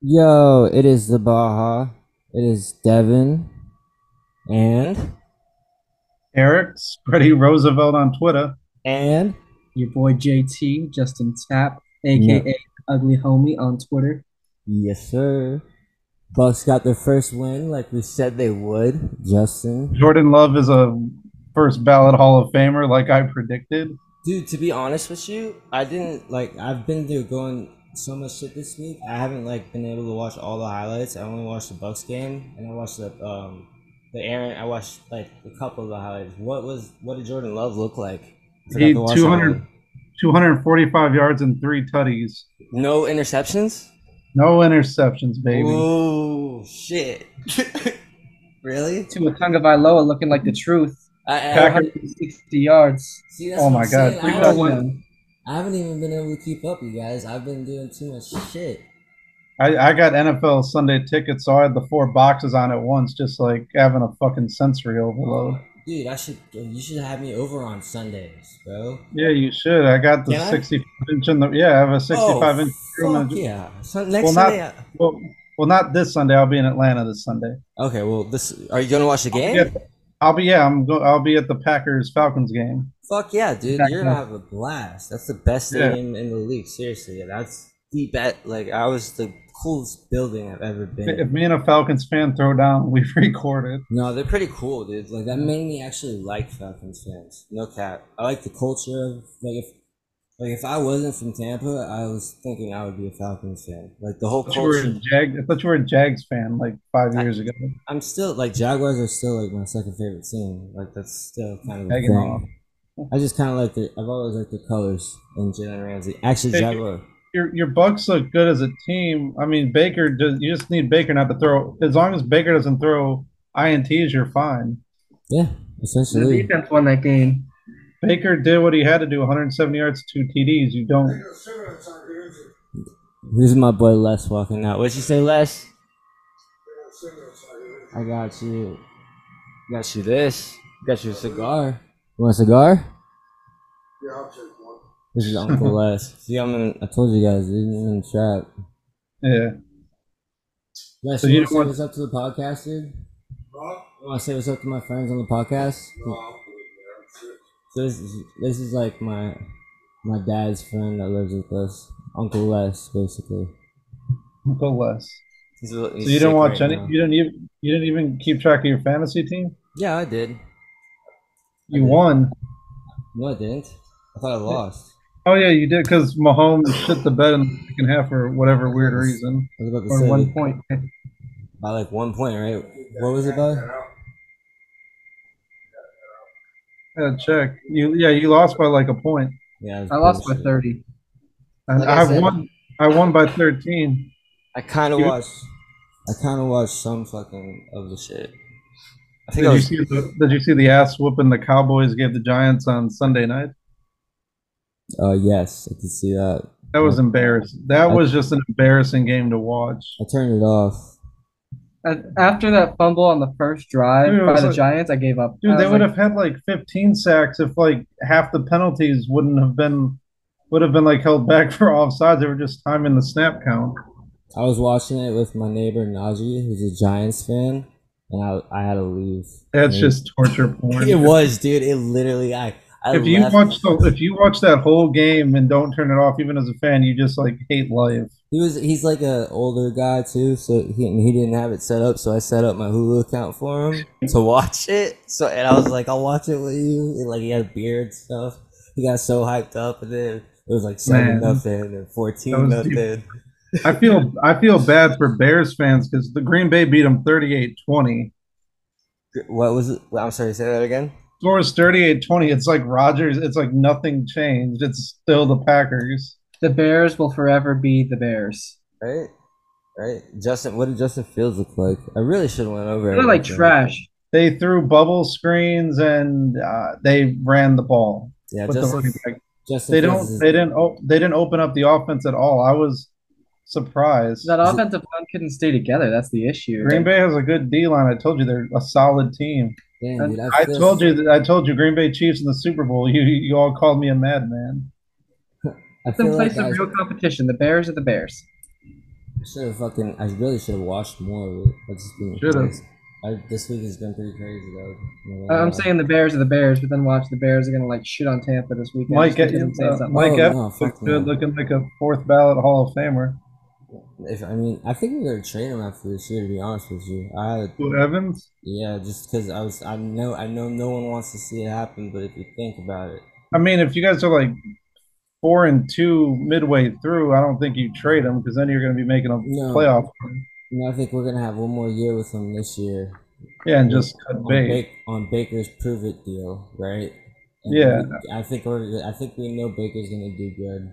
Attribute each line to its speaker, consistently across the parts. Speaker 1: Yo, it is the Baja. It is Devin. And
Speaker 2: Eric, Spready Roosevelt on Twitter.
Speaker 1: and
Speaker 3: Your boy JT, Justin Tap, aka Ugly Homie on Twitter.
Speaker 1: yes sir. Bucks got their first win like we said they would. Justin.
Speaker 2: Jordan Love is a first ballot Hall of Famer, like I predicted.
Speaker 1: Dude, to be honest with you, I didn't like I've been there going so much shit this week. I haven't like been able to watch all the highlights. I only watched the Bucks game and I watched the um the Aaron I watched like a couple of the highlights. What was what did Jordan Love look like? I forgot
Speaker 2: He-
Speaker 1: to watch that
Speaker 2: 200
Speaker 1: one.
Speaker 2: 245 yards and three tutties.
Speaker 1: No interceptions?
Speaker 2: No interceptions, baby.
Speaker 1: Oh shit! really?
Speaker 3: To a tongue of Iloa looking like the truth.
Speaker 1: I, I,
Speaker 2: Packer-
Speaker 3: 160 yards.
Speaker 1: see, that's
Speaker 2: oh
Speaker 1: what
Speaker 2: my
Speaker 1: I'm
Speaker 2: God.
Speaker 1: saying.
Speaker 2: Three
Speaker 1: I, haven't,
Speaker 2: touchdowns.
Speaker 1: I haven't even been able to keep up, you guys. I've been doing too much shit.
Speaker 2: I, I got NFL Sunday tickets, so I had the four boxes on at once, just like having a fucking sensory overload.
Speaker 1: Dude, I should. You should have me over on Sundays, bro.
Speaker 2: Yeah, you should. I got the
Speaker 1: Can I? Oh.
Speaker 2: 65 inch in the. Yeah, I have a 65 inch room.
Speaker 1: Fuck
Speaker 2: and-
Speaker 1: yeah! So next
Speaker 2: Well, not-
Speaker 1: Sunday. I-
Speaker 2: well, well, not this Sunday. I'll be in Atlanta this Sunday.
Speaker 1: okay, well, this. Are you gonna watch the game?
Speaker 2: Yeah. I'll be yeah. I'm go, I'll be at the Packers Falcons game.
Speaker 1: Fuck yeah, dude!
Speaker 2: Exactly.
Speaker 1: You're gonna have a blast. That's the best
Speaker 2: Yeah.
Speaker 1: stadium in the league. Seriously, that's the bet. Like I was the coolest building I've ever been. in.
Speaker 2: If me and a Falcons fan throw down, we record it.
Speaker 1: No, they're pretty cool, dude. Like that made me actually like Falcons fans. No cap. I like the culture of like if like if I wasn't from Tampa, I was thinking I would be a Falcons fan. Like the whole
Speaker 2: I thought you were a
Speaker 1: culture.
Speaker 2: Jag. I thought you were a Jags fan like five years ago.
Speaker 1: I'm still like Jaguars are still like my second favorite team. Like that's still kind of a
Speaker 2: Taking
Speaker 1: thing. I just kind of like the. I've always liked the colors and Jalen Ramsey. Actually,
Speaker 2: Hey,
Speaker 1: Jaguar.
Speaker 2: Your your Bucks look good as a team. I mean, Baker. Does, you just need Baker not to throw. As long as Baker doesn't throw ints, you're fine.
Speaker 1: Yeah,
Speaker 3: The
Speaker 1: essentially.
Speaker 3: defense won that game.
Speaker 2: Baker did what he had to do. 170 yards, two TDs. You don't.
Speaker 1: Here's my boy Les walking out. What'd you say, Les? I got you. Got you this. Got you a cigar. You want a cigar? This is Uncle Les. See, I'm in. I told you guys, this is in the trap.
Speaker 2: Yeah.
Speaker 1: Les,
Speaker 2: So
Speaker 1: you,
Speaker 2: you
Speaker 1: want to
Speaker 2: don't
Speaker 1: say
Speaker 2: want-
Speaker 1: what's up to the podcast, dude? You want to say what's up to my friends on the podcast? So this is this is like my my dad's friend that lives with us, Uncle Les, basically.
Speaker 2: Go less.
Speaker 1: He's,
Speaker 2: So you didn't watch any. You didn't even. You didn't even keep track of your fantasy team.
Speaker 1: Yeah, I did.
Speaker 2: You
Speaker 1: did.
Speaker 2: won.
Speaker 1: No, I didn't. I thought I lost.
Speaker 2: Oh yeah, you did because Mahomes shit the bed in the second half for whatever weird reason.
Speaker 1: I was about to
Speaker 2: Or
Speaker 1: say
Speaker 2: one point.
Speaker 1: by like one point, right? What was it by?
Speaker 2: Yeah, check. You yeah, you lost by like a point.
Speaker 1: Yeah, it was
Speaker 3: I lost by
Speaker 1: bullshit.
Speaker 3: 30.
Speaker 2: And
Speaker 1: Like I
Speaker 2: I,
Speaker 1: said-
Speaker 2: won. I won by thirteen.
Speaker 1: I kind of
Speaker 2: Dude.
Speaker 1: watched. I kind of watched some fucking of the shit. I think
Speaker 2: Did
Speaker 1: I
Speaker 2: you
Speaker 1: was.
Speaker 2: see the Did you see the ass whooping the Cowboys gave the Giants on Sunday night?
Speaker 1: Uh, yes, I could see that.
Speaker 2: That was embarrassing. That was just an embarrassing game to watch.
Speaker 1: I turned it off.
Speaker 3: A- After that fumble on the first drive
Speaker 2: Dude, it
Speaker 3: by
Speaker 2: was
Speaker 3: the
Speaker 2: like-
Speaker 3: Giants, I gave up. I
Speaker 2: Dude, they
Speaker 3: was
Speaker 2: would
Speaker 3: like,
Speaker 2: have had like 15 sacks if like half the penalties wouldn't have been would have been like held back for offsides. They were just timing the snap count.
Speaker 1: I was watching it with my neighbor Najee, who's a Giants fan, and I I had to leave.
Speaker 2: That's
Speaker 1: And-
Speaker 2: just torture porn.
Speaker 1: It was, dude. It literally. I. I
Speaker 2: if you
Speaker 1: left.
Speaker 2: watch the if you watch that whole game and don't turn it off, even as a fan, you just like hate life.
Speaker 1: He was he's like a older guy too, so he and he didn't have it set up, so I set up my Hulu account for him to watch it. So and I was like, I'll watch it with you. And like he had a beard and stuff. He got so hyped up, and then it was like seven
Speaker 2: Man.
Speaker 1: nothing and fourteen
Speaker 2: That was
Speaker 1: nothing.
Speaker 2: I feel I feel bad for Bears fans because the Green Bay beat them 38-20.
Speaker 1: What was it? I'm sorry, say that again.
Speaker 2: Score is 38-20. It's like Rogers. It's like nothing changed. It's still the Packers.
Speaker 3: the Bears will forever be the Bears.
Speaker 1: Right, right. Justin, what did Justin Fields look like? I really should have went over.
Speaker 3: They're like
Speaker 1: everything.
Speaker 3: trash.
Speaker 2: They threw bubble screens and uh, they ran the ball
Speaker 1: Yeah,
Speaker 2: with the
Speaker 1: Justin.
Speaker 2: running back.
Speaker 1: Justin
Speaker 2: They
Speaker 1: Fields
Speaker 2: don't.
Speaker 1: is-
Speaker 2: They didn't. Op- they didn't open up the offense at all. I was surprised.
Speaker 3: That offensive line couldn't stay together. That's the issue.
Speaker 2: Green Bay has a good D line. I told you they're a solid team.
Speaker 1: Damn, dude,
Speaker 2: I
Speaker 1: feel-
Speaker 2: told you that I told you Green Bay Chiefs in the Super Bowl. You you all called me a madman.
Speaker 1: I
Speaker 3: Let them
Speaker 1: feel
Speaker 3: play
Speaker 1: like
Speaker 3: some
Speaker 1: I-
Speaker 3: real competition. The Bears are the Bears.
Speaker 1: I should have fucking. I really should have watched more. of it. I've just been
Speaker 2: Should've.
Speaker 1: crazy. I, this week has been pretty crazy though. uh, Not gonna
Speaker 3: I'm
Speaker 1: lie.
Speaker 3: saying the Bears are the Bears, but then watch the Bears are gonna like shit on Tampa this weekend.
Speaker 2: Mike,
Speaker 3: Just because I'm saying
Speaker 2: uh,
Speaker 3: something.
Speaker 2: Mike
Speaker 1: Oh,
Speaker 2: F
Speaker 1: no,
Speaker 2: looks
Speaker 1: fuck
Speaker 2: good,
Speaker 1: no.
Speaker 2: looking like a fourth ballot Hall of Famer.
Speaker 1: If I mean, I think we're gonna trade him after this year. To be honest with you, I had
Speaker 2: Who, Evans,
Speaker 1: yeah, just because I was. I know. I know no one wants to see it happen, but if you think about it,
Speaker 2: I mean, if you guys are like four and two midway through, I don't think you trade him because then you're going to be making a
Speaker 1: No.
Speaker 2: playoff.
Speaker 1: you know, I think we're gonna have one more year with him this year.
Speaker 2: Yeah, and just cut
Speaker 1: on,
Speaker 2: bait.
Speaker 1: Bak- on Baker's prove it deal, right?
Speaker 2: Yeah.
Speaker 1: we- I think we're. I think we know Baker's gonna do good.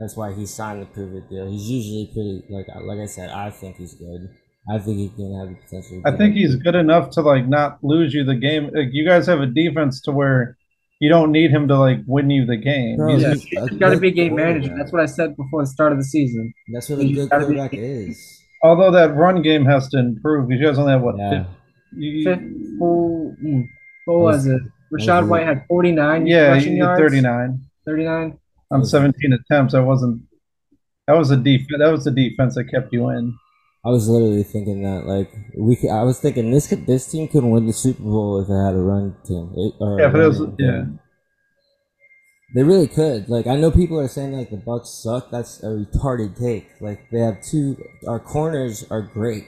Speaker 1: That's why he signed the prove it deal. He's usually pretty like like I said. I think he's good. I think he can have the potential. to
Speaker 2: I
Speaker 1: be
Speaker 2: think
Speaker 1: good.
Speaker 2: he's good enough to like not lose you the game. Like, you guys have a defense to where you don't need him to like win you the game.
Speaker 1: Bro,
Speaker 2: He's-
Speaker 3: yeah.
Speaker 1: he's a
Speaker 3: He's got to
Speaker 1: good
Speaker 3: be a game manager.
Speaker 1: quarterback.
Speaker 3: That's what I said before the start of the season.
Speaker 1: That's what a
Speaker 3: he's
Speaker 1: good
Speaker 3: gotta be-
Speaker 1: quarterback is.
Speaker 2: although that run game has to improve because you guys only have what?
Speaker 1: Yeah.
Speaker 2: 50, you-
Speaker 3: Fifth, full, mm, what was it? Rashad White had 49
Speaker 2: yeah,
Speaker 3: rushing
Speaker 2: you-
Speaker 3: yards.
Speaker 2: 39
Speaker 3: 39.
Speaker 2: on 17 attempts. I wasn't. That was a defense. That was the defense that kept you in.
Speaker 1: I was literally thinking that like we. Could, I was thinking this could this team could win the Super Bowl if it had a run team. It, or
Speaker 2: Yeah,
Speaker 1: a
Speaker 2: if it was-
Speaker 1: running
Speaker 2: yeah.
Speaker 1: game. They really could. Like I know people are saying like the Bucks suck. That's a retarded take. Like they have two. Our corners are great.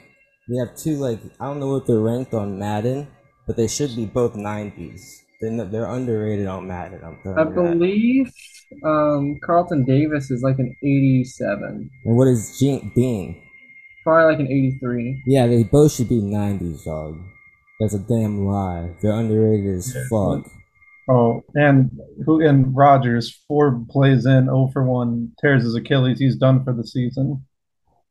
Speaker 1: We have two like I don't know what they're ranked on Madden, but they should be both nineties. They're not- they're underrated on Madden. I'm telling
Speaker 3: I
Speaker 1: you that.
Speaker 3: believe um, Carlton Davis is like an 87,
Speaker 1: And what is Gene Bean?
Speaker 3: probably like an 83.
Speaker 1: Yeah, they both should be nineties, dog. That's a damn lie. They're underrated as fuck.
Speaker 2: Oh, and who and Rogers four plays in, 0 for one, tears his Achilles. He's done for the season.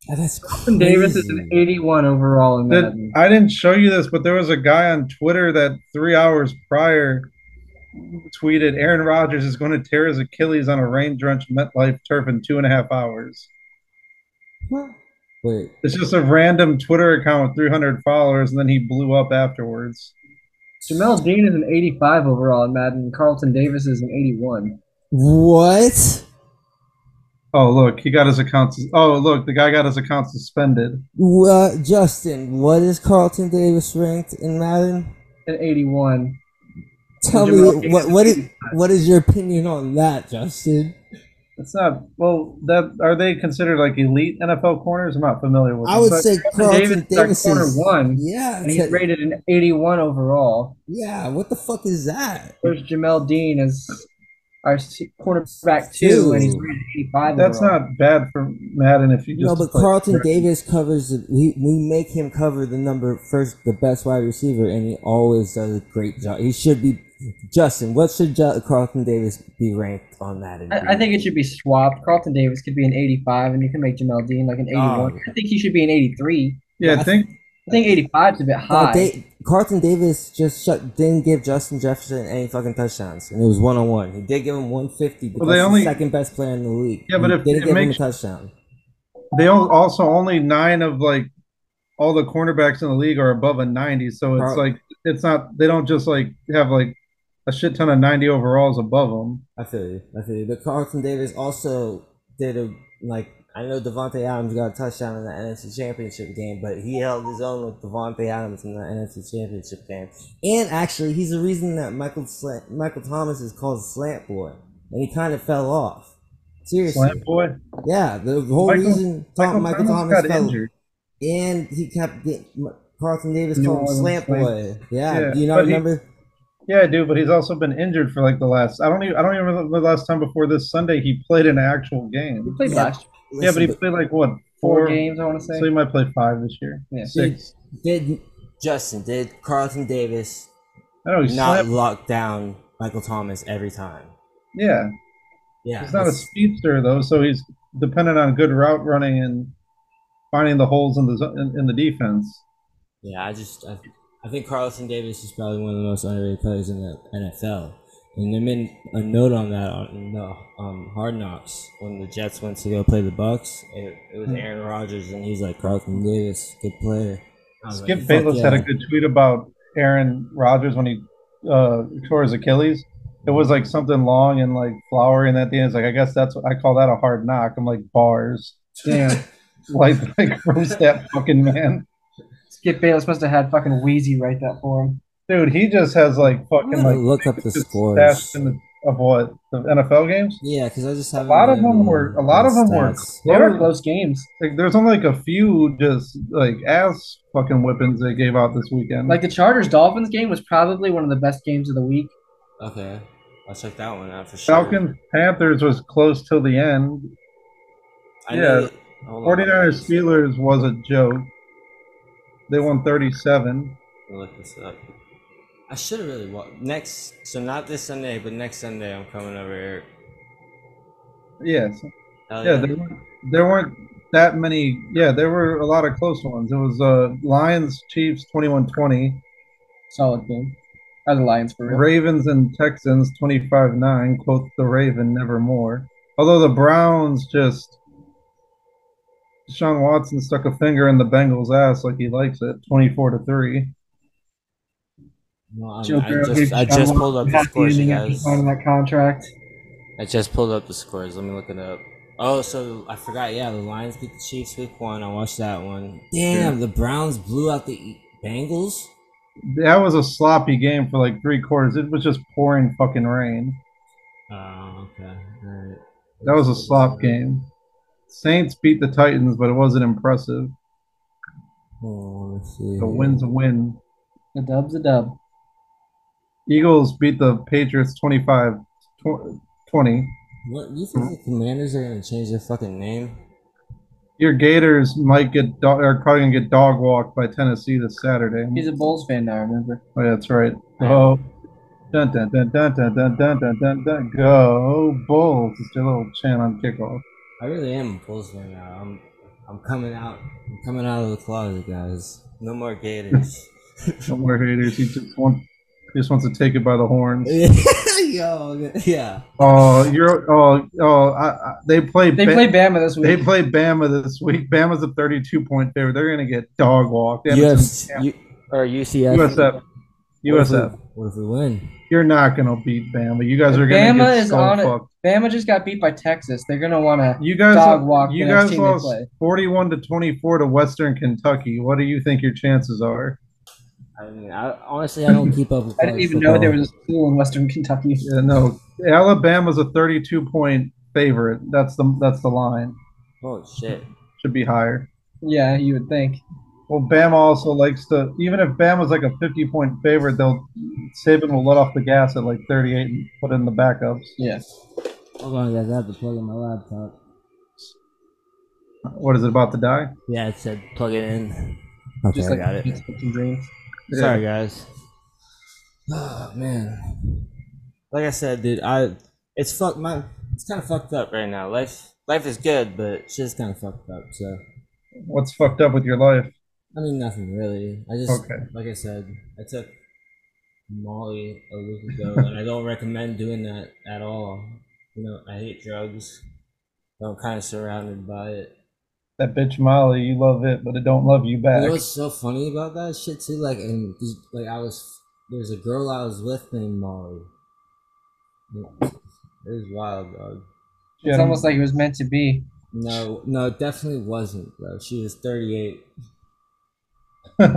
Speaker 1: Yeah, Ah, that's
Speaker 3: Carlton Davis is an
Speaker 1: crazy.
Speaker 3: 81 overall in
Speaker 2: Did-
Speaker 3: Madden.
Speaker 2: I didn't show you this, but there was a guy on Twitter that three hours prior tweeted Aaron Rodgers is going to tear his Achilles on a rain-drenched MetLife turf in two and a half hours.
Speaker 1: Wait,
Speaker 2: It's just a random Twitter account with 300 followers, and then he blew up afterwards.
Speaker 3: Jamel Dean is an 85 overall in Madden. Carlton Davis is an 81.
Speaker 1: what?
Speaker 2: Oh, look, he got his account. sus- Oh, look, the guy got his account suspended.
Speaker 1: What, Justin? What is Carlton Davis ranked in Madden?
Speaker 3: An 81.
Speaker 1: Tell
Speaker 3: Jamal
Speaker 1: me what
Speaker 3: Davis
Speaker 1: what is
Speaker 3: 85.
Speaker 1: what is your opinion on that, Justin?
Speaker 2: It's not well. That are they considered like elite NFL corners? I'm not familiar with.
Speaker 1: I
Speaker 2: them,
Speaker 1: would
Speaker 2: but
Speaker 1: say Carlton
Speaker 3: Davis is our
Speaker 1: Davis
Speaker 3: corner
Speaker 1: is
Speaker 3: one,
Speaker 1: Yeah,
Speaker 3: And he's
Speaker 1: t-
Speaker 3: rated an 81 overall.
Speaker 1: yeah. What the fuck is that?
Speaker 3: There's Jamel Dean as our se- quarterback two, and he's rated 85
Speaker 2: that's
Speaker 3: overall.
Speaker 2: not bad for Madden if you just.
Speaker 1: No, but
Speaker 2: play-
Speaker 1: Carlton Davis covers. The, we we make him cover the number first, the best wide receiver, and he always does a great job. He should be Justin. What should Ju- Carlton Davis be ranked on that?
Speaker 3: I, I think it should be swapped. Carlton Davis could be an 85, and you can make Jamel Dean like an
Speaker 2: Oh.
Speaker 3: 81. I think he should be an 83.
Speaker 2: Yeah, I think
Speaker 3: I think 85 is a bit
Speaker 1: Uh,
Speaker 3: high.
Speaker 1: Da- Carlton Davis just shut, didn't give Justin Jefferson any fucking touchdowns, and it was one on one. He did give him one fifty, but
Speaker 2: Well, they
Speaker 1: that's
Speaker 2: only-
Speaker 1: the second best player in the league.
Speaker 2: Yeah, but
Speaker 1: He
Speaker 2: if-
Speaker 1: didn't
Speaker 2: it
Speaker 1: give him a
Speaker 2: makes-
Speaker 1: touchdown.
Speaker 2: they al- also only nine of like all the cornerbacks in the league are above a 90. So it's
Speaker 1: Carl-
Speaker 2: like it's not they don't just like have like a shit ton of 90 overalls above them.
Speaker 1: I feel you. I feel you. But Carlton Davis also did a like. I know Devonte Adams got a touchdown in the NFC Championship game, but he held his own with Devonte Adams in the NFC Championship game. And actually, he's the reason that Michael Slant, Michael Thomas is called Slant Boy, and he kind of fell off. Seriously,
Speaker 2: Slant boy.
Speaker 1: yeah. The whole
Speaker 2: Michael-
Speaker 1: reason Tom, Michael Thomas,
Speaker 2: got
Speaker 1: fell,
Speaker 2: injured.
Speaker 1: and he kept getting Carlton Davis
Speaker 3: New
Speaker 1: called him
Speaker 3: Orleans
Speaker 1: Slant
Speaker 3: Slant.
Speaker 1: Boy. Yeah,
Speaker 2: Yeah,
Speaker 1: do you not
Speaker 2: but he-
Speaker 1: remember?
Speaker 2: Yeah, I do, but he's also been injured for like the last. I don't even. I don't even remember the last time before this Sunday he played an actual
Speaker 3: He
Speaker 2: game.
Speaker 3: played
Speaker 1: Yeah.
Speaker 3: last
Speaker 2: Yeah, but he
Speaker 1: Listen,
Speaker 2: played like what
Speaker 3: four
Speaker 2: four,
Speaker 3: games, I want to say.
Speaker 2: So he might play five this year.
Speaker 3: Yeah.
Speaker 2: six.
Speaker 1: did Justin did Carlton Davis
Speaker 2: I know he's
Speaker 1: not
Speaker 2: slapped.
Speaker 1: lock down Michael Thomas every time.
Speaker 2: Yeah,
Speaker 1: Yeah,
Speaker 2: he's not a
Speaker 1: that's-
Speaker 2: speedster though, so he's dependent on good route running and finding the holes in the zo- in, in the defense.
Speaker 1: yeah. I just I, I think Carlton Davis is probably one of the most underrated players in the NFL. And they made a note on that on the um, Hard Knocks when the Jets went to go play the Bucks. It, it was
Speaker 2: Hmm.
Speaker 1: Aaron Rodgers, and he's like Carlton Davis, good player. I was
Speaker 2: Skip
Speaker 1: like, fuck
Speaker 2: Bayless had a
Speaker 1: yeah.
Speaker 2: good tweet about Aaron Rodgers when he uh, tore his Achilles. It was like something long and like flowery, and at the end, it's like I guess that's what I call that a hard knock. I'm like bars.
Speaker 3: Damn.
Speaker 2: like like roast that fucking man.
Speaker 3: Skip Bayless must have had fucking Wheezy write that for him.
Speaker 2: Dude, he just has like fucking like
Speaker 1: look up the
Speaker 2: just
Speaker 1: scores.
Speaker 2: stashed in the, of what the NFL games.
Speaker 1: Yeah, because I just
Speaker 2: A
Speaker 1: have
Speaker 2: lot of them were. A lot of them were.
Speaker 3: They were
Speaker 2: close.
Speaker 3: close games.
Speaker 2: Like, there's only like a few just like ass fucking whippings they gave out this weekend.
Speaker 3: Like the Chargers Dolphins game was probably one of the best games of the week.
Speaker 1: Okay, I'll check that one out for sure.
Speaker 2: Falcons Panthers was close till the end.
Speaker 1: I know
Speaker 2: yeah.
Speaker 1: it- hold on.
Speaker 2: 49ers Steelers was a joke. They won 37.
Speaker 1: I'll look this up. I should have really watched next. So not this Sunday, but next Sunday I'm coming over here.
Speaker 2: Yes.
Speaker 1: Hell
Speaker 2: Yeah, there weren't, there weren't that many. Yeah, there were a lot of close ones. It was uh Lions Chiefs 21-20,
Speaker 3: Solid game. That was a Lions for real.
Speaker 2: Ravens and Texans 25-9, quote the Raven nevermore. Although the Browns just Deshaun Watson stuck a finger in the Bengals' ass like he likes it, 24 to 3.
Speaker 1: No, I,
Speaker 3: Joe
Speaker 1: I
Speaker 3: Burrow gave
Speaker 1: just, I
Speaker 3: Deshaun
Speaker 1: just
Speaker 3: Watson
Speaker 1: pulled up the
Speaker 3: happy
Speaker 1: scores, you
Speaker 3: ending after
Speaker 1: guys.
Speaker 3: signing that contract.
Speaker 1: I just pulled up the scores. Let me look it up. Oh, so I forgot. Yeah, the Lions beat the Chiefs week one. I watched that one. Damn, the Browns blew out the E- Bengals.
Speaker 2: That was a sloppy game for like three quarters. It was just pouring fucking rain.
Speaker 1: Oh, okay. All right.
Speaker 2: That was a slop game. Saints beat the Titans, but it wasn't impressive.
Speaker 1: Oh, let's see.
Speaker 2: The win's a win.
Speaker 3: The dub's a dub.
Speaker 2: Eagles beat the Patriots 25 tw- 20.
Speaker 1: What you think the Commanders are gonna change their fucking name?
Speaker 2: Your Gators might get do- are probably gonna get dog walked by Tennessee this Saturday.
Speaker 3: He's a Bulls fan now, remember?
Speaker 2: Oh, yeah, that's right. Oh, dun dun dun dun dun dun dun dun dun dun. Go Bulls! It's your little chant on kickoff.
Speaker 1: I really am a Bulls fan now. I'm, I'm coming out. I'm coming out of the closet, guys. No more Gators.
Speaker 2: No more haters. He just want he just wants to take it by the horns.
Speaker 1: Yo, yeah.
Speaker 2: Oh, you're oh oh. I, I, they play.
Speaker 3: They
Speaker 2: Ba-
Speaker 3: play Bama this
Speaker 2: They
Speaker 3: week.
Speaker 2: play Bama this week. Bama's a 32 point favorite. They're going to get dog walked. And
Speaker 1: Yes,
Speaker 2: it's
Speaker 1: you, or UCF.
Speaker 2: USF.
Speaker 1: What if we-
Speaker 2: USF.
Speaker 1: What if we win?
Speaker 2: You're not going to beat Bama. You guys are going to
Speaker 3: Bama
Speaker 2: get
Speaker 3: is
Speaker 2: so
Speaker 3: on it.
Speaker 2: fucked.
Speaker 3: Bama just got beat by Texas. They're gonna wanna
Speaker 2: You guys,
Speaker 3: Dog walk
Speaker 2: you
Speaker 3: the next
Speaker 2: guys
Speaker 3: team they
Speaker 2: lost
Speaker 3: play.
Speaker 2: 41 to 24 to Western Kentucky. What do you think your chances are?
Speaker 1: I mean, I, honestly, I don't keep up with.
Speaker 3: I didn't
Speaker 1: college
Speaker 3: even know there
Speaker 1: football.
Speaker 3: was a school in western Kentucky.
Speaker 2: Yeah, no, Alabama's a 32 point favorite. That's the that's the line.
Speaker 1: Oh shit!
Speaker 2: Should be higher.
Speaker 3: Yeah, you would think.
Speaker 2: Well, Bama also likes to. Even if Bama's like a 50 point favorite, they'll Saban will let off the gas at like 38 and put in the backups.
Speaker 3: Yeah.
Speaker 1: Hold on, guys. I have to plug in my laptop.
Speaker 2: What is it about to die?
Speaker 1: Yeah, it said plug it in. Okay,
Speaker 3: Just
Speaker 1: I
Speaker 3: like
Speaker 1: got it.
Speaker 3: fucking dreams.
Speaker 1: Sorry, guys. Oh man, like I said, dude, I it's fucked. My it's kind of fucked up right now. Life life is good, but shit's kind of fucked up. So
Speaker 2: What's fucked up with your life?
Speaker 1: I mean, nothing really. I just
Speaker 2: Okay.
Speaker 1: like I said, I took Molly a week ago, and I don't recommend doing that at all. You know, I hate drugs. I'm kind of surrounded by it.
Speaker 2: That bitch Molly, you love it, but it don't love you
Speaker 1: You
Speaker 2: back.
Speaker 1: know what's so funny about that shit too? Like, and these- like I was, there's a girl I was with named Molly. It was wild, dog.
Speaker 2: She
Speaker 3: It's
Speaker 2: had a-
Speaker 3: almost like it was meant to be.
Speaker 1: No, no, it definitely wasn't, bro. She was 38. yeah,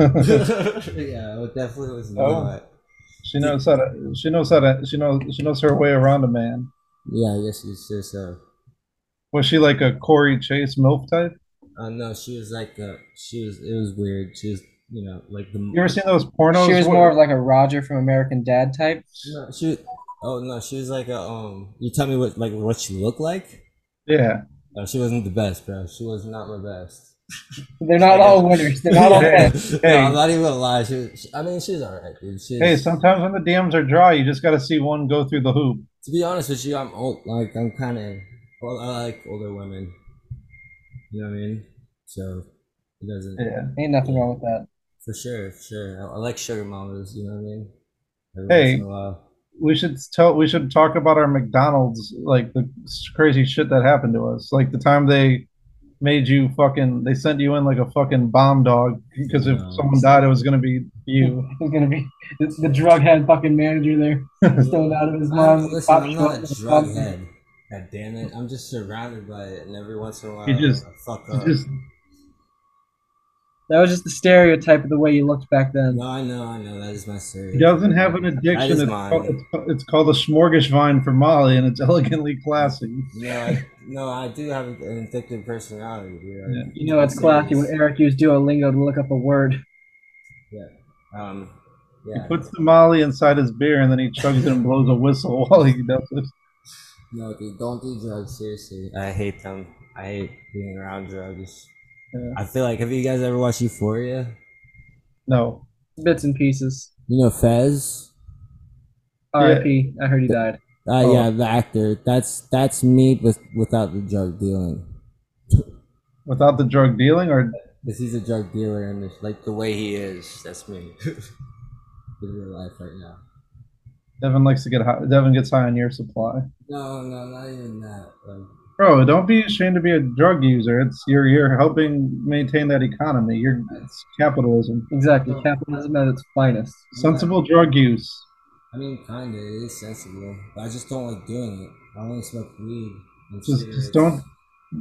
Speaker 1: it definitely was
Speaker 2: Oh.
Speaker 1: not.
Speaker 2: she knows how to. She knows how to. She knows. She knows her way around a man.
Speaker 1: Yeah, I guess it's just uh,
Speaker 2: Was she like a Corey Chase milf type?
Speaker 1: uh no, she was like uh, she was it was weird. She was you know like the
Speaker 2: You ever seen those pornos?
Speaker 3: she was
Speaker 2: where-
Speaker 3: more of like a Roger from American Dad type.
Speaker 1: No, she was- oh no, she was like a um. You tell me what like what she looked like.
Speaker 2: yeah.
Speaker 1: No, she wasn't the best, bro. She was not my best.
Speaker 3: They're not all winners. They're not all
Speaker 2: Yeah.
Speaker 3: winners.
Speaker 1: No,
Speaker 2: Hey.
Speaker 1: I'm not even gonna lie. She, was, she- I mean, she's alright, dude. She's,
Speaker 2: Hey, sometimes when the DMs are dry, you just got to see one go through the hoop.
Speaker 1: to be honest with you, I'm old. Like I'm kind of. Well, I like older women. You know what I mean? So it doesn't.
Speaker 2: Yeah.
Speaker 3: Ain't nothing wrong with that.
Speaker 1: For sure, for sure. I, I like sugar mamas. You know what I mean? Every
Speaker 2: Hey.
Speaker 1: once in a while.
Speaker 2: We should tell. We should talk about our McDonald's, like the crazy shit that happened to us, like the time they made you fucking. They sent you in like a fucking bomb dog because if
Speaker 1: No.
Speaker 2: someone died, it was gonna be you.
Speaker 3: It's gonna be it's the drug head fucking manager there, still out of his
Speaker 1: I'm,
Speaker 3: mind.
Speaker 1: Oh, listen, I'm
Speaker 3: Pop-
Speaker 1: not a drug head. God damn it. I'm just surrounded by it, and every once in a while,
Speaker 2: You just-
Speaker 1: I fuck
Speaker 2: You
Speaker 1: up.
Speaker 2: just
Speaker 3: That was just the stereotype of the way you looked back then.
Speaker 1: No, I know, I know. That is my serious.
Speaker 2: He doesn't have an
Speaker 1: That is
Speaker 2: addiction. It's
Speaker 1: mine.
Speaker 2: called, it's, called- it's called a smorgasvine for Molly, and it's elegantly classy.
Speaker 1: No, I, no, I do have an addictive personality. Dude.
Speaker 2: Yeah.
Speaker 3: You know, it's classy when Eric used Duolingo to look up a word.
Speaker 1: Um,
Speaker 2: He
Speaker 1: yeah.
Speaker 2: puts the Molly inside his beer, and then he chugs it and blows a whistle while he does it.
Speaker 1: No, dude, don't do drugs. Seriously, I hate them. I hate being around drugs.
Speaker 2: Yeah.
Speaker 1: I feel like have you guys ever watched Euphoria?
Speaker 2: No,
Speaker 3: Bits and pieces.
Speaker 1: You know Fez.
Speaker 3: R.I.P. I heard he died.
Speaker 1: Uh,
Speaker 2: Oh.
Speaker 1: yeah, the actor. That's that's me with without the drug dealing.
Speaker 2: without the drug dealing, or
Speaker 1: Because he's a drug dealer, and it's like the way he is, that's me. in real life right now.
Speaker 2: Devin likes to get high. Devin gets high on your supply.
Speaker 1: No, no, not even that. Like,
Speaker 2: Bro, don't be ashamed to be a drug user. It's you're you're helping maintain that economy. You're it's capitalism.
Speaker 3: Exactly. Capitalism at its finest.
Speaker 2: Sensible drug use.
Speaker 1: I mean, kinda, it is sensible. But I just don't like doing it. I only smoke weed. and
Speaker 2: Just-
Speaker 1: cigarettes.
Speaker 2: just don't-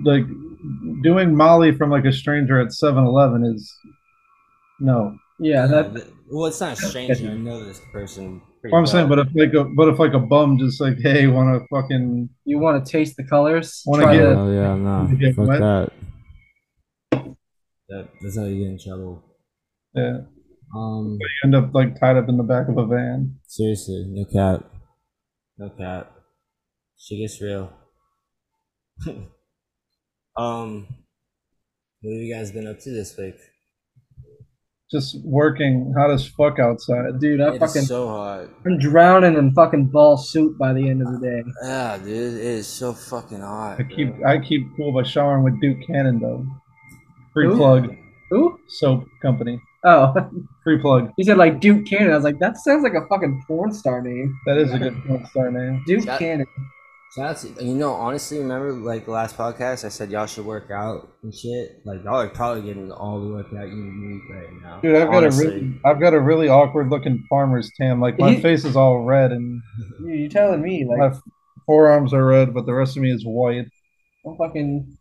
Speaker 2: Like doing Molly from like a stranger at 7-Eleven is no.
Speaker 3: Yeah,
Speaker 1: No,
Speaker 3: that
Speaker 1: but- well, it's not a stranger. I know this person. pretty
Speaker 2: Well, I'm
Speaker 1: well.
Speaker 2: saying, but if like a but if like a bum just like hey, want to fucking
Speaker 3: you want to taste the colors.
Speaker 2: Wanna
Speaker 3: Try
Speaker 2: get-
Speaker 3: the-
Speaker 1: Oh, yeah, no.
Speaker 2: You get
Speaker 1: Fuck
Speaker 2: wet.
Speaker 1: that. that. That's how you get in trouble.
Speaker 2: yeah,
Speaker 1: Um,
Speaker 2: uh, end up like tied up in the back of a van.
Speaker 1: seriously, no cap. No cap. She gets real. um, what have you guys been up to this week?
Speaker 2: Just working hot as fuck outside.
Speaker 3: Dude, I
Speaker 1: It is
Speaker 3: fucking
Speaker 1: so hot.
Speaker 3: I'm drowning in fucking ball soup by the end of the day.
Speaker 1: Yeah, dude, it is so fucking hot.
Speaker 2: I keep
Speaker 1: bro.
Speaker 2: I keep cool by showering with Duke Cannon though. Free
Speaker 3: Who?
Speaker 2: plug
Speaker 3: Who?
Speaker 2: soap company.
Speaker 3: Oh,
Speaker 2: Free plug.
Speaker 3: he said like Duke Cannon. I was like, that sounds like a fucking porn star name.
Speaker 2: That is a good porn star name.
Speaker 3: Duke
Speaker 1: That-
Speaker 3: Cannon.
Speaker 1: Shout out to- you know, honestly, remember like the last podcast, I said y'all should work out and shit. Like y'all are probably getting all the workout you need right now.
Speaker 2: Dude, I've got
Speaker 1: honestly.
Speaker 2: a really, I've got a really awkward looking farmer's tan. Like my
Speaker 3: You-
Speaker 2: face is all red and
Speaker 3: Dude, you telling me
Speaker 2: my
Speaker 3: like
Speaker 2: f- forearms are red, but the rest of me is white.
Speaker 3: I'm fucking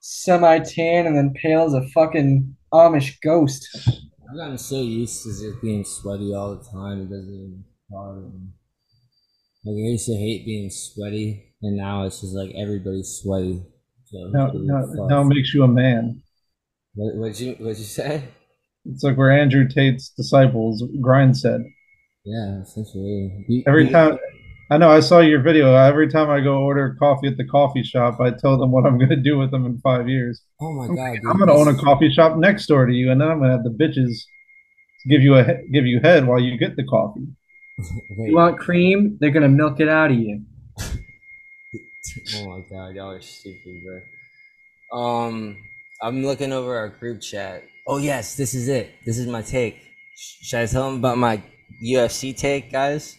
Speaker 3: semi tan and then pale as a fucking Amish ghost.
Speaker 1: I've gotten so used to just being sweaty all the time. It doesn't even bother me. Like I used to hate being sweaty, and now it's just like everybody's sweaty. So
Speaker 2: Now,
Speaker 1: who the
Speaker 2: now,
Speaker 1: fuck-
Speaker 2: now it makes you a man.
Speaker 1: what what'd you what'd you say?
Speaker 2: It's like where Andrew Tate's disciples grind said
Speaker 1: Yeah, essentially. You-
Speaker 2: every
Speaker 1: you-
Speaker 2: time. I know I saw your video. Every time I go order coffee at the coffee shop, I tell them what I'm going to do with them in five years.
Speaker 1: Oh my god! dude,
Speaker 2: I'm gonna
Speaker 1: this
Speaker 2: own a
Speaker 1: is-
Speaker 2: coffee shop next door to you, and then I'm gonna have the bitches give you a he- give you head while you get the coffee.
Speaker 1: Wait,
Speaker 3: You want cream? They're gonna milk it out of you.
Speaker 1: Oh my god, y'all are stupid, bro. Um, I'm looking over our group chat. Oh yes, this is it. This is my take. Sh- Should I tell them about my UFC take, guys?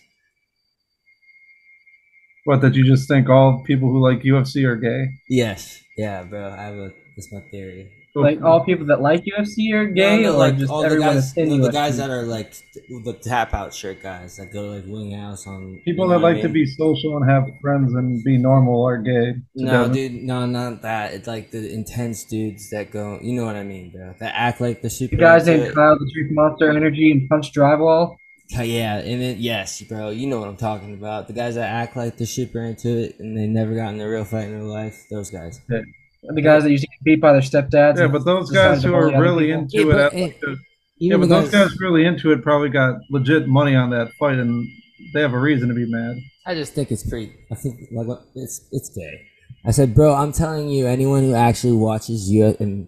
Speaker 2: What that you just think all people who like UFC are gay?
Speaker 1: Yes. Yeah, bro. I have a. That's my theory.
Speaker 3: Like all people that like UFC are gay,
Speaker 1: No, no,
Speaker 3: or
Speaker 1: like
Speaker 3: just
Speaker 1: all the
Speaker 3: everyone
Speaker 1: guys,
Speaker 3: that's in
Speaker 1: no, the
Speaker 3: UFC?
Speaker 1: guys that are like th- the tap out shirt guys that go to like wing house on.
Speaker 2: people
Speaker 1: you know
Speaker 2: that
Speaker 1: what I
Speaker 2: like to
Speaker 1: mean?
Speaker 2: be social and have friends and be normal are gay.
Speaker 1: No,
Speaker 2: Devin.
Speaker 1: dude, no, not that. It's like the intense dudes that go. You know what I mean, bro? That act like the super.
Speaker 3: The guys
Speaker 1: into
Speaker 3: named
Speaker 1: it.
Speaker 3: Kyle that drink Monster Energy and punch drywall.
Speaker 1: Uh, Yeah, and then yes, bro, you know what I'm talking about. The guys that act like they're super into it and they never got in a real fight in their life. Those guys.
Speaker 3: The guys that used to get beat by their stepdads.
Speaker 2: Yeah, but those
Speaker 3: Decided
Speaker 2: guys
Speaker 3: to
Speaker 2: who
Speaker 3: bully
Speaker 2: are
Speaker 3: other
Speaker 2: really
Speaker 3: people.
Speaker 2: into it,
Speaker 1: but,
Speaker 2: at,
Speaker 1: eh,
Speaker 2: like, the- yeah,
Speaker 1: even
Speaker 2: but
Speaker 1: the
Speaker 2: those guys really into it probably got legit money on that fight, and they have a reason to be mad.
Speaker 1: I just think it's pretty. I think like what- it's it's gay. I said, bro, I'm telling you, anyone who actually watches you and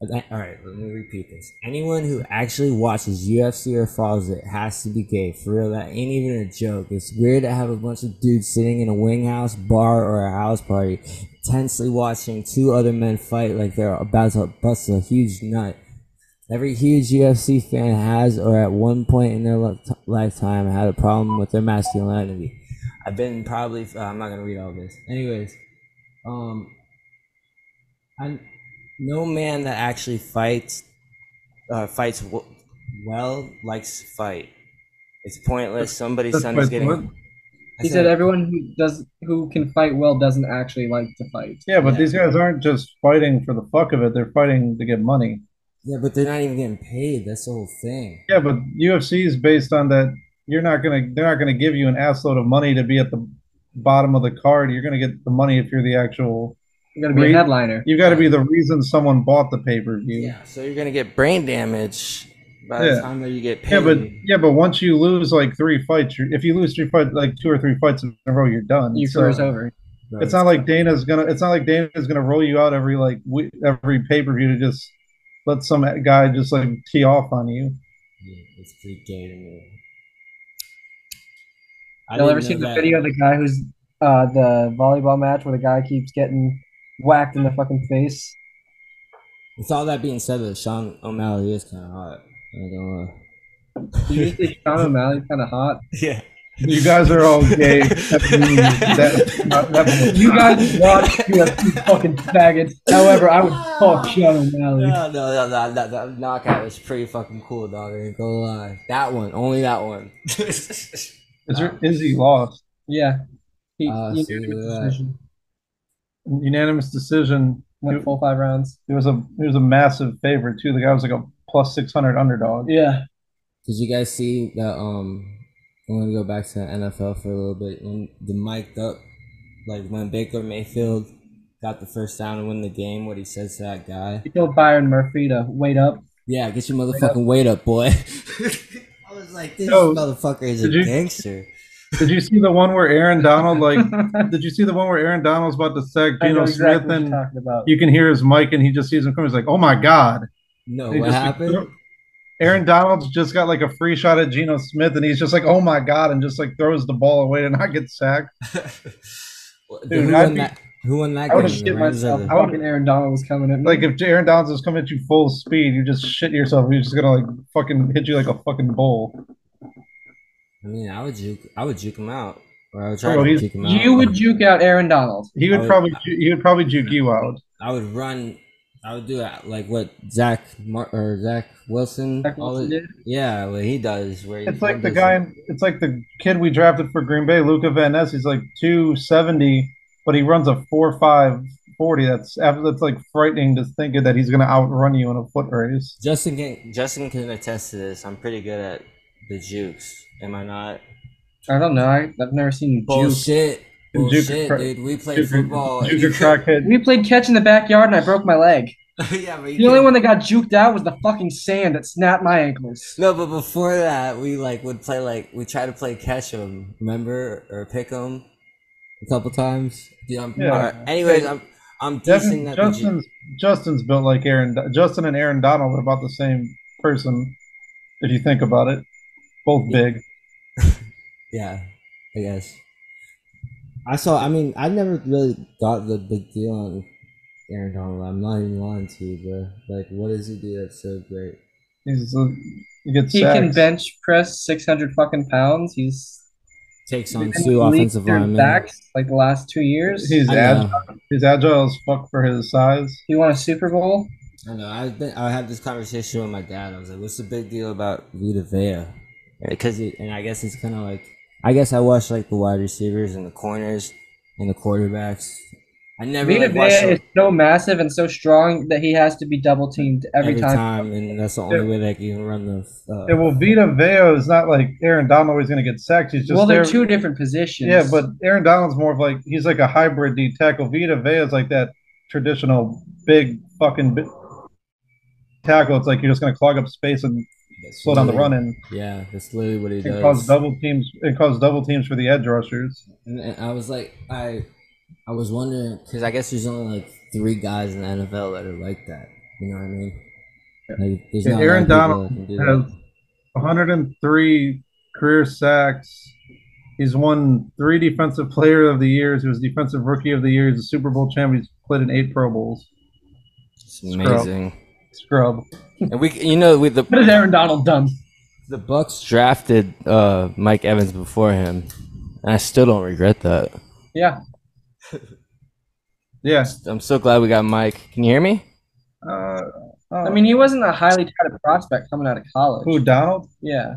Speaker 1: all right, let me repeat this. Anyone who actually watches UFC or follows it has to be gay. For real, that ain't even a joke. It's weird to have a bunch of dudes sitting in a wing house, bar, or a house party, tensely watching two other men fight like they're about to bust a huge nut. Every huge UFC fan has, or at one point in their li- lifetime, had a problem with their masculinity. I've been probably. Uh, I'm not gonna read all this. Anyways, um, I no man that actually fights uh, fights w- well likes to fight. It's pointless. Somebody's
Speaker 2: That's
Speaker 1: son
Speaker 2: my
Speaker 1: is getting.
Speaker 2: point.
Speaker 1: I
Speaker 3: He said everyone who does who can fight well doesn't actually like to fight.
Speaker 2: Yeah, but
Speaker 1: Yeah.
Speaker 2: these guys aren't just fighting for the fuck of it; they're fighting to get money.
Speaker 1: Yeah, but they're not even getting paid. That's the whole thing.
Speaker 2: Yeah, but UFC is based on that. You're not gonna. They're not gonna give you an assload of money to be at the bottom of the card. You're gonna get the money if you're the actual.
Speaker 3: You're gonna be
Speaker 2: Reed-
Speaker 3: a headliner.
Speaker 2: You've got to be the reason someone bought the pay per view.
Speaker 1: Yeah, so you're gonna get brain damage by
Speaker 2: Yeah.
Speaker 1: the time that you get paid.
Speaker 2: Yeah, but yeah, but once you lose like three fights, you're, if you lose three fights, like two or three fights in a row, you're done.
Speaker 3: Your
Speaker 2: So
Speaker 3: career's over.
Speaker 1: Right.
Speaker 2: it's not like Dana's gonna. It's not like Dana's gonna roll you out every like we- every pay per view to just let some guy just like tee off on you.
Speaker 1: Yeah, it's pretty gay to me. I
Speaker 3: Y'all
Speaker 1: didn't
Speaker 3: ever
Speaker 1: know
Speaker 3: seen the
Speaker 1: that.
Speaker 3: video of the guy who's uh, the volleyball match where the guy keeps getting whacked in the fucking face?
Speaker 1: With all that being said, though, Sean O'Malley is kind of hot. I don't know.
Speaker 3: Usually Sean O'Malley's kind of hot.
Speaker 1: Yeah.
Speaker 2: You guys are all gay. except me. That- that- that-
Speaker 3: You guys watch UFC fucking faggots. However, I would fuck Sean O'Malley.
Speaker 1: No, no, no, no, no, that knockout was pretty fucking cool, dog. I ain't gonna lie. That one, only that one.
Speaker 2: is, there- Izzy lost
Speaker 3: Yeah. He,
Speaker 1: Ah,
Speaker 3: he
Speaker 1: see, look
Speaker 3: knew the
Speaker 1: at that.
Speaker 3: decision.
Speaker 2: unanimous decision.
Speaker 3: Went full five rounds.
Speaker 2: It was a it was a massive favorite too. The guy was like a plus six hundred underdog.
Speaker 3: Yeah.
Speaker 1: Did you guys see that? Um, I'm gonna go back to the NFL for a little bit. When the mic'd up, like when Baker Mayfield got the first down to win the game, what he says to that guy.
Speaker 3: He told Byron Murphy to wait up.
Speaker 1: Yeah, get your motherfucking weight up, boy. I was like, this
Speaker 2: Yo,
Speaker 1: motherfucker is a
Speaker 2: did you-
Speaker 1: gangster.
Speaker 2: Did you see the one where Aaron Donald like Did you see the one where Aaron Donald's about to sack
Speaker 3: I know
Speaker 2: Geno
Speaker 3: exactly what
Speaker 2: Smith
Speaker 3: you're
Speaker 2: and
Speaker 3: talking about.
Speaker 2: you can hear his mic and he just sees him coming? He's like, "Oh my god!"
Speaker 1: No,
Speaker 2: He
Speaker 1: what
Speaker 2: just-
Speaker 1: happened?
Speaker 2: Aaron Donald's just got like a free shot at Geno Smith and he's just like, "Oh my god!" and just like throws the ball away to not get sacked.
Speaker 1: Well,
Speaker 2: Dude,
Speaker 1: who,
Speaker 2: I'd
Speaker 1: won
Speaker 2: be-
Speaker 1: that, who won that
Speaker 3: I
Speaker 1: game?
Speaker 3: would
Speaker 1: The
Speaker 3: have shit
Speaker 1: Rams or
Speaker 3: myself.
Speaker 1: the-
Speaker 2: I would've-
Speaker 3: Fucking Aaron Donald was coming at me.
Speaker 2: Like if Aaron Donald's was coming at you full speed, you just shit yourself. He's just gonna like fucking hit you like a fucking bowl.
Speaker 1: I mean, I would juke. I would juke him out, or I would try
Speaker 2: Bro,
Speaker 1: to
Speaker 2: he's-
Speaker 1: juke him out.
Speaker 3: you would juke out Aaron Donald.
Speaker 2: He
Speaker 1: I
Speaker 2: would
Speaker 1: would-
Speaker 2: probably ju- he would probably juke you out.
Speaker 1: I would run. I would do it like what Zach Mar- or Zach Wilson.
Speaker 3: Zach Wilson
Speaker 1: all it-
Speaker 3: did.
Speaker 1: yeah, what he does. Where he-
Speaker 2: It's
Speaker 1: he
Speaker 2: like the
Speaker 1: does
Speaker 2: guy.
Speaker 1: it.
Speaker 2: In, it's like the kid we drafted for Green Bay, Luca Van Ness. He's like two seventy, but he runs a four five forty. That's that's like frightening to think of that he's gonna outrun you in a foot race.
Speaker 1: Justin can Justin can attest to this. I'm pretty good at the jukes. Am I not?
Speaker 3: I don't know. I, I've never seen you juke.
Speaker 1: Bullshit.
Speaker 2: Juke
Speaker 1: Bullshit,
Speaker 2: cra-
Speaker 1: dude. We played
Speaker 2: Dude,
Speaker 1: football.
Speaker 2: dude, you're crackhead.
Speaker 3: We played catch in the backyard and I broke my leg.
Speaker 1: yeah, but you
Speaker 3: The only
Speaker 1: can-
Speaker 3: one that got juked out was the fucking sand that snapped my ankles.
Speaker 1: No, but before that, we like would play like we tried to play catch 'em, remember, or pick 'em, a couple times. Yeah. I'm,
Speaker 2: Yeah.
Speaker 1: all right. Anyways, I'm I'm decent
Speaker 2: Devin,
Speaker 1: at the ju-
Speaker 2: Justin's Justin's built like Aaron. Do- Justin and Aaron Donald are about the same person, if you think about it. Both big.
Speaker 1: Yeah, I guess. I saw. I mean, I never really got the big deal on Aaron Donald. I'm not even lying to you, bro. Like, what does he do that's so great?
Speaker 2: He's a, he gets
Speaker 3: He can
Speaker 2: sacks.
Speaker 3: bench press 600 fucking pounds. He's
Speaker 1: Takes
Speaker 3: been
Speaker 1: on
Speaker 3: in the
Speaker 1: two
Speaker 3: league
Speaker 1: offensive
Speaker 3: through
Speaker 1: linemen.
Speaker 3: backs like the last two years.
Speaker 2: He's
Speaker 1: I
Speaker 2: agile.
Speaker 1: know.
Speaker 2: He's agile as fuck for his size.
Speaker 3: he won a Super Bowl.
Speaker 1: I know. I've been. I had this conversation with my dad. I was like, "What's the big deal about Vita Vea?" Because it, and I guess it's kind of like. I guess I watched like the wide receivers and the corners and the quarterbacks. I never
Speaker 3: Vita
Speaker 1: like, watched
Speaker 3: Vea is so massive and so strong that he has to be double teamed every, time.
Speaker 1: and that's the only
Speaker 2: Yeah.
Speaker 1: way they can even run the. Uh,
Speaker 2: Yeah, well, Vita Veo is not like Aaron Donald. He's going to get sacked. He's just
Speaker 3: Well, they're
Speaker 2: there-
Speaker 3: two different positions.
Speaker 2: Yeah, but Aaron Donald's more of like he's like a hybrid D tackle. Vita Vea is like that traditional big fucking bi- tackle. It's like you're just going to clog up space and
Speaker 1: that's
Speaker 2: slow down the
Speaker 1: literally-
Speaker 2: run and,
Speaker 1: Yeah, that's literally what he
Speaker 2: and
Speaker 1: does.
Speaker 2: cause double teams and cause double teams for the edge rushers.
Speaker 1: And, and I was like, I, I was wondering because I guess there's only like three guys in the NFL that are like that. You know what I mean? Like, there's
Speaker 2: Yeah,
Speaker 1: not a lot
Speaker 2: Aaron
Speaker 1: of people
Speaker 2: Donald
Speaker 1: that can do
Speaker 2: Has
Speaker 1: that.
Speaker 2: 103 career sacks. He's won three defensive player of the years. He was defensive rookie of the year. He's a Super Bowl champion. He's played in eight Pro Bowls.
Speaker 1: It's amazing.
Speaker 2: Scrub.
Speaker 1: And we, you know, with
Speaker 3: what has
Speaker 1: the
Speaker 3: Aaron Donald done?
Speaker 1: the Bucks drafted uh, Mike Evans before him, and I still don't regret that.
Speaker 3: Yeah,
Speaker 2: Yeah.
Speaker 1: I'm so glad we got Mike. Can you hear me?
Speaker 2: Uh,
Speaker 3: I mean, he wasn't a highly touted prospect coming out of college.
Speaker 2: who Donald?
Speaker 3: Yeah,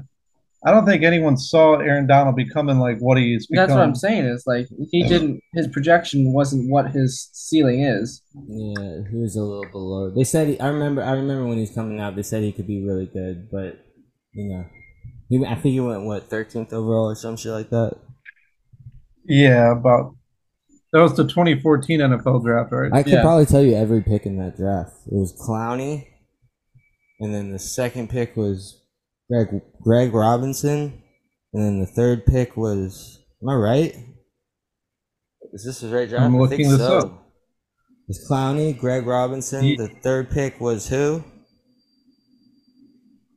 Speaker 2: I don't think anyone saw Aaron Donald becoming like what he's become.
Speaker 3: That's what I'm saying is like he didn't. His projection wasn't what his ceiling is.
Speaker 1: Yeah, he was a little below. They said he, I remember. I remember when he was coming out. They said he could be really good, but you know, he, I think he went what 13th overall or some shit like that.
Speaker 2: Yeah, about that was the 2014 NFL draft, right?
Speaker 1: I could
Speaker 2: yeah.
Speaker 1: probably tell you every pick in that draft. It was Clowney, and then the second pick was Greg Greg Robinson, and then the third pick was. Am I right? Is this the right draft?
Speaker 2: I'm
Speaker 1: I
Speaker 2: looking
Speaker 1: think
Speaker 2: this
Speaker 1: so.
Speaker 2: up.
Speaker 1: It was Clowney, Greg Robinson.
Speaker 2: Ye-
Speaker 1: The third pick was who?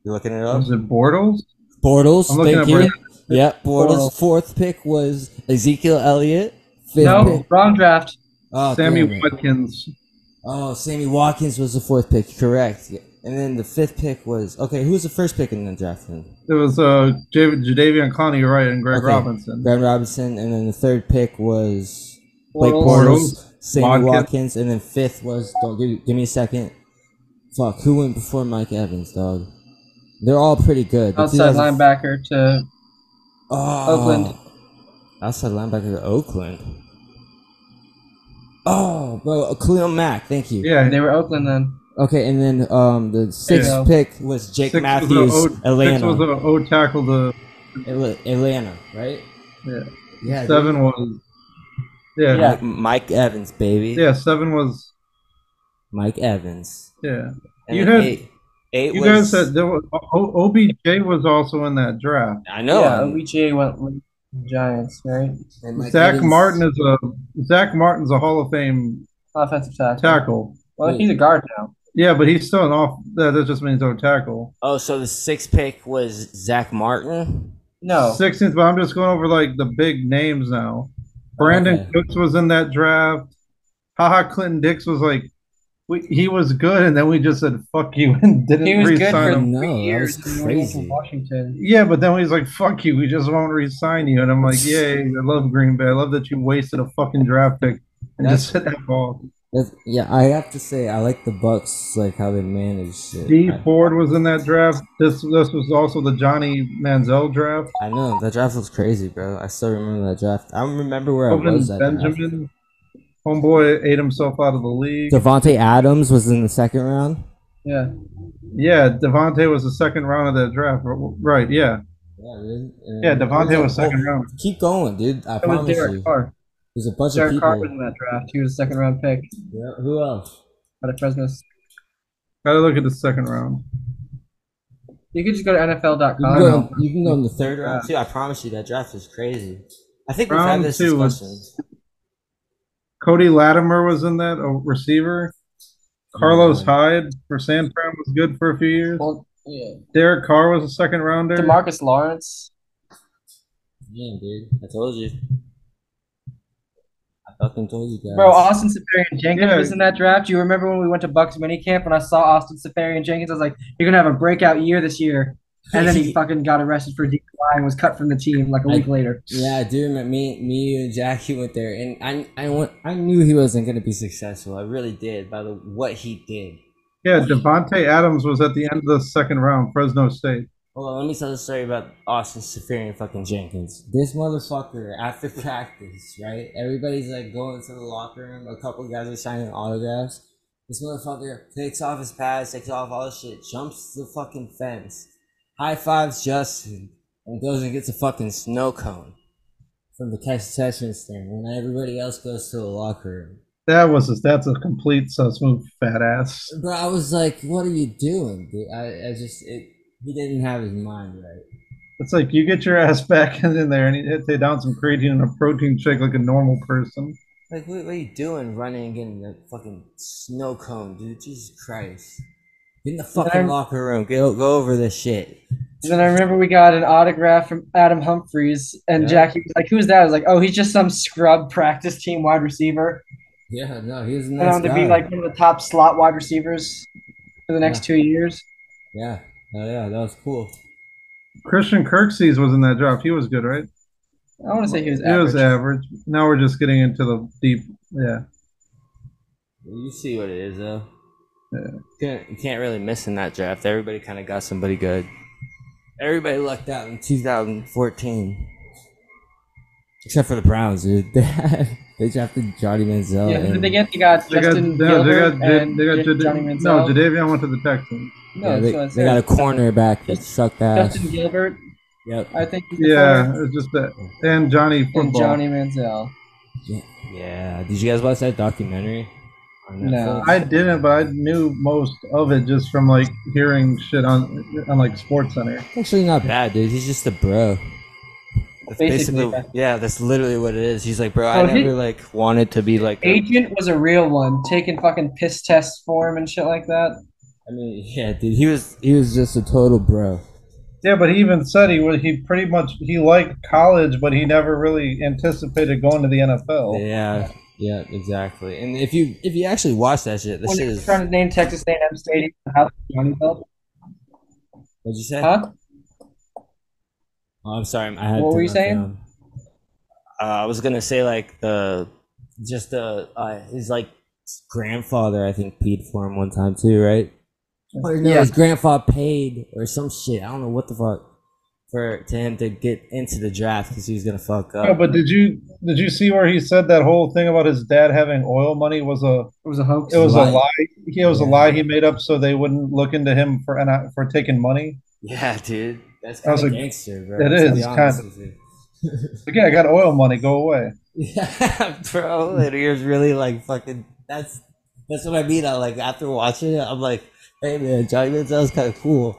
Speaker 1: You looking it up?
Speaker 2: Was it Bortles?
Speaker 1: Bortles.
Speaker 2: I'm looking
Speaker 1: Thank
Speaker 2: at
Speaker 1: you.
Speaker 2: Brandon.
Speaker 1: Yep, Bortles.
Speaker 3: Bortles.
Speaker 1: Fourth pick was Ezekiel Elliott. Fifth
Speaker 3: No,
Speaker 1: pick.
Speaker 3: wrong draft.
Speaker 1: Oh,
Speaker 2: Sammy
Speaker 1: damn it.
Speaker 2: Watkins.
Speaker 1: Oh, Sammy Watkins was the fourth pick, correct. Yeah. And then the fifth pick was okay. Who was the first pick in the draft? Then
Speaker 2: There was uh J- Jadavion Clowney, right, and Greg
Speaker 1: Okay.
Speaker 2: Robinson.
Speaker 1: Graham Robinson, and then the third pick was Blake
Speaker 3: Bortles.
Speaker 1: Bortles, Sammy
Speaker 2: Watkins.
Speaker 1: Watkins. and then fifth was. Dog, give, give me a second. Fuck, who went before Mike Evans, dog? They're all pretty good. The
Speaker 3: Outside
Speaker 1: 2000
Speaker 3: linebacker to
Speaker 1: Oh.
Speaker 3: Oakland.
Speaker 1: Outside linebacker to Oakland. Oh, bro, Khalil Mack, thank you.
Speaker 2: Yeah,
Speaker 3: they were Oakland then.
Speaker 1: Okay, and then um, the sixth
Speaker 3: Yeah.
Speaker 1: pick was Jake
Speaker 2: six
Speaker 1: Matthews,
Speaker 2: was the O, six
Speaker 1: Atlanta.
Speaker 2: was the O tackle. The
Speaker 1: Atla- Atlanta, right?
Speaker 2: Yeah.
Speaker 1: Yeah.
Speaker 2: seven was yeah, yeah
Speaker 3: Yeah.
Speaker 1: Mike, Mike Evans, baby.
Speaker 2: seven was
Speaker 1: Mike Evans.
Speaker 2: yeah.
Speaker 1: And
Speaker 2: You
Speaker 1: then
Speaker 2: had-
Speaker 1: eight, eight
Speaker 2: You
Speaker 1: was.
Speaker 2: guys said there was o, OBJ was also in that draft.
Speaker 1: I know.
Speaker 3: yeah,
Speaker 1: um,
Speaker 3: OBJ went with the Giants, right?
Speaker 1: and Mike
Speaker 2: Zach
Speaker 1: Evans-
Speaker 2: Martin is a Zach Martin's a Hall of Fame
Speaker 3: Offensive tackle.
Speaker 2: tackle.
Speaker 3: Well, he's a guard now.
Speaker 2: Yeah, but he's still an off. That, that just means O tackle.
Speaker 1: Oh, so the sixth pick was Zach Martin.
Speaker 3: No,
Speaker 2: Sixteenth, but I'm just going over like the big names now. Brandon
Speaker 1: Okay.
Speaker 2: Cooks was in that draft. Haha, Clinton Dix was like, we, he was good, and then we just said fuck you and didn't
Speaker 3: he was good
Speaker 2: re-sign
Speaker 3: for
Speaker 1: them.
Speaker 2: him.
Speaker 1: No,
Speaker 3: three
Speaker 1: that was
Speaker 3: years. and then he went to
Speaker 1: crazy.
Speaker 3: Washington.
Speaker 2: Yeah, but then he's like, fuck you, we just won't re-sign you. And I'm like, yay, I love Green Bay. I love that you wasted a fucking draft pick and just hit that ball.
Speaker 1: That's- yeah, I have to say I like the Bucks, like how they manage shit.
Speaker 2: D
Speaker 1: I,
Speaker 2: Ford was in that draft. This this was also the Johnny Manziel draft.
Speaker 1: I know that draft was crazy, bro. I still remember that draft. I don't remember where I
Speaker 2: Owen
Speaker 1: was. That draft.
Speaker 2: Benjamin. Homeboy ate himself out of the league.
Speaker 1: Devontae Adams was in the second round.
Speaker 3: Yeah,
Speaker 2: yeah, Devontae was the second round of that draft. Right, yeah.
Speaker 1: Yeah, dude. And-
Speaker 2: Yeah, Devontae was second
Speaker 1: Oh,
Speaker 2: round.
Speaker 1: Keep going, dude. I
Speaker 3: that was
Speaker 1: promise
Speaker 3: Derek
Speaker 1: you.
Speaker 3: Carr.
Speaker 1: There's a bunch of
Speaker 3: Derek
Speaker 1: people.
Speaker 3: Carr was in that draft. He was a second round pick
Speaker 1: Yeah, who else?
Speaker 3: out of Fresno. State.
Speaker 2: Gotta look at the second round.
Speaker 3: You could just go to
Speaker 1: You can,
Speaker 3: NFL.com.
Speaker 1: go,
Speaker 2: know.
Speaker 1: you can go in the third round too. I promise you, that draft is crazy. I think we've
Speaker 2: Round
Speaker 1: had this
Speaker 2: two was-
Speaker 1: discussion.
Speaker 2: Cody Latimer was in that, a receiver. Carlos Hyde for San Fran was good for a few years.
Speaker 3: Well, yeah.
Speaker 2: Derek Carr was a second rounder.
Speaker 3: Demarcus Lawrence.
Speaker 1: Yeah, dude. I told you. I fucking told you guys.
Speaker 3: Bro, Austin Safarian Jenkins
Speaker 2: Yeah.
Speaker 3: was in that draft. You remember when we went to Bucks minicamp and I saw Austin Safarian Jenkins? I was like, you're gonna have a breakout year this year. And then he fucking got arrested for DUI and was cut from the team like a week later.
Speaker 1: yeah, I do remember me, me, you, and Jackie went there, and I, I, went, I knew he wasn't gonna be successful. I really did by the what he did.
Speaker 2: Yeah, Devonte Adams was at the end of the second round, Fresno State.
Speaker 1: Hold on, let me tell the story about Austin Safarian fucking Jenkins. This motherfucker, after practice, right? Everybody's like going to the locker room. A couple guys are signing autographs. This motherfucker takes off his pads, takes off all his shit, jumps the fucking fence, high fives Justin, and goes and gets a fucking snow cone from the concession stand. And everybody else goes to the locker room.
Speaker 2: That was a, that's a complete sus move, fat ass.
Speaker 1: But I was like, what are you doing? Dude? I, I just, it, he didn't have his mind right.
Speaker 2: It's like you get your ass back in there and you take down some creatine and a protein shake like a normal person.
Speaker 1: Like, what, what are you doing running and getting the fucking snow cone, dude? Jesus Christ. Get in the fucking
Speaker 3: I'm-
Speaker 1: locker room. Go, go over this shit.
Speaker 3: And then I remember we got an autograph from Adam Humphries and
Speaker 1: Yeah.
Speaker 3: Jackie was like, Who's that? I was like, Oh, he's just some scrub practice team wide receiver.
Speaker 1: Yeah, no, he was a
Speaker 3: Went
Speaker 1: nice
Speaker 3: on to
Speaker 1: guy.
Speaker 3: be like one of the top slot wide receivers for the next two years.
Speaker 1: yeah, oh, yeah, that was cool.
Speaker 2: Christian Kirksey's was in that draft. He was good, right?
Speaker 3: I want to say he was
Speaker 2: He was
Speaker 3: average.
Speaker 2: average. Now we're just getting into the deep. Yeah.
Speaker 1: You see what it is, though.
Speaker 2: Yeah.
Speaker 1: You can't, you can't really miss in that draft. Everybody kind of got somebody good. Everybody lucked out in 2014, except for the Browns, dude. They had, they drafted Johnny Manziel.
Speaker 3: Yeah, who did
Speaker 1: and-
Speaker 3: they get? They got
Speaker 2: They got,
Speaker 3: Justin
Speaker 2: no, they
Speaker 3: Gilbert
Speaker 2: got, J-
Speaker 3: and
Speaker 2: they got, Jada-
Speaker 3: Johnny
Speaker 2: no,
Speaker 3: Manziel.
Speaker 2: Jadavion went to the Texans.
Speaker 3: No,
Speaker 1: yeah,
Speaker 3: that's
Speaker 1: they,
Speaker 3: what I said.
Speaker 1: they got a cornerback that
Speaker 3: Just-
Speaker 1: sucked ass.
Speaker 3: Justin Gilbert,
Speaker 1: Yep.
Speaker 3: I think. is the
Speaker 2: Yeah,
Speaker 3: corner,
Speaker 2: it's just that. And Johnny football.
Speaker 3: And Johnny Manziel.
Speaker 1: Yeah. Did you guys watch that documentary? on
Speaker 3: No.
Speaker 1: Netflix?
Speaker 2: I didn't, but I knew most of it just from like hearing shit on on like Sports Center.
Speaker 1: Actually, not bad, dude. He's just a bro. That's
Speaker 3: Basically,
Speaker 1: basically, yeah, that's literally what it is. He's like, bro, I
Speaker 3: So he-
Speaker 1: never like wanted to be like. a-
Speaker 3: Agent was a real one, taking fucking piss tests for him and shit like that.
Speaker 1: I mean, yeah, dude. He was he was just a total bro.
Speaker 2: Yeah, but he even said he was he pretty much he liked college, but he never really anticipated going to the
Speaker 3: Oh.
Speaker 2: NFL.
Speaker 1: Yeah, yeah, exactly. And if you if you actually watch that shit, that
Speaker 3: When
Speaker 1: shit
Speaker 3: he was
Speaker 1: is.
Speaker 3: trying to name Texas A&M Stadium, how Johnny felt,
Speaker 1: What'd you say?
Speaker 3: huh?
Speaker 1: Oh, I'm sorry. I had
Speaker 3: What
Speaker 1: to
Speaker 3: were you
Speaker 1: knock
Speaker 3: saying?
Speaker 1: down. Uh, I was gonna say like the just the uh, his like grandfather I think paid for him one time too, right?
Speaker 2: Oh,
Speaker 1: Or no,
Speaker 3: Yeah.
Speaker 1: his grandfather paid or some shit. I don't know what the fuck for to him to get into the draft because he was gonna fuck up.
Speaker 2: Yeah, but did you did you see where he said that whole thing about his dad having oil money was a
Speaker 3: It was a hoax.
Speaker 2: it was
Speaker 1: Lie.
Speaker 2: a lie? He it was a lie he made up so they wouldn't look into him for and for taking money.
Speaker 1: yeah, dude, that's
Speaker 2: That
Speaker 1: kind
Speaker 2: was
Speaker 1: of
Speaker 2: a-
Speaker 1: gangster, bro.
Speaker 2: that
Speaker 1: to be
Speaker 2: is
Speaker 1: honest
Speaker 2: kind
Speaker 1: with you.
Speaker 2: Like, yeah, I got oil money. Go away.
Speaker 1: Yeah, bro, and he was really like fucking. That's that's what I mean. I like after watching it, I'm like, hey man, Johnny Manziel's kind of cool.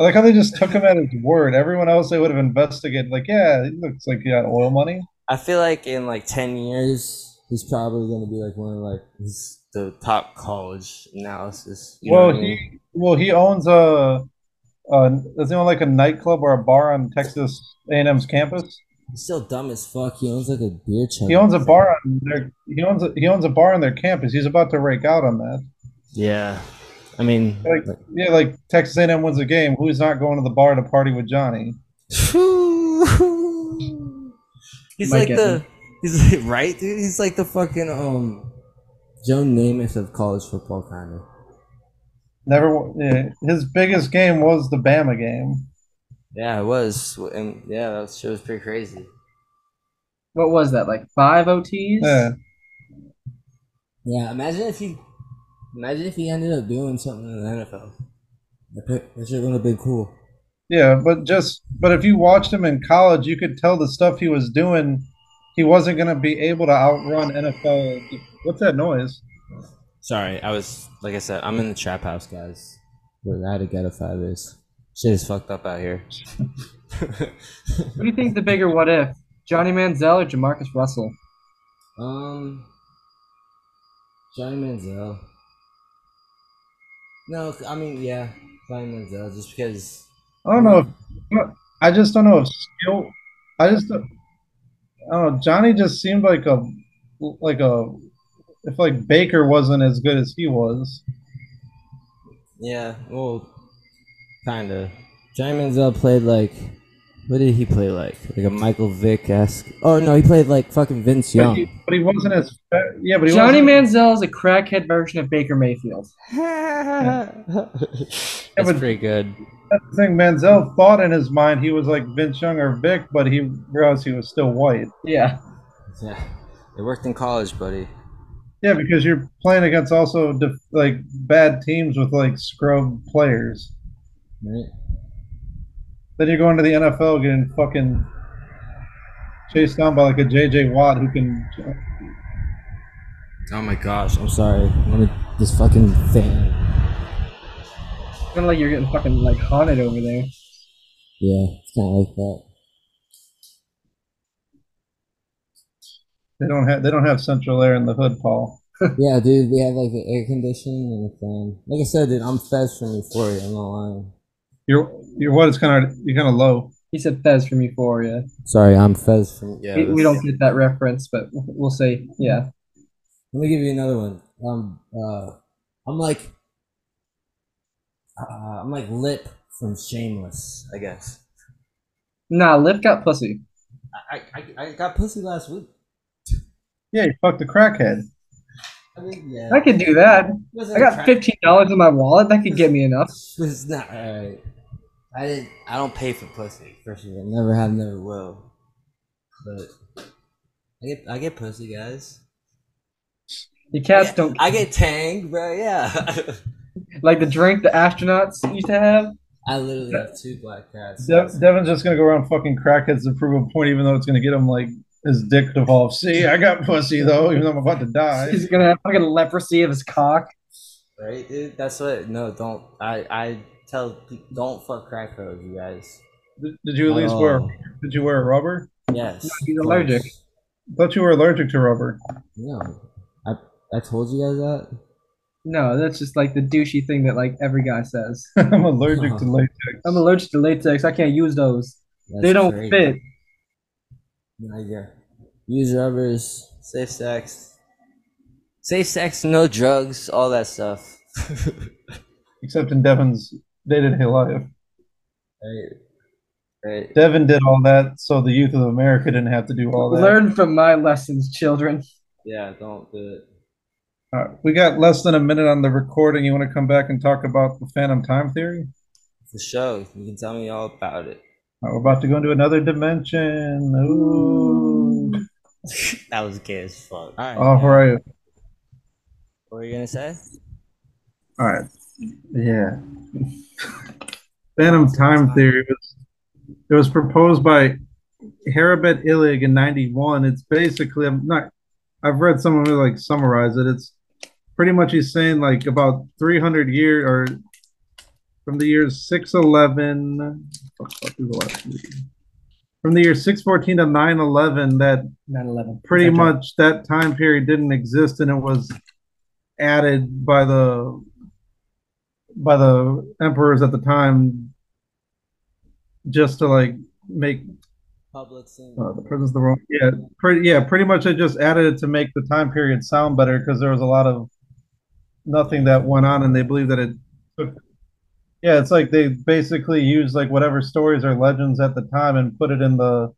Speaker 2: I like how they just took him at his word. Everyone else they would have investigated. Like, yeah, he looks like he got oil money.
Speaker 1: I feel like in like ten years, he's probably gonna be like one of like he's the top college analysis. You know
Speaker 2: well,
Speaker 1: what I mean?
Speaker 2: he well he owns a, a does he own like a nightclub or a bar on Texas A&M's campus?
Speaker 1: he's still dumb as fuck. He owns like a beer chug.
Speaker 2: He owns a bar on their he owns a, he owns a bar on their campus. He's about to rake out on that.
Speaker 1: Yeah, I mean,
Speaker 2: Like yeah, like Texas A&M wins a game. Who's not going to the bar to party with Johnny?
Speaker 1: he's like
Speaker 3: Mike
Speaker 1: the he's like, right, dude. He's like the fucking um Joe Namath of college football, kind of.
Speaker 2: Never. w- Yeah, his biggest game was the Bama game.
Speaker 1: Yeah, it was, and yeah, that shit was pretty crazy.
Speaker 3: What was that? Like five OTs?
Speaker 2: Yeah.
Speaker 1: Yeah, imagine if he, imagine if he ended up doing something in the NFL. That shit- That shit would have been cool.
Speaker 2: Yeah, but just but if you watched him in college, you could tell the stuff he was doing. He wasn't going to be able to outrun NFL. What's that noise?
Speaker 1: Sorry, I was like I said, I'm in the trap house, guys. But I had to gutify this. Shit is fucked up out here.
Speaker 3: Who do you think the bigger what if? Johnny Manziel or Jamarcus Russell?
Speaker 1: um, Johnny Manziel. No, I mean yeah, Johnny Manziel, just because.
Speaker 2: I don't know. If, I just don't know if skill. I just don't, I don't know. Johnny just seemed like a like a if like Baker wasn't as good as he was.
Speaker 1: Yeah, well, kind of. Johnny Manziel played like, what did he play like? Like a Michael Vick esque. Oh no, he played like fucking Vince
Speaker 2: But
Speaker 1: Young.
Speaker 2: he, but he wasn't as fa- yeah. But he
Speaker 3: Johnny
Speaker 2: wasn't,
Speaker 3: Manziel is a crackhead version of Baker Mayfield.
Speaker 1: That's
Speaker 2: Yeah, but-
Speaker 1: pretty good.
Speaker 2: That's the thing. Manziel thought in his mind he was like Vince Young or Vic, but he realized he was still white.
Speaker 3: Yeah.
Speaker 1: Yeah, it worked in college, buddy.
Speaker 2: Yeah, because you're playing against also def- like bad teams with like scrub players.
Speaker 1: Right?
Speaker 2: Then you're going to the NFL getting fucking chased down by like a JJ Watt who can.
Speaker 1: Oh my gosh, I'm sorry. Let me this fucking thing.
Speaker 3: It's kind of like you're getting fucking like haunted over there.
Speaker 1: Yeah, it's kind of like that.
Speaker 2: They don't have they don't have central air in the hood, Paul.
Speaker 1: Yeah, dude, we have like the air conditioning and the fan. Like I said, dude, I'm fed from euphoria. I'm not lying.
Speaker 2: Your your what is kind of you're kind of low.
Speaker 3: He said Fez from Euphoria.
Speaker 1: Sorry, I'm fez from. Yeah,
Speaker 3: we, we don't get that reference, but we'll we'll say, yeah.
Speaker 1: Let me give you another one. Um, uh, I'm like, uh, I'm like Lip from Shameless, I guess.
Speaker 3: Nah, Lip got pussy.
Speaker 1: I, I, I- I got pussy last week.
Speaker 2: Yeah, you fucked the crackhead.
Speaker 1: I mean, yeah.
Speaker 3: I could do that.
Speaker 1: Wasn't
Speaker 3: I got
Speaker 1: attract-
Speaker 3: $15 in my wallet. That could get me enough.
Speaker 1: It's not all right. I didn't. I don't pay for pussy. First of all, never have, never will. But I get, I get pussy, guys.
Speaker 3: Your cats
Speaker 1: Yeah,
Speaker 3: don't
Speaker 1: I get tang, bro. Yeah.
Speaker 3: like the drink the astronauts used to have.
Speaker 1: I literally have two black cats.
Speaker 2: De- Devin's just gonna go around fucking crackheads to prove a point, even though it's gonna get him like his dick devolved. See, I got pussy though, even though I'm about to die.
Speaker 3: He's gonna have fucking leprosy of his cock.
Speaker 1: Right, dude. That's what. No, don't. I I tell pe- don't fuck crack codes, you guys.
Speaker 2: Did, did you at least wear?
Speaker 1: Oh,
Speaker 2: Did you wear rubber?
Speaker 1: Yes.
Speaker 3: he's allergic.
Speaker 2: I thought you were allergic to rubber.
Speaker 1: No, I I told you guys that.
Speaker 3: No, that's just like the douchey thing that like every guy says.
Speaker 2: I'm allergic to
Speaker 1: Oh.
Speaker 2: latex.
Speaker 3: I'm allergic to latex. I can't use those.
Speaker 1: That's
Speaker 3: they don't
Speaker 1: crazy.
Speaker 3: fit.
Speaker 1: No, yeah. Use rubbers. Safe sex. Safe sex. No drugs. All that stuff.
Speaker 2: except in Devin's day-to-day life.
Speaker 1: right. Right.
Speaker 2: Devin did all that so the youth of America didn't have to do all that.
Speaker 3: Learn from my lessons, children.
Speaker 1: Yeah. Don't do it.
Speaker 2: All right, Uh, we got less than a minute on the recording. You want to come back and talk about the phantom time theory?
Speaker 1: For sure. You can tell me all about it.
Speaker 2: All right, we're about to go into another dimension. Ooh.
Speaker 1: That was gay as fuck. All right.
Speaker 2: All right.
Speaker 1: What were you gonna say?
Speaker 2: All right. Yeah. Phantom time theory was it was proposed by Haribet Illig in 91. It's basically I'm not I've read someone who like summarize it. It's pretty much he's saying like about 300 year or from the year 611 what the fuck is the last year? from the year 614 to 911 that
Speaker 3: 9/11.
Speaker 2: pretty
Speaker 3: Okay.
Speaker 2: much that time period didn't exist and it was added by the by the emperors at the time just to like make
Speaker 1: Public scene.
Speaker 2: uh, the prison's the wrong yeah pretty yeah pretty much I just added it to make the time period sound better because there was a lot of nothing that went on and they believe that it took yeah it's like they basically used like whatever stories or legends at the time and put it in the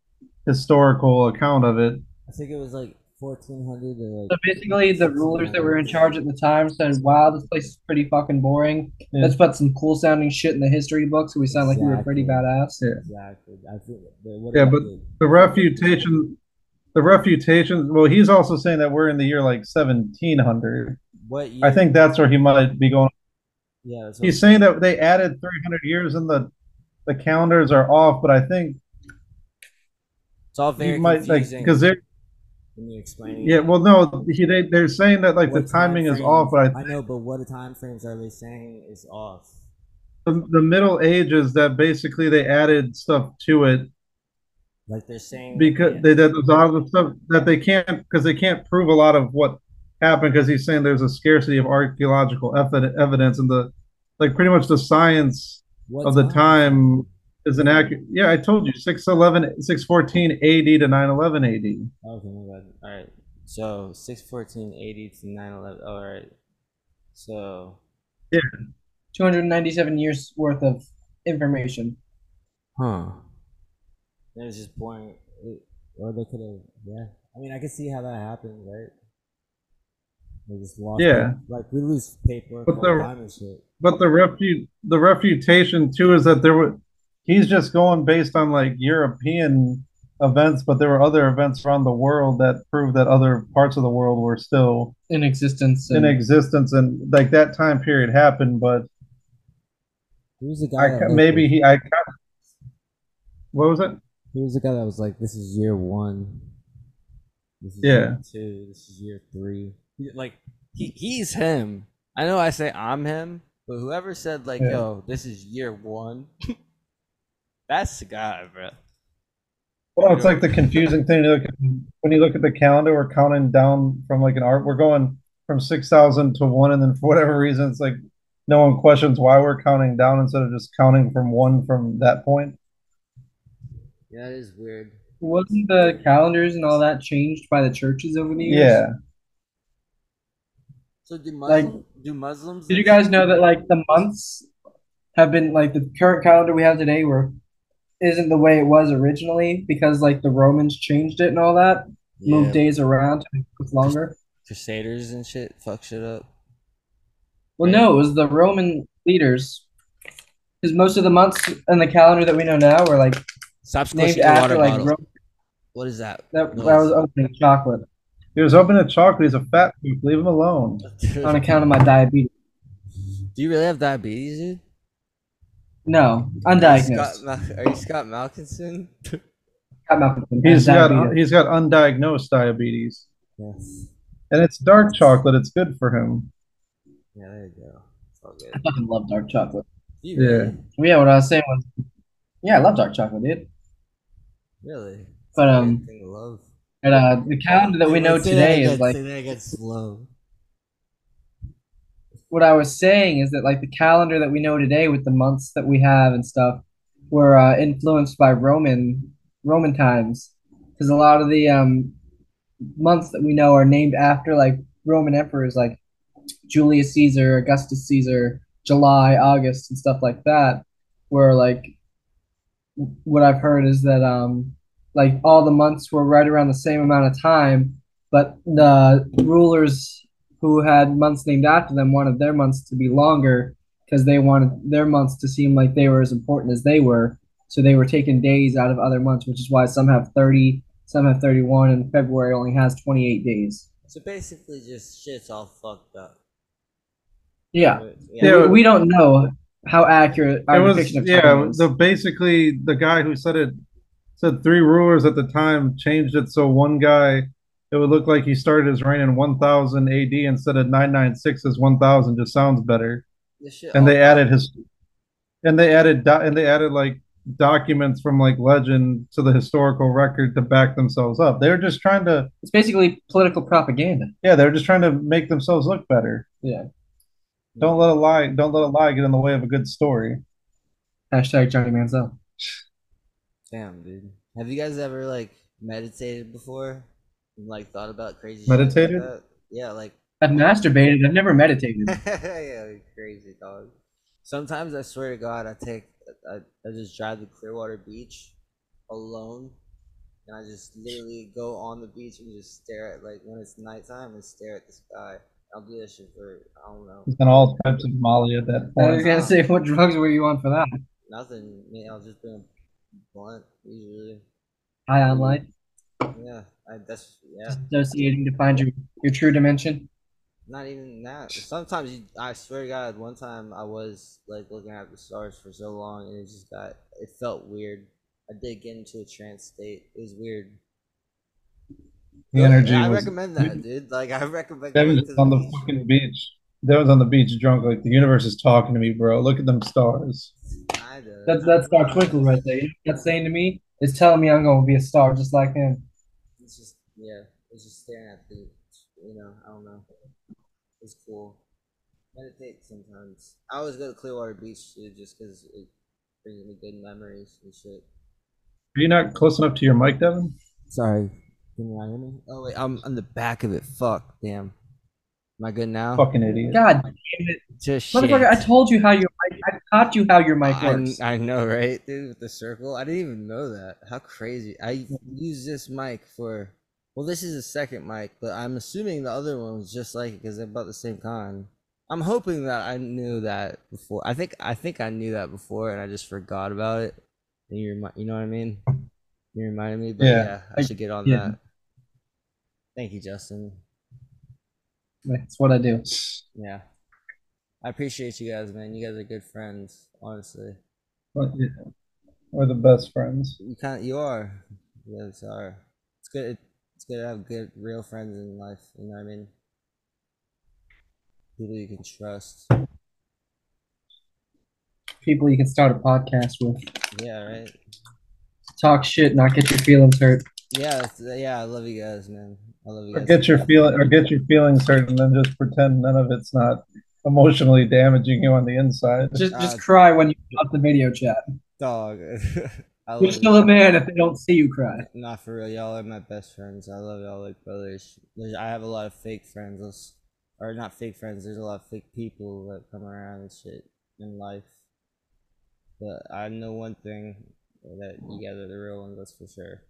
Speaker 2: historical account of it
Speaker 1: I think it was like fourteen hundred or
Speaker 3: So
Speaker 1: like.
Speaker 3: basically, the rulers that were in charge at the time said, "Wow, this place is pretty fucking boring.
Speaker 2: Yeah.
Speaker 3: Let's put some cool sounding shit in the history books, so we sound like we were pretty
Speaker 1: Exactly.
Speaker 3: badass."
Speaker 2: Yeah.
Speaker 1: Exactly. I think the, what
Speaker 2: Yeah,
Speaker 1: I
Speaker 2: but-
Speaker 1: did-
Speaker 2: the refutation the refutation well he's also saying that we're in the year like 1700
Speaker 1: What year,
Speaker 2: i think that's where he might be going
Speaker 1: Yeah. that's what-
Speaker 2: he's saying that they added 300 years and the the calendars are off but i think
Speaker 1: it's all
Speaker 2: he
Speaker 1: very
Speaker 2: might like
Speaker 1: confusing.
Speaker 2: because they're
Speaker 1: when you explain.
Speaker 2: yeah well no he they, they're saying that like
Speaker 1: what
Speaker 2: the timing is
Speaker 1: timeframes-
Speaker 2: off but i
Speaker 1: I know, but what the time frames are they saying is off?
Speaker 2: the, the middle ages that basically they added stuff to it
Speaker 1: Like they're saying
Speaker 2: because
Speaker 1: yeah,
Speaker 2: they did a lot of stuff that they can't because they can't prove a lot of what happened because he's saying there's a scarcity of archaeological evi- evidence and the like pretty much the science
Speaker 1: what
Speaker 2: of the time is inaccurate yeah i told you 611 614 ad to 911 ad
Speaker 1: Okay, my bad. All right. So six fourteen eighty to nine eleven. All right. So
Speaker 3: 297 years worth of information.
Speaker 1: huh. It was just boring. It, or they could have. Yeah. I mean, I could see how that happened, right? They just lost.
Speaker 2: Yeah.
Speaker 1: Like we lose paper
Speaker 2: But
Speaker 1: all
Speaker 2: the-
Speaker 1: the time and shit.
Speaker 2: but the refu- the refutation too is that there were he's just going based on like european events but there were other events around the world that proved that other parts of the world were still
Speaker 3: In existence.
Speaker 2: in
Speaker 3: And,
Speaker 2: existence and like that time period happened but
Speaker 1: Who's the guy?
Speaker 2: I
Speaker 1: that
Speaker 2: ca-
Speaker 1: lived
Speaker 2: maybe
Speaker 1: it?
Speaker 2: he i ca- what was it
Speaker 1: He was the guy that was like, "This is year one. This is
Speaker 2: Yeah.
Speaker 1: year two. This is year three. He- Like he, he's him. I know I say I'm him, but whoever said like,
Speaker 2: Yeah.
Speaker 1: "Yo, this is year one," that's the guy, bro.
Speaker 2: well it's like the confusing thing to look at, when you look at the calendar we're counting down from like an art we're going from 6000 to 1 and then for whatever reason it's like no one questions why we're counting down instead of just counting from one from that point
Speaker 1: Yeah, that is weird.
Speaker 3: wasn't the calendars and all that changed by the churches over the years?
Speaker 2: yeah
Speaker 1: So do
Speaker 3: Like-
Speaker 1: Muslim, do Muslims?
Speaker 3: Did you guys know that like the months have been like the current calendar we have today were isn't the way it was originally because like the Romans changed it and all that,
Speaker 1: yeah,
Speaker 3: moved days around to make it longer.
Speaker 1: Crusaders and shit? Fuck shit up.
Speaker 3: Well, no, it was the Roman leaders because most of the months in the calendar that we know now were like
Speaker 4: Stop
Speaker 3: named
Speaker 4: squishing your
Speaker 3: after
Speaker 4: water
Speaker 3: like
Speaker 4: bottle.
Speaker 3: ro-
Speaker 4: What is that?
Speaker 3: that,
Speaker 4: Nice.
Speaker 3: that was opening chocolate
Speaker 2: He was opening a chocolate. He's a fat poof. Leave him alone.
Speaker 3: on account of my diabetes.
Speaker 4: Do you really have diabetes, dude?
Speaker 3: No,
Speaker 4: Are you Scott
Speaker 3: undiagnosed.
Speaker 4: Mal- Are you Scott Malkinson?
Speaker 3: Got Malcolm.
Speaker 2: He's got uh,
Speaker 3: diabetes.
Speaker 2: he's got undiagnosed diabetes,
Speaker 1: Yes.
Speaker 2: and it's dark chocolate. It's good for him.
Speaker 1: Yeah, there you go. It's all good.
Speaker 3: I fucking love dark chocolate.
Speaker 4: You
Speaker 2: Yeah.
Speaker 4: really?
Speaker 3: Yeah, what I was saying was, yeah, I love dark chocolate, dude.
Speaker 1: Really?
Speaker 3: But
Speaker 1: It's a
Speaker 3: um,
Speaker 1: good thing to love.
Speaker 3: and, uh, the calendar that we
Speaker 1: Wait,
Speaker 3: know
Speaker 1: say that
Speaker 3: today
Speaker 1: again,
Speaker 3: is like
Speaker 1: say that again slow.
Speaker 3: what I was saying is that like the calendar that we know today with the months that we have and stuff were uh, influenced by Roman Roman times because a lot of the um, months that we know are named after like Roman emperors like Julius Caesar, Augustus Caesar, July, August, and stuff like that. Where like w- what I've heard is that um, like all the months were right around the same amount of time, but the rulers who had months named after them wanted their months to be longer because they wanted their months to seem like they were as important as they were. So they were taking days out of other months, which is why some have 30, some have 31, and February only has 28 days.
Speaker 1: So basically, just shit's all fucked up.
Speaker 3: Yeah.
Speaker 1: But,
Speaker 2: Yeah.
Speaker 3: We, we don't know how accurate our
Speaker 2: it was
Speaker 3: depiction of
Speaker 2: yeah.
Speaker 3: time is.
Speaker 2: So basically, the guy who said it said three rulers at the time changed it so one guy it would look like he started his reign in 1000 AD instead of 996 as 1000 just sounds better.
Speaker 1: this shit
Speaker 2: And
Speaker 1: all-
Speaker 2: they added his and they added do, and they added like documents from like legend to the historical record to back themselves up. They were just trying to
Speaker 3: it's basically political propaganda.
Speaker 2: Yeah, they're just trying to make themselves look better.
Speaker 3: Yeah.
Speaker 2: Don't let a lie don't let a lie get in the way of a good story.
Speaker 3: Hashtag Johnny Manziel.
Speaker 1: Damn, dude. Have you guys ever like meditated before? And, like thought about crazy
Speaker 2: Meditated?
Speaker 1: Shit like that? Yeah, like
Speaker 3: I've masturbated. I've never meditated.
Speaker 1: yeah, like crazy dog. Sometimes I swear to God, I take I, I just drive to Clearwater Beach alone, and I just literally go on the beach and just stare at like when it's nighttime and stare at the sky. I'll do that shit for I don't know
Speaker 2: And all types of Molly at that
Speaker 3: I was
Speaker 2: point.
Speaker 3: gonna say, what drugs were you on for that?
Speaker 1: nothing. Man, I'll just be blunt usually.
Speaker 3: High on life,
Speaker 1: Yeah, I, that's yeah.
Speaker 3: associating to find your, your true dimension.
Speaker 1: Not even that. Sometimes you, I swear to God, one time I was like looking at the stars for so long, and it just got, it felt weird. I did get into a trance state. It was weird.
Speaker 2: The
Speaker 1: And
Speaker 2: energy
Speaker 1: I
Speaker 2: was
Speaker 1: recommend that, dude. Like I recommend.
Speaker 2: Devin's
Speaker 1: going to
Speaker 2: on the
Speaker 1: beach.
Speaker 2: fucking beach. Devin's on the beach drunk, like the universe is talking to me, bro. Look at them stars.
Speaker 1: Kinda.
Speaker 3: That's that's Star Twinkle right there. You know what that's saying to me? It's telling me I'm gonna be a star just like him.
Speaker 1: It's just yeah. It's just staring at the. You know, I don't know. It's cool. Meditate sometimes. I always go to Clearwater Beach too, just because it brings me good memories and shit.
Speaker 2: Are you not close enough to your mic, Devin?
Speaker 1: Sorry. Can you hear me? Oh wait, I'm on the back of it. Fuck, damn. Am I good now?
Speaker 2: Fucking idiot.
Speaker 3: God,
Speaker 1: Just shit.
Speaker 3: motherfucker! I told you how your mic. I taught you how your mic
Speaker 1: I,
Speaker 3: works.
Speaker 1: I know, right, dude? With the circle, I didn't even know that. How crazy! I use this mic for. Well, this is a second mic, but I'm assuming the other one was just like it because they're about the same kind. I'm hoping that I knew that before. I think I think I knew that before, and I just forgot about it. And you, remi- you know what I mean? You reminded me, but yeah,
Speaker 2: Yeah.
Speaker 1: I
Speaker 3: I-
Speaker 1: should get on
Speaker 3: yeah.
Speaker 1: that. Thank you, Justin.
Speaker 3: That's what I do.
Speaker 1: Yeah. I appreciate you guys, man. You guys are good friends, honestly.
Speaker 2: But, yeah. We're the best friends.
Speaker 1: You kind of, you are. You guys are. It's good. It's good to have good, real friends in life. You know what I mean? People you can trust.
Speaker 3: People you can start a podcast with,
Speaker 1: Yeah, right.
Speaker 3: talk shit, not get your feelings hurt.
Speaker 1: Yeah, that's- yeah. I love you guys, man. I love you
Speaker 2: Or
Speaker 1: guys.
Speaker 2: get your feeling or get your feelings hurt and then just pretend none of it's not emotionally damaging you on the inside.
Speaker 3: Just
Speaker 1: Uh,
Speaker 3: just cry when you pop the video chat.
Speaker 1: dog. I
Speaker 3: You're
Speaker 1: love
Speaker 3: still a man if they don't see you cry.
Speaker 1: Not for real. Y'all are my best friends. I love y'all like brothers. There's, I have a lot of fake friends, Let's- or not fake friends. There's a lot of fake people that come around and shit in life. But I know one thing that you guys are the real ones. That's for sure.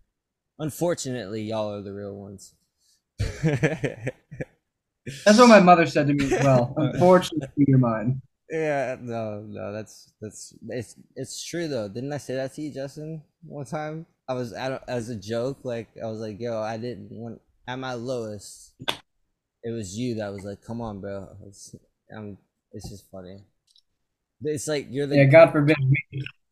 Speaker 1: Unfortunately, y'all are the real ones.
Speaker 3: That's what my mother said to me as well. Unfortunately, you're mine.
Speaker 1: Yeah, no, no, that's that's it's it's true though. Didn't I say that to you, Justin, one time? I was at a- as a joke, like I was like, "Yo, I didn't want at my lowest." It was you that was like, "Come on, bro." It's um, it's just funny. It's like you're the
Speaker 3: Yeah, God forbid.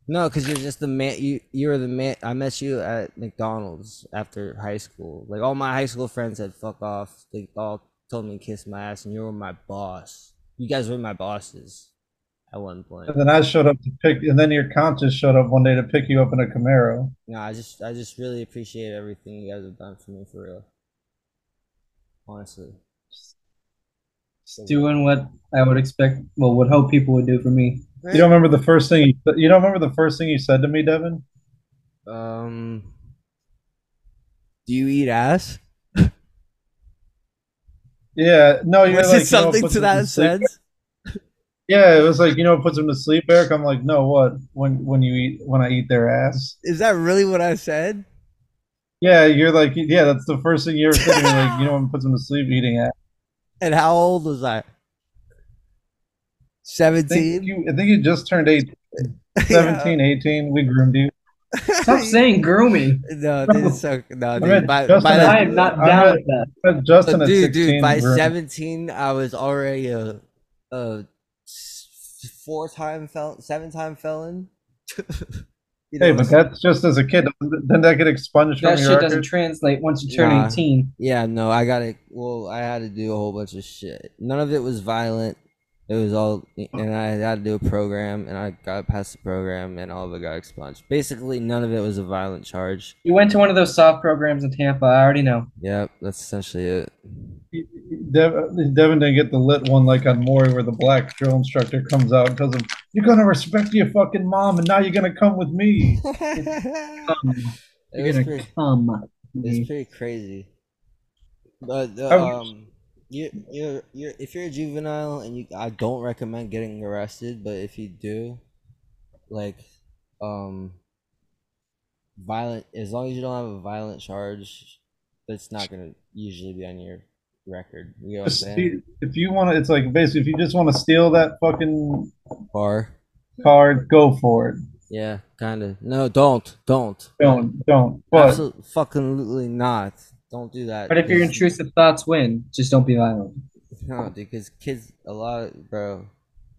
Speaker 1: no, because you're just the man. You you were the man. I met you at McDonald's after high school. Like all my high school friends had fuck off. They all told me to kiss my ass, and you were my boss. You guys were my bosses at one point.
Speaker 2: And then I showed up to pick, and then your conscience showed up one day to pick you up in a Camaro.
Speaker 1: No, I just I just really appreciate everything you guys have done for me for real. Honestly,
Speaker 3: Doing what I would expect, well, would hope people would do for me.
Speaker 2: You don't remember the first thing you, you don't remember the first thing you said to me, Devin?
Speaker 1: um, do you eat ass?
Speaker 2: Yeah, no, Oh, you're
Speaker 1: Was
Speaker 2: like
Speaker 1: it
Speaker 2: you know,
Speaker 1: something
Speaker 2: puts
Speaker 1: to
Speaker 2: him
Speaker 1: that
Speaker 2: sleep.
Speaker 1: sense?
Speaker 2: Yeah, it was like you know, it puts them to sleep, Eric. I'm like, no, what? When when you eat when I eat their ass?
Speaker 1: Is that really what I said?
Speaker 2: Yeah, you're like, yeah, that's the first thing you ever said. You're like, you know, it puts them to sleep eating ass.
Speaker 1: And how old was I?
Speaker 2: I think
Speaker 1: 17?
Speaker 2: you, I think you just turned eight,
Speaker 1: Yeah.
Speaker 2: 17, 18. We groomed you.
Speaker 3: Stop saying grooming.
Speaker 1: No, dude, it's so, no, dude,
Speaker 2: meant
Speaker 1: by,
Speaker 2: just
Speaker 1: by
Speaker 2: when
Speaker 1: that-
Speaker 3: I am not
Speaker 2: I'm
Speaker 3: down
Speaker 2: not-
Speaker 3: with that.
Speaker 2: But Uh, Justin
Speaker 1: but
Speaker 2: at
Speaker 1: dude,
Speaker 2: 16.
Speaker 1: dude, by
Speaker 2: groomed.
Speaker 1: 17, I was already a, a four time felon, seven time felon. You
Speaker 2: Hey,
Speaker 1: know,
Speaker 2: but
Speaker 1: so-
Speaker 2: that's just as a kid. Then that get expunged from
Speaker 3: That
Speaker 2: your
Speaker 3: shit doesn't
Speaker 2: record.
Speaker 3: translate once you turn
Speaker 1: Nah.
Speaker 3: 18.
Speaker 1: yeah, no, I got to Well, I had to do a whole bunch of shit. None of it was violent. It was all, and I had to do a program, and I got past the program, and all of it got expunged. Basically, none of it was a violent charge.
Speaker 3: You went to one of those soft programs in Tampa. I already know.
Speaker 1: Yep, that's essentially it.
Speaker 2: Dev- Devin didn't get the lit one like on Maury, where the black drill instructor comes out and tells him, "You're gonna respect your fucking mom, and now you're gonna come with me."
Speaker 1: it
Speaker 2: Um, You're
Speaker 1: was
Speaker 2: gonna
Speaker 1: pretty,
Speaker 3: Um,
Speaker 1: it's pretty crazy. But uh,
Speaker 2: I was-
Speaker 1: um, you you're you're if you're a juvenile and you, I don't recommend getting arrested. But if you do, like, um, violent as long as you don't have a violent charge, that's not gonna usually be on your record. You know what I'm
Speaker 2: Just
Speaker 1: saying?
Speaker 2: steal- if you want to, it's like basically if you just want to steal that fucking
Speaker 1: Bar.
Speaker 2: card, go for it.
Speaker 1: Yeah, kind of. No, don't, don't,
Speaker 2: Don't, don't. But
Speaker 1: Absolutely, fucking not. Don't do that.
Speaker 3: but if your
Speaker 1: because-
Speaker 3: intrusive thoughts win, just don't be violent.
Speaker 1: No, dude, because kids, a lot, of- bro.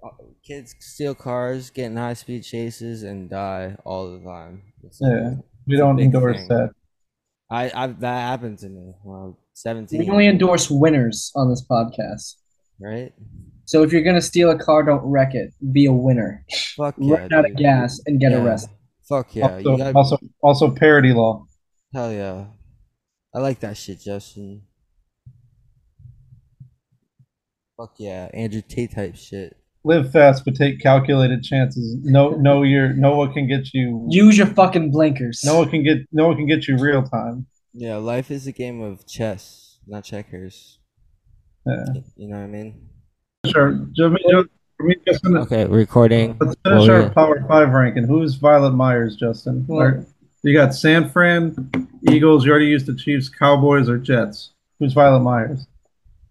Speaker 1: uh, Kids steal cars, get in high speed chases, and die all the time. It's like-
Speaker 2: Yeah.
Speaker 1: it's
Speaker 2: we
Speaker 1: a
Speaker 2: don't
Speaker 1: big
Speaker 2: endorse
Speaker 1: thing.
Speaker 2: that.
Speaker 1: I, I that happened to me when I was
Speaker 3: We
Speaker 1: seventeen,
Speaker 3: only endorse winners on this podcast.
Speaker 1: right?
Speaker 3: So if you're gonna steal a car, don't wreck it. Be a winner.
Speaker 1: Fuck yeah,
Speaker 3: Run out of
Speaker 1: dude.
Speaker 3: gas and get
Speaker 1: Yeah.
Speaker 3: arrested.
Speaker 1: Fuck yeah, you
Speaker 2: also,
Speaker 1: gotta
Speaker 2: also, also parody law.
Speaker 1: hell yeah. I like that shit, Justin. Fuck yeah, Andrew Tate type shit.
Speaker 2: Live fast, but take calculated chances. No, no, you're no one can get you.
Speaker 3: Use your fucking blinkers.
Speaker 2: No one can get. No one can get you real time.
Speaker 1: Yeah, life is a game of chess, not checkers.
Speaker 2: Yeah.
Speaker 1: You know what I mean?
Speaker 2: Sure. Jimmy, Ju- Jimmy, Justin,
Speaker 1: Okay, recording.
Speaker 2: let's
Speaker 1: Well,
Speaker 2: finish
Speaker 1: Oh, yeah.
Speaker 2: our Power Five ranking. Who's Violet Myers, Justin?
Speaker 3: Well-
Speaker 2: Or- you got San Fran, Eagles. You already used the Chiefs, Cowboys, or Jets. Who's Violet Myers?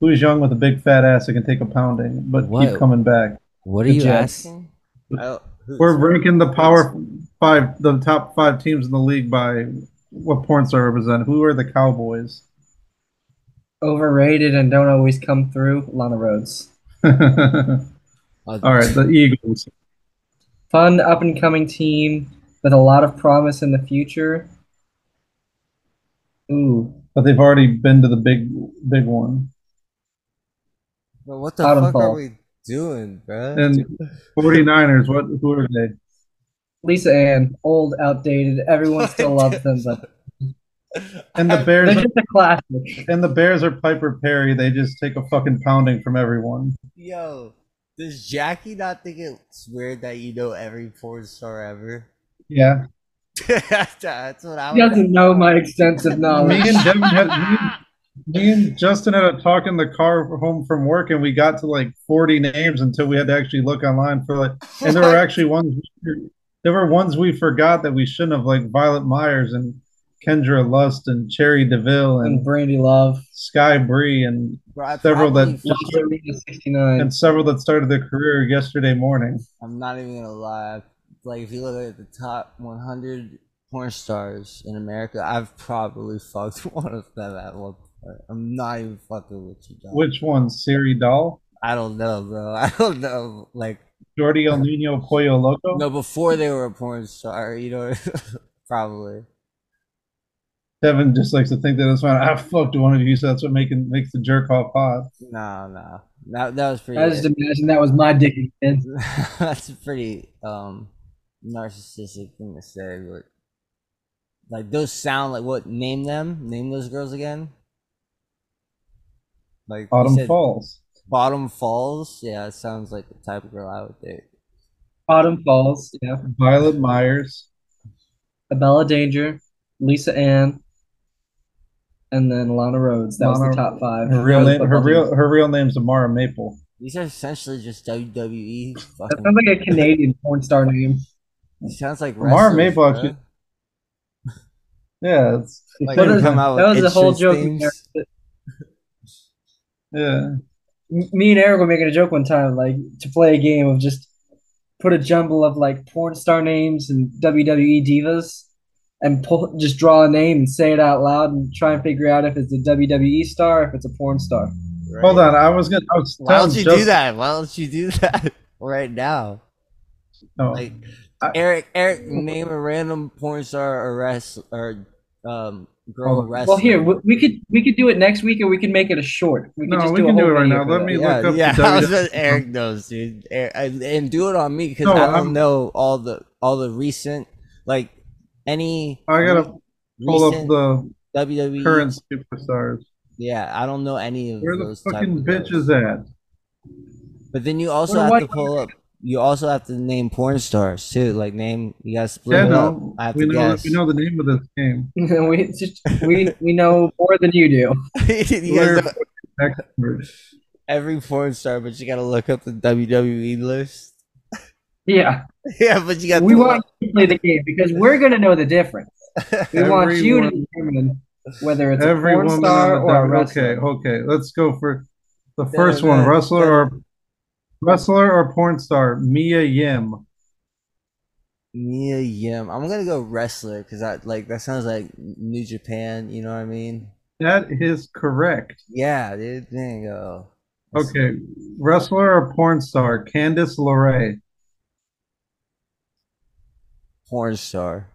Speaker 2: Who's young with a big fat ass that can take a pounding but
Speaker 1: What?
Speaker 2: keep coming back?
Speaker 1: What are
Speaker 3: The
Speaker 1: you
Speaker 3: Jets.
Speaker 1: asking?
Speaker 2: We're ranking the Power Five, the top five teams in the league by what points they represent. Who are the Cowboys?
Speaker 3: Overrated and don't always come through. Lana Rhodes.
Speaker 2: All
Speaker 1: Oh,
Speaker 2: right, the Eagles.
Speaker 3: Fun up and coming team with a lot of promise in the future. Ooh,
Speaker 2: But they've already been to the big, big one.
Speaker 1: Bro, what the
Speaker 3: Adam
Speaker 1: fuck are
Speaker 3: Paul.
Speaker 1: we doing, bro?
Speaker 2: And 49ers, what? Who are they?
Speaker 3: Lisa Ann, old, outdated. Everyone still loves them, but
Speaker 2: And the
Speaker 3: they're
Speaker 2: Bears,
Speaker 3: just a classic.
Speaker 2: and the Bears are Piper Perry. They just take a fucking pounding from everyone.
Speaker 1: Yo, does Jackie not think it's weird that you know every porn star ever?
Speaker 2: Yeah,
Speaker 1: That's what I
Speaker 3: He doesn't know my extensive
Speaker 2: Uh, me
Speaker 3: knowledge.
Speaker 2: and Devin had me, me and Justin had a talk in the car home from work, and we got to like forty names until we had to actually look online for like. And there were actually ones there were ones we forgot that we shouldn't have, like Violet Myers and Kendra Lust and Cherry Deville
Speaker 3: and
Speaker 2: and
Speaker 3: Brandy Love.
Speaker 2: Sky Bree and
Speaker 1: Bro, I
Speaker 2: Several that
Speaker 1: probably fucking-
Speaker 2: just-
Speaker 3: sixty nine.
Speaker 2: and several that started their career yesterday morning.
Speaker 1: I'm not even gonna lie. Like if you look at the top 100 porn stars in America, I've probably fucked one of them at one point. I'm not even fucking with you, dog.
Speaker 2: Which one? Siri Doll,
Speaker 1: I don't know, bro. I don't know. Like
Speaker 2: Jordi El Nino Pollo Loco,
Speaker 1: no, before they were a porn star, you know, probably.
Speaker 2: Devin just likes to think that it's fine. I fucked one of you, so that's what making makes the jerk off hot.
Speaker 1: No, no, that that was pretty.
Speaker 3: I just imagine that was my dick again.
Speaker 1: that's a pretty um narcissistic thing to say, but like those sound like what? Name them. Name those girls again. Like you
Speaker 2: Autumn
Speaker 1: said
Speaker 2: Falls.
Speaker 1: Bottom Falls. Yeah, it sounds like the type of girl I would date.
Speaker 3: Autumn Falls, yeah.
Speaker 2: Violet Myers.
Speaker 3: Abella Danger, Lisa Ann, and then Lana Rhodes. That was
Speaker 2: Lana-
Speaker 3: the top five.
Speaker 2: Her real
Speaker 3: Those
Speaker 2: name. Her
Speaker 3: football
Speaker 2: real.
Speaker 3: teams.
Speaker 2: Her real name's Amara Maple.
Speaker 1: These are essentially just WWE.
Speaker 3: That
Speaker 1: Fucking,
Speaker 3: sounds like a Canadian porn star name.
Speaker 1: it sounds like
Speaker 2: Amara
Speaker 1: wrestlers,
Speaker 2: Maple
Speaker 1: bro.
Speaker 2: actually- Yeah, it's,
Speaker 1: Like,
Speaker 3: What
Speaker 1: they
Speaker 3: is-
Speaker 1: come out
Speaker 3: That
Speaker 1: with
Speaker 3: was a whole
Speaker 1: interest
Speaker 3: joke.
Speaker 1: themes.
Speaker 3: that-
Speaker 2: yeah.
Speaker 3: Me and Eric were making a joke one time, like to play a game of just put a jumble of like porn star names and WWE divas, and pull, just draw a name and say it out loud and try and figure out if it's a WWE star, if it's a porn star.
Speaker 2: Hold
Speaker 1: Right.
Speaker 2: on, I was gonna. I was
Speaker 1: Why
Speaker 2: telling
Speaker 1: don't you
Speaker 2: Joseph-
Speaker 1: do that? Why don't you do that right now?
Speaker 2: No.
Speaker 1: Like
Speaker 2: I-
Speaker 1: Eric, Eric, name a random porn star or wrestler or um girl
Speaker 2: Hold on.
Speaker 1: wrestler.
Speaker 3: Well, here we, we could we could do it next week, or we could make it a short. We could
Speaker 2: No,
Speaker 3: just
Speaker 2: we
Speaker 3: do a
Speaker 2: can do
Speaker 3: whole
Speaker 2: it right
Speaker 3: video
Speaker 2: now.
Speaker 3: for
Speaker 2: Let
Speaker 3: that.
Speaker 2: me
Speaker 1: yeah,
Speaker 2: look up
Speaker 1: yeah,
Speaker 2: the
Speaker 1: I was
Speaker 2: WWE.
Speaker 1: just- Eric knows, dude, Eric, and, and do it on me because
Speaker 2: No,
Speaker 1: I don't
Speaker 2: I'm-
Speaker 1: know all the all the recent like any.
Speaker 2: I gotta
Speaker 1: re-
Speaker 2: pull up
Speaker 1: recent
Speaker 2: the
Speaker 1: WWE
Speaker 2: current superstars.
Speaker 1: Yeah, I don't know any of
Speaker 2: Where the
Speaker 1: those. type
Speaker 2: fucking
Speaker 1: of
Speaker 2: bitch
Speaker 1: girls.
Speaker 2: is at?
Speaker 1: But then you also
Speaker 3: Wonder
Speaker 1: have
Speaker 3: why-
Speaker 1: to pull up. You also have to name porn stars too. Like name, you gotta split
Speaker 2: Yeah,
Speaker 1: it up.
Speaker 2: no,
Speaker 1: I have to
Speaker 2: we know
Speaker 1: guess.
Speaker 2: we know the name of this game.
Speaker 3: we just we we know more than you do.
Speaker 1: You guys
Speaker 2: We're
Speaker 1: know
Speaker 2: experts.
Speaker 1: every porn star, but you gotta look up the WWE list.
Speaker 3: Yeah,
Speaker 1: Yeah, but you got
Speaker 3: we
Speaker 1: to
Speaker 3: want you to play the game because we're gonna know the difference. We want
Speaker 2: Every
Speaker 3: you to
Speaker 2: woman-
Speaker 3: determine whether it's
Speaker 2: Every
Speaker 3: a porn
Speaker 2: woman
Speaker 3: star
Speaker 2: on the
Speaker 3: or a
Speaker 2: dot.
Speaker 3: wrestler.
Speaker 2: Okay, okay, let's go for the
Speaker 1: Da,
Speaker 2: first one.
Speaker 1: da,
Speaker 2: Wrestler
Speaker 1: da.
Speaker 2: or wrestler or porn star? Mia Yim.
Speaker 1: Mia Yim. I'm gonna go wrestler because I like that sounds like New Japan. You know what I mean?
Speaker 2: That is correct.
Speaker 1: Yeah, dude. There you go.
Speaker 2: Okay, wrestler or porn star? Candice LeRae.
Speaker 1: Porn star.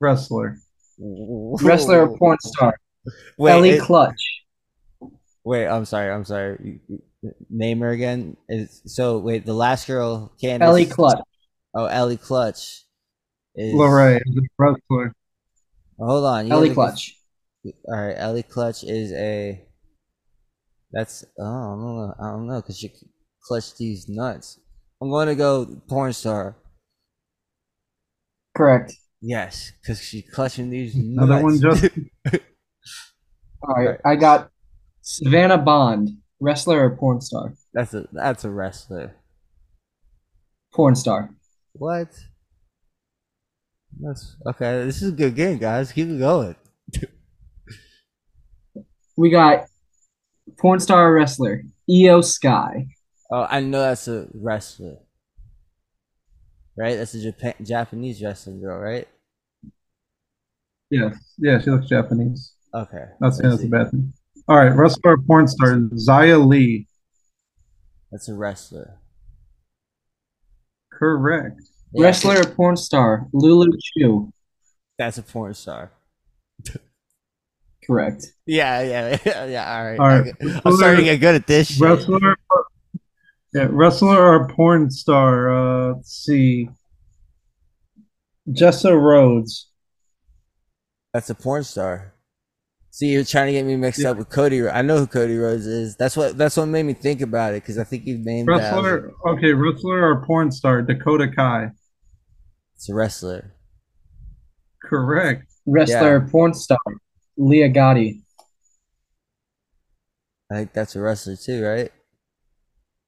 Speaker 2: Wrestler.
Speaker 3: Wrestler or porn star.
Speaker 1: Wait,
Speaker 3: Ellie
Speaker 1: it-
Speaker 3: Clutch.
Speaker 1: wait. I'm sorry. I'm sorry. You- you- Name her again. Is so. Wait, the last girl, Candice.
Speaker 3: Ellie Clutch.
Speaker 1: Oh, Ellie Clutch. Is, Oh,
Speaker 2: LeRae is a wrestler.
Speaker 1: Hold on. you
Speaker 3: Ellie
Speaker 1: gotta-
Speaker 3: Clutch.
Speaker 1: All right, Ellie Clutch is a. That's oh, I don't know, I don't know, cause she clutched these nuts. I'm going to go porn star.
Speaker 3: Correct.
Speaker 1: Yes, cause she clutching these nuts.
Speaker 2: Another one just
Speaker 3: All right. I got Savannah Bond, wrestler or porn star?
Speaker 1: that's a that's a wrestler.
Speaker 3: Porn star.
Speaker 1: What? That's okay. This is a good game, guys. Keep it going.
Speaker 3: We got porn star or wrestler. Io Sky.
Speaker 1: Oh, I know that's a wrestler. Right, that's a Japan Japanese wrestling girl, right?
Speaker 2: yes, yeah. She looks Japanese.
Speaker 1: Okay.
Speaker 2: Not saying
Speaker 1: let's
Speaker 2: that's a
Speaker 1: see.
Speaker 2: bad thing. All right, wrestler or porn star? Zaya Lee.
Speaker 1: That's a wrestler.
Speaker 2: Correct.
Speaker 1: Yeah,
Speaker 3: Wrestler or porn star? Lulu Chu.
Speaker 1: That's a porn star.
Speaker 3: Correct.
Speaker 1: Yeah, yeah, yeah, yeah. All right.
Speaker 2: All
Speaker 1: I
Speaker 2: right.
Speaker 1: get- I'm starting to get good at this shit.
Speaker 2: Wrestler. or- Yeah, wrestler or porn star? Uh, let's see. Jessa Rhodes.
Speaker 1: That's a porn star. See, you're trying to get me mixed up with Cody. Rho- I know who Cody Rhodes is. That's what that's what made me think about it because I think you've named that. I was like,
Speaker 2: Wrestler. Okay, wrestler or porn star? Dakota Kai.
Speaker 1: It's a wrestler.
Speaker 2: Correct.
Speaker 3: Wrestler or porn star? Leah Gotti.
Speaker 1: I think that's a wrestler too, right?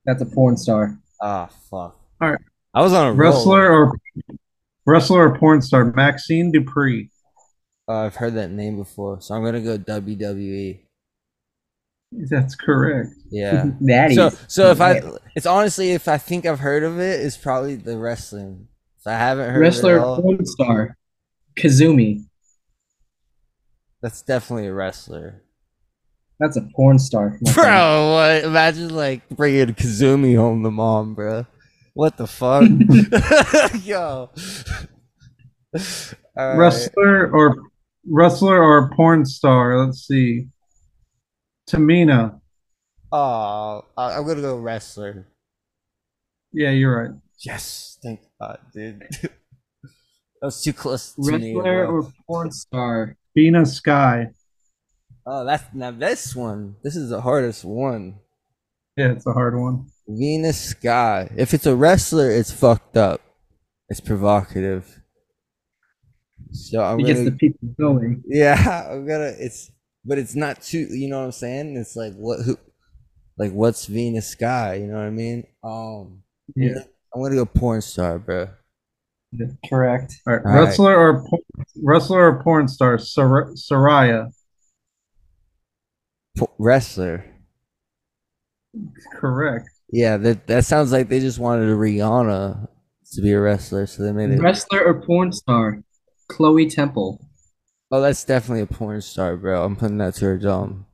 Speaker 3: That's a porn star.
Speaker 1: Ah, fuck.
Speaker 2: All right.
Speaker 1: I was on a roll.
Speaker 2: Wrestler or wrestler or porn star? Maxine Dupree.
Speaker 1: Uh, I've heard that name before, so I'm gonna go WWE.
Speaker 2: That's correct.
Speaker 1: Yeah.
Speaker 3: That
Speaker 1: so
Speaker 3: is-
Speaker 1: so if I it's honestly if I think I've heard of it, it's probably the wrestling. If I haven't heard
Speaker 3: wrestler
Speaker 1: of it at all,
Speaker 3: porn star Kazumi.
Speaker 1: that's definitely a wrestler.
Speaker 3: That's a porn star. my friend.
Speaker 1: Bro, what? imagine like bringing Kazumi home to mom, bro. What the fuck, yo? All right.
Speaker 2: Wrestler or wrestler or porn star? Let's see. Tamina.
Speaker 1: Oh, I- I'm gonna go wrestler.
Speaker 2: Yeah, you're right.
Speaker 1: Yes, thank God, dude. that was too close to me,
Speaker 3: Wrestler
Speaker 1: bro.
Speaker 3: or porn star?
Speaker 2: Bina Sky.
Speaker 1: Oh, that's now this one. This is the hardest one.
Speaker 2: Yeah, it's a hard one.
Speaker 1: Venus Sky. If it's a wrestler, it's fucked up. It's provocative. So I'm
Speaker 3: He
Speaker 1: gonna,
Speaker 3: gets the people going.
Speaker 1: yeah, I'm gonna. It's but it's not too. You know what I'm saying? It's like what who, like what's Venus Sky? You know what I mean? Um,
Speaker 2: Yeah.
Speaker 1: I'm gonna go porn star, bro.
Speaker 3: Correct.
Speaker 2: All right.
Speaker 1: All right.
Speaker 2: Wrestler or porn, wrestler or porn star? Sor- Soraya.
Speaker 1: Po- wrestler.
Speaker 2: Correct.
Speaker 1: Yeah, that that sounds like they just wanted Rihanna to be a wrestler, so they made it.
Speaker 3: Wrestler or porn star? Chloe Temple.
Speaker 1: Oh, that's definitely a porn star, bro. I'm putting that to her dome.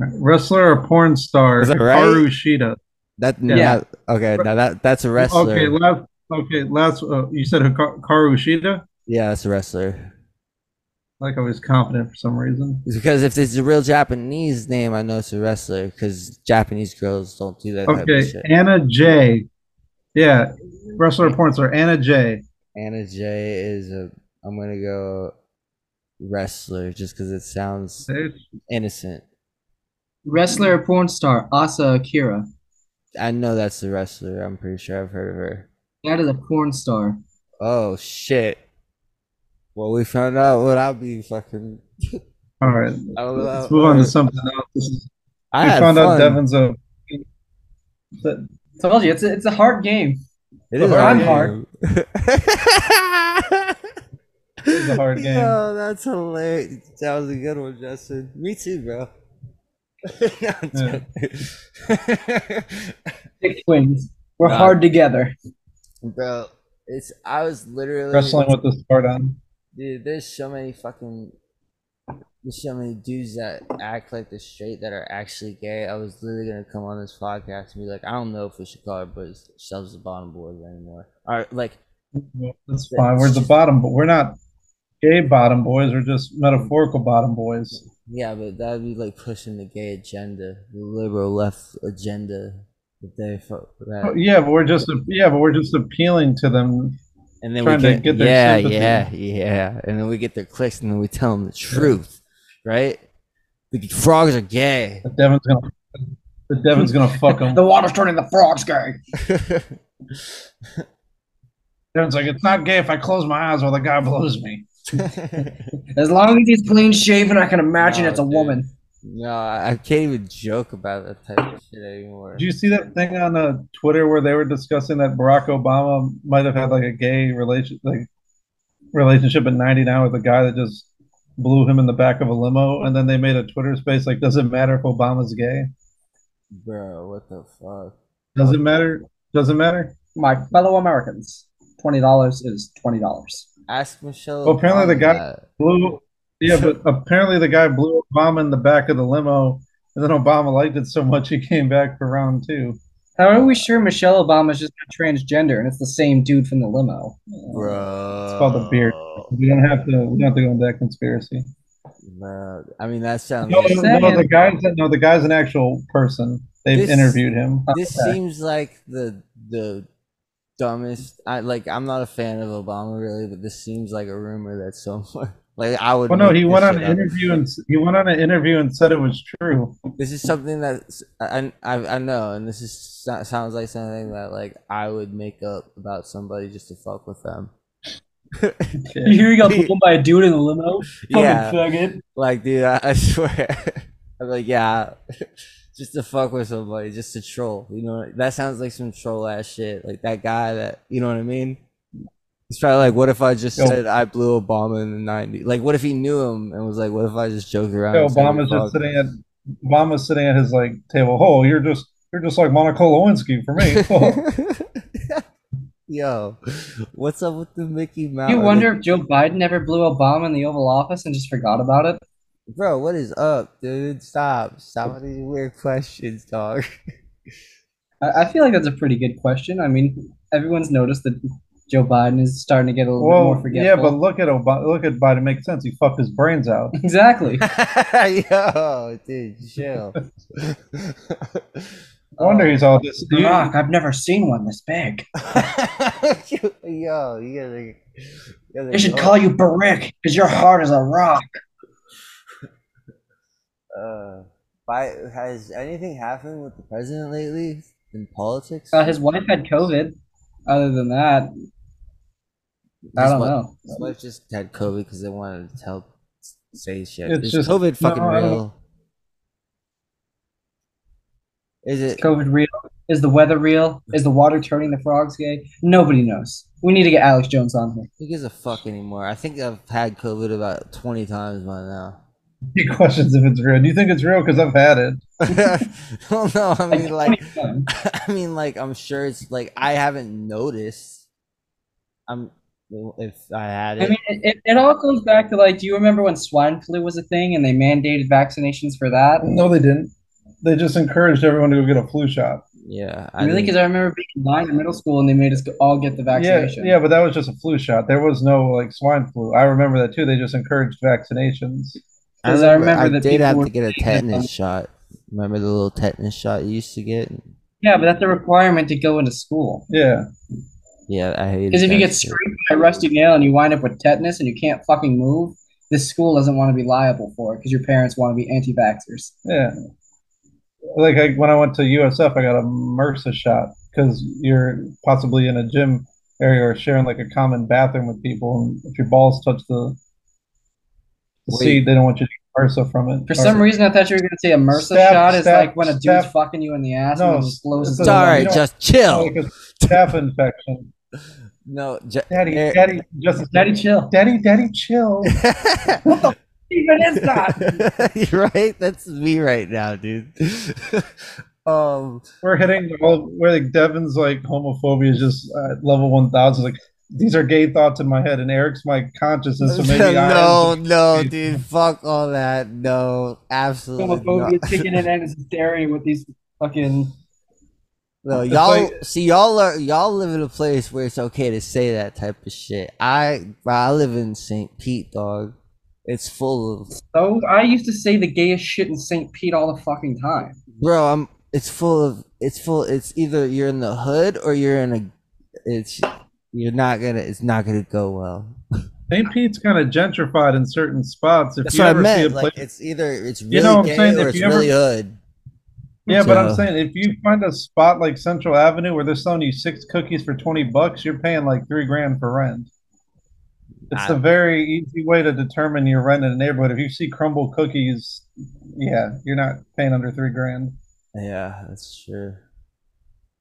Speaker 2: All right. Wrestler or porn star?
Speaker 1: Is that right?
Speaker 2: Haru Shida.
Speaker 1: That yeah.
Speaker 3: Yeah.
Speaker 1: okay, now that that's a wrestler.
Speaker 2: Okay, last. Okay, last. Uh, you said Hikaru Haru Shida.
Speaker 1: yeah, that's a wrestler.
Speaker 2: Like I was confident for some reason.
Speaker 1: It's because if it's a real Japanese name, I know it's a wrestler. Because Japanese girls don't do that type of
Speaker 2: Okay,
Speaker 1: shit.
Speaker 2: Anna J. Yeah, wrestler or porn star? Anna J.
Speaker 1: Anna J is a. I'm gonna go wrestler just because it sounds
Speaker 2: There's-
Speaker 1: innocent.
Speaker 3: Wrestler or porn star? Asa Akira.
Speaker 1: I know that's a wrestler. I'm pretty sure I've heard of her.
Speaker 3: That is a porn star.
Speaker 1: Oh shit. Well, we found out what I'll be fucking.
Speaker 2: All right,
Speaker 1: I don't know.
Speaker 2: let's move on to something else. This is,
Speaker 1: uh, I
Speaker 2: we
Speaker 1: had
Speaker 2: found out
Speaker 1: fun.
Speaker 2: Devin's uh, a. that-
Speaker 3: Told you, it's a, it's a hard game.
Speaker 1: It
Speaker 2: It's
Speaker 1: is
Speaker 2: a
Speaker 1: hard.
Speaker 2: hard
Speaker 1: hard.
Speaker 2: is a hard game.
Speaker 1: Yo, Oh, that's hilarious. That was a good one, Justin. Me too, bro. No, I'm
Speaker 2: Yeah.
Speaker 1: joking.
Speaker 3: Six wins. We're
Speaker 1: Nah.
Speaker 3: hard together.
Speaker 1: bro, it's I was literally
Speaker 2: wrestling with the sword on.
Speaker 1: Dude, there's so many fucking there's so many dudes that act like they're straight that are actually gay. I was literally gonna come on this podcast and be like, I don't know if we should call ourselves the bottom boys anymore. Or like
Speaker 2: That's fine. We're the bottom, but we're not gay bottom boys. We're just metaphorical bottom boys.
Speaker 1: Yeah, but that'd be like pushing the gay agenda, the liberal left agenda that they fu- that,
Speaker 2: Oh, yeah, but we're just yeah, but we're just appealing to them.
Speaker 1: and then
Speaker 2: trying
Speaker 1: we
Speaker 2: to
Speaker 1: get,
Speaker 2: get their
Speaker 1: yeah,
Speaker 2: sympathy.
Speaker 1: yeah, yeah, and then we get their clicks, and then we tell them the truth, right? The frogs are gay.
Speaker 2: That Devin's gonna that Devin's gonna fuck them.
Speaker 3: The water's turning the frogs gay.
Speaker 2: Devin's like, it's not gay if I close my eyes while the guy blows me.
Speaker 3: As long as he's clean shaven, I can imagine
Speaker 1: No,
Speaker 3: it's a
Speaker 1: dude.
Speaker 3: woman.
Speaker 1: no, I I can't even joke about that type of shit anymore.
Speaker 2: Did you see that thing on uh, Twitter where they were discussing that Barack Obama might have had like a gay relation like relationship at 99 with a guy that just blew him in the back of a limo, and then they made a Twitter space like, does it matter if Obama's gay?
Speaker 1: Bro, what the fuck?
Speaker 2: Does it matter? Does it matter?
Speaker 3: My fellow Americans, twenty dollars is twenty dollars.
Speaker 1: Ask Michelle.
Speaker 2: Well, Oh, apparently
Speaker 1: Obama
Speaker 2: the guy-
Speaker 1: that.
Speaker 2: Blew. Yeah, but apparently the guy blew Obama in the back of the limo, and then Obama liked it so much he came back for round two.
Speaker 3: How are we sure Michelle Obama's just not transgender and it's the same dude from the limo?
Speaker 1: Bro,
Speaker 2: It's called the beard. We don't have to. We don't have to go into that conspiracy.
Speaker 1: Bro, I mean that sounds.
Speaker 2: No,
Speaker 3: just
Speaker 2: no, no, the
Speaker 3: saying.
Speaker 2: guy's no, the guy's an actual person. They've
Speaker 1: This-
Speaker 2: interviewed him.
Speaker 1: this
Speaker 3: Okay.
Speaker 1: seems like the the dumbest i like i'm not a fan of obama really but this seems like a rumor that's so like i would
Speaker 2: Well, Oh, no,
Speaker 1: make
Speaker 2: he
Speaker 1: this
Speaker 2: went on
Speaker 1: shit
Speaker 2: an
Speaker 1: up.
Speaker 2: interview and s- he went on an interview and said it was true.
Speaker 1: this is something that I, I i know and this is so- sounds like something that like i would make up about somebody just to fuck with them
Speaker 2: Yeah.
Speaker 3: you got blown by a dude in the limo?
Speaker 1: yeah
Speaker 3: faggot.
Speaker 1: like dude i, I swear i'm like yeah just to fuck with somebody just to troll you know that sounds like some troll ass shit like that guy that you know what i mean He's probably like, what if I just
Speaker 2: Yo.
Speaker 1: said I blew Obama in the 90s? Like, what if he knew him and was like, what if I just joked around?
Speaker 2: Yeah,
Speaker 1: and said we
Speaker 2: Obama's just
Speaker 1: fucked?
Speaker 2: sitting at Obama's sitting at his like table. Oh, you're just you're just like Monica Lewinsky for me. Oh,
Speaker 1: Yo, what's up with the Mickey Mouse?
Speaker 3: You wonder if Joe Biden ever blew Obama in the Oval Office and just forgot about it.
Speaker 1: bro, what is up, dude? Stop, stop with these weird questions, dog.
Speaker 3: I, I feel like that's a pretty good question. I mean, everyone's noticed that Joe Biden is starting to get a little bit more
Speaker 2: well,
Speaker 3: forgetful.
Speaker 2: yeah, but look at Obama. Look at Biden. Makes sense. He fucked his brains out.
Speaker 3: exactly.
Speaker 1: Yo, dude, chill.
Speaker 2: No wonder he's all
Speaker 3: Oh,
Speaker 2: this.
Speaker 3: Fuck, I've never seen one this big.
Speaker 1: Yo, you guys are. You guys are
Speaker 3: They should
Speaker 1: going-
Speaker 3: call you Barick because you're hard as a rock.
Speaker 1: Uh, by, has anything happened with the president lately in politics?
Speaker 3: Uh, his wife had COVID. Other than that, I
Speaker 1: His
Speaker 3: don't
Speaker 1: wi-
Speaker 3: know.
Speaker 1: His wife just had COVID because they wanted to tell, say shit.
Speaker 2: It's
Speaker 1: Is
Speaker 2: just-
Speaker 1: COVID
Speaker 2: no,
Speaker 1: fucking
Speaker 2: I don't-
Speaker 1: real? Is
Speaker 3: Is
Speaker 1: it?
Speaker 3: COVID real? Is the weather real? Is the water turning the frogs gay? Nobody knows. We need to get Alex Jones on here.
Speaker 1: Who gives a fuck anymore? I think I've had COVID about twenty times by now.
Speaker 2: He questions if it's real. Do you think it's real? Because I've had it.
Speaker 1: well, no, I mean like,
Speaker 3: um,
Speaker 1: I mean like, I'm sure it's like I haven't noticed. I'm if I had
Speaker 3: I
Speaker 1: it.
Speaker 3: mean, it, it, it all comes back to like, do you remember when swine flu was a thing and they mandated vaccinations for that?
Speaker 2: No, they didn't. They just encouraged everyone to go get a flu shot.
Speaker 1: yeah, I
Speaker 3: Really?
Speaker 1: didn't-
Speaker 3: Because I remember being in line in middle school and they made us go- all get the
Speaker 2: Yeah,
Speaker 3: vaccination.
Speaker 2: yeah, but that was just a flu shot. There was no like swine flu. I remember that too. They just encouraged vaccinations.
Speaker 3: Because I remember that
Speaker 1: did
Speaker 3: people
Speaker 1: have
Speaker 3: were
Speaker 1: to get a
Speaker 3: saying that,
Speaker 1: tetanus
Speaker 3: um,
Speaker 1: shot. Remember the little tetanus shot you used to get?
Speaker 3: Yeah, but that's a requirement to go into school.
Speaker 2: Yeah,
Speaker 1: Yeah, I hated.
Speaker 3: Because if you
Speaker 1: that
Speaker 3: get
Speaker 1: shit.
Speaker 3: scraped by a rusty nail and you wind up with tetanus and you can't fucking move, the school doesn't want to be liable for it because your parents want to be anti-vaxxers.
Speaker 2: yeah. Like I, when I went to USF, I got a MRSA shot because you're possibly in a gym area or sharing like a common bathroom with people, and if your balls touch the, the
Speaker 1: Wait.
Speaker 2: seat, they don't want you to get MRSA from it.
Speaker 3: For
Speaker 2: Or-
Speaker 3: some reason, I thought you were gonna say a MRSA
Speaker 2: Staff-
Speaker 3: shot is
Speaker 2: staff-
Speaker 3: like when a dude's
Speaker 2: staff-
Speaker 3: fucking you in the ass
Speaker 2: No,
Speaker 3: and then just blows
Speaker 2: it's
Speaker 3: his
Speaker 1: It's
Speaker 2: a-
Speaker 3: lung.
Speaker 1: all right.
Speaker 2: you know-
Speaker 1: Just chill.
Speaker 2: like a staph infection.
Speaker 1: No, ju-
Speaker 2: Daddy,
Speaker 1: Eh,
Speaker 2: daddy, Justice,
Speaker 3: Daddy, chill.
Speaker 2: daddy, daddy, chill.
Speaker 3: What the f- even is that?
Speaker 1: You're right. That's me right now, dude. um,
Speaker 2: We're hitting all where like Devin's like homophobia is just uh, level one thousand. Like these are gay thoughts in my head, and Eric's my consciousness, so maybe I.
Speaker 1: no, no, dude. Fuck all that. No, absolutely
Speaker 3: Homophobia,
Speaker 1: not.
Speaker 3: chicken and eggs hysteria with these fucking.
Speaker 1: No,
Speaker 2: It's
Speaker 1: y'all
Speaker 2: like-
Speaker 1: see y'all are y'all live in a place where it's okay to say that type of shit. I bro, I live in St. Pete, dog. It's full of
Speaker 3: So I used to say the gayest shit in St. Pete all the fucking time.
Speaker 1: bro. I'm. It's full of. It's full. It's either you're in the hood or you're in a. It's you're not gonna. It's not gonna go well.
Speaker 2: St. Pete's kind of gentrified in certain spots. If
Speaker 1: That's
Speaker 2: you
Speaker 1: what I
Speaker 2: ever see a
Speaker 1: meant.
Speaker 2: place,
Speaker 1: Like it's either it's really
Speaker 2: You know what I'm
Speaker 1: gay
Speaker 2: saying?
Speaker 1: or
Speaker 2: If
Speaker 1: it's
Speaker 2: you ever-
Speaker 1: really hood.
Speaker 2: yeah, but I'm
Speaker 1: so-
Speaker 2: saying if you find a spot like Central Avenue where they're selling you six cookies for twenty bucks, you're paying like three grand for rent. It's
Speaker 1: I-
Speaker 2: a very easy way to determine your rent in a neighborhood. If you see crumble cookies, yeah, you're not paying under three grand.
Speaker 1: Yeah, that's true.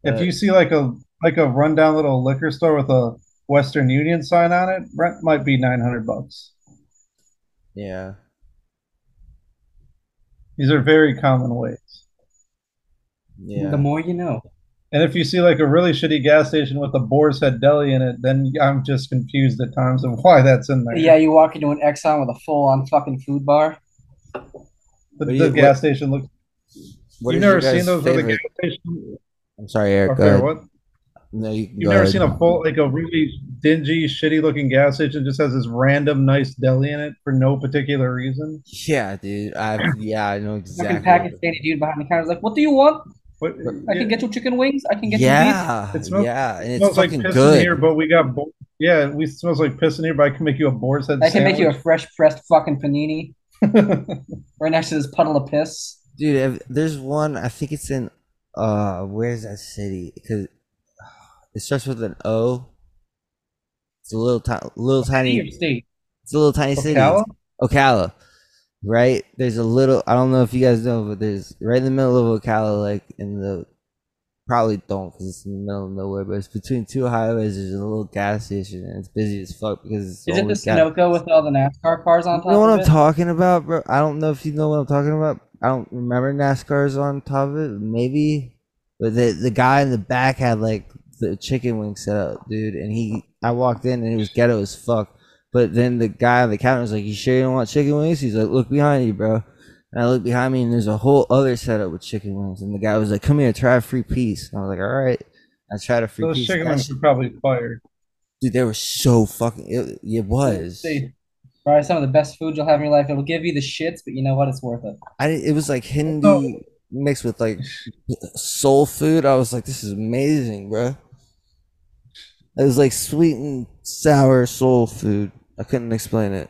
Speaker 2: If
Speaker 1: Uh,
Speaker 2: you see like a like a rundown little liquor store with a Western Union sign on it, rent might be nine hundred bucks.
Speaker 1: Yeah.
Speaker 2: These are very common ways.
Speaker 1: Yeah.
Speaker 3: The more you know.
Speaker 2: And if you see like a really shitty gas station with a Boar's Head deli in it, then I'm just confused at times of why that's in there.
Speaker 3: Yeah, you walk into an Exxon with a full-on fucking food bar.
Speaker 2: the,
Speaker 1: What do
Speaker 2: the
Speaker 1: you- what-
Speaker 2: gas station looks.
Speaker 1: What
Speaker 2: you've
Speaker 1: is your
Speaker 2: never seen
Speaker 1: guys'
Speaker 2: those at the
Speaker 1: favorite-
Speaker 2: gas station?
Speaker 1: I'm sorry, Eric.
Speaker 2: Up
Speaker 1: go
Speaker 2: there,
Speaker 1: ahead.
Speaker 2: what?
Speaker 1: No, you can
Speaker 2: You've
Speaker 1: go
Speaker 2: never
Speaker 1: ahead.
Speaker 2: seen a full like a really dingy, shitty looking gas station just has this random nice deli in it for no particular reason.
Speaker 1: Yeah, dude. I yeah, I know exactly.
Speaker 3: Fucking Pakistani dude behind the counter is like, "What do you want?
Speaker 2: What?
Speaker 3: I can get you chicken wings. I can get you beef."
Speaker 1: yeah,
Speaker 2: It smells-
Speaker 1: yeah, and
Speaker 2: It
Speaker 1: it's
Speaker 2: smells like
Speaker 1: fucking
Speaker 2: piss in here,
Speaker 1: good.
Speaker 2: but we got bo- yeah, we smells like piss in here, but I can make you a boar's head
Speaker 3: I can make you a
Speaker 2: sandwich.
Speaker 3: fresh pressed fucking panini right next to this puddle of piss.
Speaker 1: Dude, if, there's one. I think it's in. Uh, where's that city? Because it starts with an O. It's a little tiny, little
Speaker 3: City or
Speaker 1: tiny.
Speaker 3: state?
Speaker 1: It's a little tiny city.
Speaker 2: Ocala?
Speaker 1: Ocala, right? There's a little. I don't know if you guys know, but there's right in the middle of Ocala, like in the probably don't because it's in the middle of nowhere. But it's between two highways. There's a little gas station and it's busy as fuck because it's
Speaker 3: Is it the
Speaker 1: always gas.
Speaker 3: Sunoco with all the NASCAR cars on
Speaker 1: You
Speaker 3: top
Speaker 1: know what
Speaker 3: of
Speaker 1: I'm
Speaker 3: it?
Speaker 1: talking about, bro? I don't know if you know what I'm talking about. I don't remember NASCAR's on top of it, maybe. But the the guy in the back had like the chicken wing set up, dude, and he I walked in and it was ghetto as fuck. But then the guy on the counter was like, You sure you don't want chicken wings? He's like, Look behind you, bro. And I looked behind me and there's a whole other setup with chicken wings. And the guy was like, Come here, try a free piece. And I was like, All right. I tried a free
Speaker 2: Those
Speaker 1: piece.
Speaker 2: chicken
Speaker 1: That
Speaker 2: wings
Speaker 1: shit-
Speaker 2: are probably fire.
Speaker 1: dude, they were so fucking it, it was.
Speaker 2: They-
Speaker 3: Probably some of the best food you'll have in your life. It'll give you the shits, but you know what? It's worth it.
Speaker 1: I didn't- it was like Hindi
Speaker 2: Oh.
Speaker 1: mixed with like soul food. I was like, this is amazing, bro. It was like sweet and sour soul food. I couldn't explain it.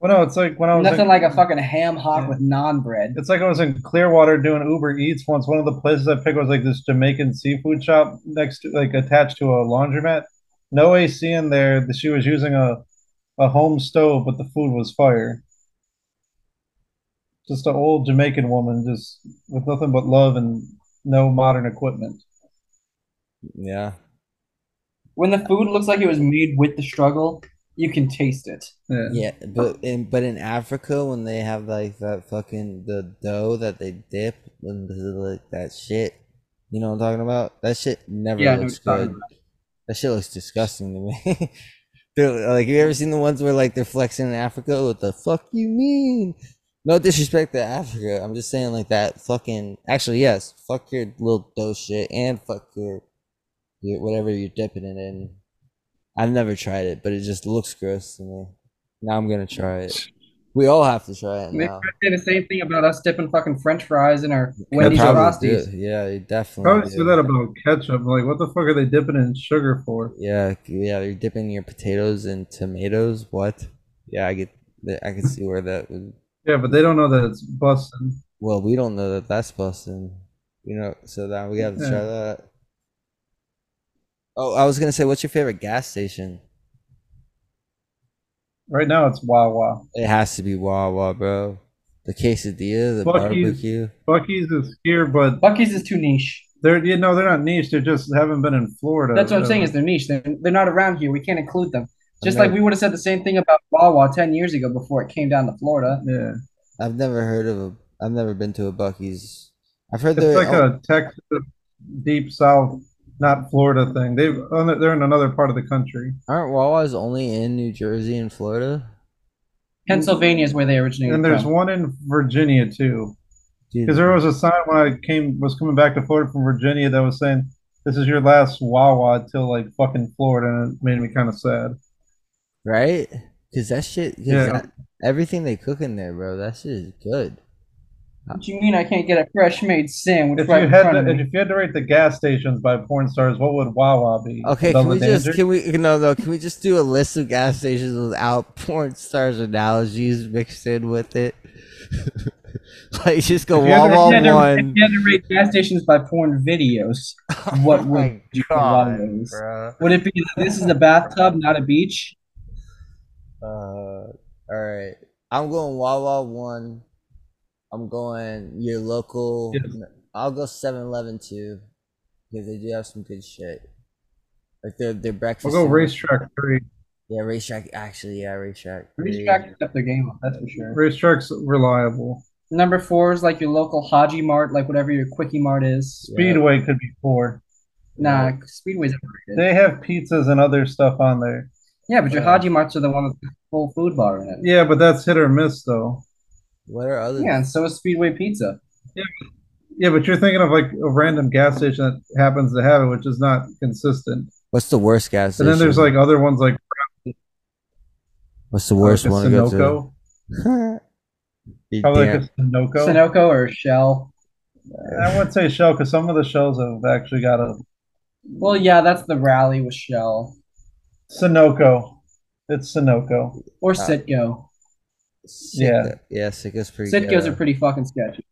Speaker 2: Well, no, it's like when I was
Speaker 3: Nothing
Speaker 2: in-
Speaker 3: like a fucking ham hock with non bread.
Speaker 2: It's like I was in Clearwater doing Uber Eats once. One of the places I picked was like this Jamaican seafood shop next to like attached to a laundromat. No AC in there. The- She was using a a home stove, but the food was fire. Just an old Jamaican woman, just with nothing but love and no modern equipment.
Speaker 1: Yeah.
Speaker 3: When the food looks like it was made with the struggle, you can taste it.
Speaker 2: Yeah.
Speaker 1: Yeah, but in but in Africa when they have like that fucking the dough that they dip into like that shit, you know what I'm talking about? That shit never
Speaker 3: Yeah, I know
Speaker 1: looks
Speaker 3: what you're
Speaker 1: good.
Speaker 3: talking
Speaker 1: That shit looks disgusting to me. Dude, like you ever seen the ones where like they're flexing in Africa? What the fuck you mean? No disrespect to Africa. I'm just saying like that fucking actually yes, fuck your little dough shit and fuck your, your whatever you're dipping it in. I've never tried it, but it just looks gross to me. Now I'm gonna try it. We all have to try it
Speaker 3: They
Speaker 1: now.
Speaker 3: probably say the same thing about us dipping fucking French fries in our
Speaker 1: They
Speaker 3: Wendy's or
Speaker 1: probably
Speaker 3: Rosties.
Speaker 1: do. Yeah, they definitely.
Speaker 2: Probably say
Speaker 1: do.
Speaker 2: that about ketchup. Like, what the fuck are they dipping in sugar for?
Speaker 1: Yeah, yeah, you're dipping your potatoes in tomatoes. What? Yeah, I get. I can see where that would.
Speaker 2: Yeah, but they don't know that it's busting.
Speaker 1: Well, we don't know that that's Boston. You know, so now we have to try
Speaker 2: Yeah.
Speaker 1: that. Oh, I was gonna say, what's your favorite gas station?
Speaker 2: Right now, it's Wawa.
Speaker 1: It has to be Wawa, bro. The quesadilla, the
Speaker 2: Buc-ee's.
Speaker 1: barbecue.
Speaker 2: Bucky's is here, but
Speaker 3: Bucky's is too niche.
Speaker 2: They're you know they're not niche. They just haven't been in Florida.
Speaker 3: That's what I'm
Speaker 2: Uh,
Speaker 3: saying is they're niche. They're, they're not around here. We can't include them. Just
Speaker 1: never-
Speaker 3: like we would have said the same thing about Wawa 10 years ago before it came down to Florida.
Speaker 2: yeah,
Speaker 1: I've never heard of a. I've never been to a Bucky's. I've heard
Speaker 2: it's
Speaker 1: they're.
Speaker 2: like a Texas deep South, not Florida thing. They've oh, no, they're in another part of the country.
Speaker 1: aren't Wawa's only in New Jersey and Florida?
Speaker 3: Pennsylvania is where they originated
Speaker 2: Mm-hmm. And there's
Speaker 3: from.
Speaker 2: one in Virginia too,
Speaker 1: Dude,
Speaker 2: because there was a sign when I came was coming back to Florida from Virginia that was saying this is your last Wawa till like fucking Florida, and it made me kind of sad.
Speaker 1: right? Because that shit. 'cause
Speaker 2: Yeah.
Speaker 1: that- everything they cook in there, bro. That shit is good.
Speaker 3: What do you mean I can't get a fresh made sandwich
Speaker 2: If
Speaker 3: right
Speaker 2: you
Speaker 3: in
Speaker 2: had
Speaker 3: front
Speaker 2: to,
Speaker 3: of me?
Speaker 2: if you had to rate the gas stations by porn stars, what would Wawa be?
Speaker 1: Okay,
Speaker 2: Above
Speaker 1: can we
Speaker 2: the
Speaker 1: just
Speaker 2: danger?
Speaker 1: can we no no can we just do a list of gas stations without porn stars analogies mixed in with it? like just go
Speaker 2: If you had to-
Speaker 1: Wawa
Speaker 3: If you had to-
Speaker 1: one.
Speaker 3: If you had to rate gas stations by porn videos, what would you call
Speaker 1: Oh God,
Speaker 3: those?
Speaker 1: bruh.
Speaker 3: Would it be this is a bathtub, not a beach?
Speaker 1: Uh, all right, I'm going Wawa one. I'm going your local.
Speaker 2: Yes.
Speaker 1: I'll go 7-Eleven too, because they do have some good shit. Like their their
Speaker 2: We'll
Speaker 1: breakfast.
Speaker 2: go
Speaker 1: sandwich-
Speaker 2: racetrack three.
Speaker 1: Yeah, racetrack. Actually, yeah, racetrack. three.
Speaker 3: Racetrack can step their game up, that's for sure.
Speaker 2: Racetrack's reliable.
Speaker 3: Number four is like your local Haji Mart, like whatever your Quickie Mart is.
Speaker 1: Yeah.
Speaker 2: Speedway could be four.
Speaker 3: Nah, Speedway's overrated.
Speaker 2: They have pizzas and other stuff on there.
Speaker 3: Yeah, but your
Speaker 1: Yeah.
Speaker 3: Haji Marts are the one with the full food bar in it.
Speaker 2: Yeah, but that's hit or miss though.
Speaker 1: What are other?
Speaker 3: Yeah, and so is Speedway Pizza.
Speaker 2: Yeah, but you're thinking of like a random gas station that happens to have it, which is not consistent.
Speaker 1: What's the worst gas
Speaker 2: And then there's
Speaker 1: station?
Speaker 2: like other ones like
Speaker 1: What's the worst
Speaker 2: like a
Speaker 1: one to go
Speaker 2: Sunoco.
Speaker 1: to? You
Speaker 2: Probably like
Speaker 1: damn-
Speaker 2: a Sunoco.
Speaker 3: Sunoco or Shell.
Speaker 2: I would say Shell because some of the shells have actually got a
Speaker 3: Well, yeah, that's the rally with Shell.
Speaker 2: Sunoco. It's Sunoco.
Speaker 1: Ah,
Speaker 3: Or Sitco.
Speaker 2: yeah.
Speaker 1: Sitka- yeah, Sitka's pretty
Speaker 3: Sitco's are
Speaker 1: good.
Speaker 3: pretty fucking sketchy.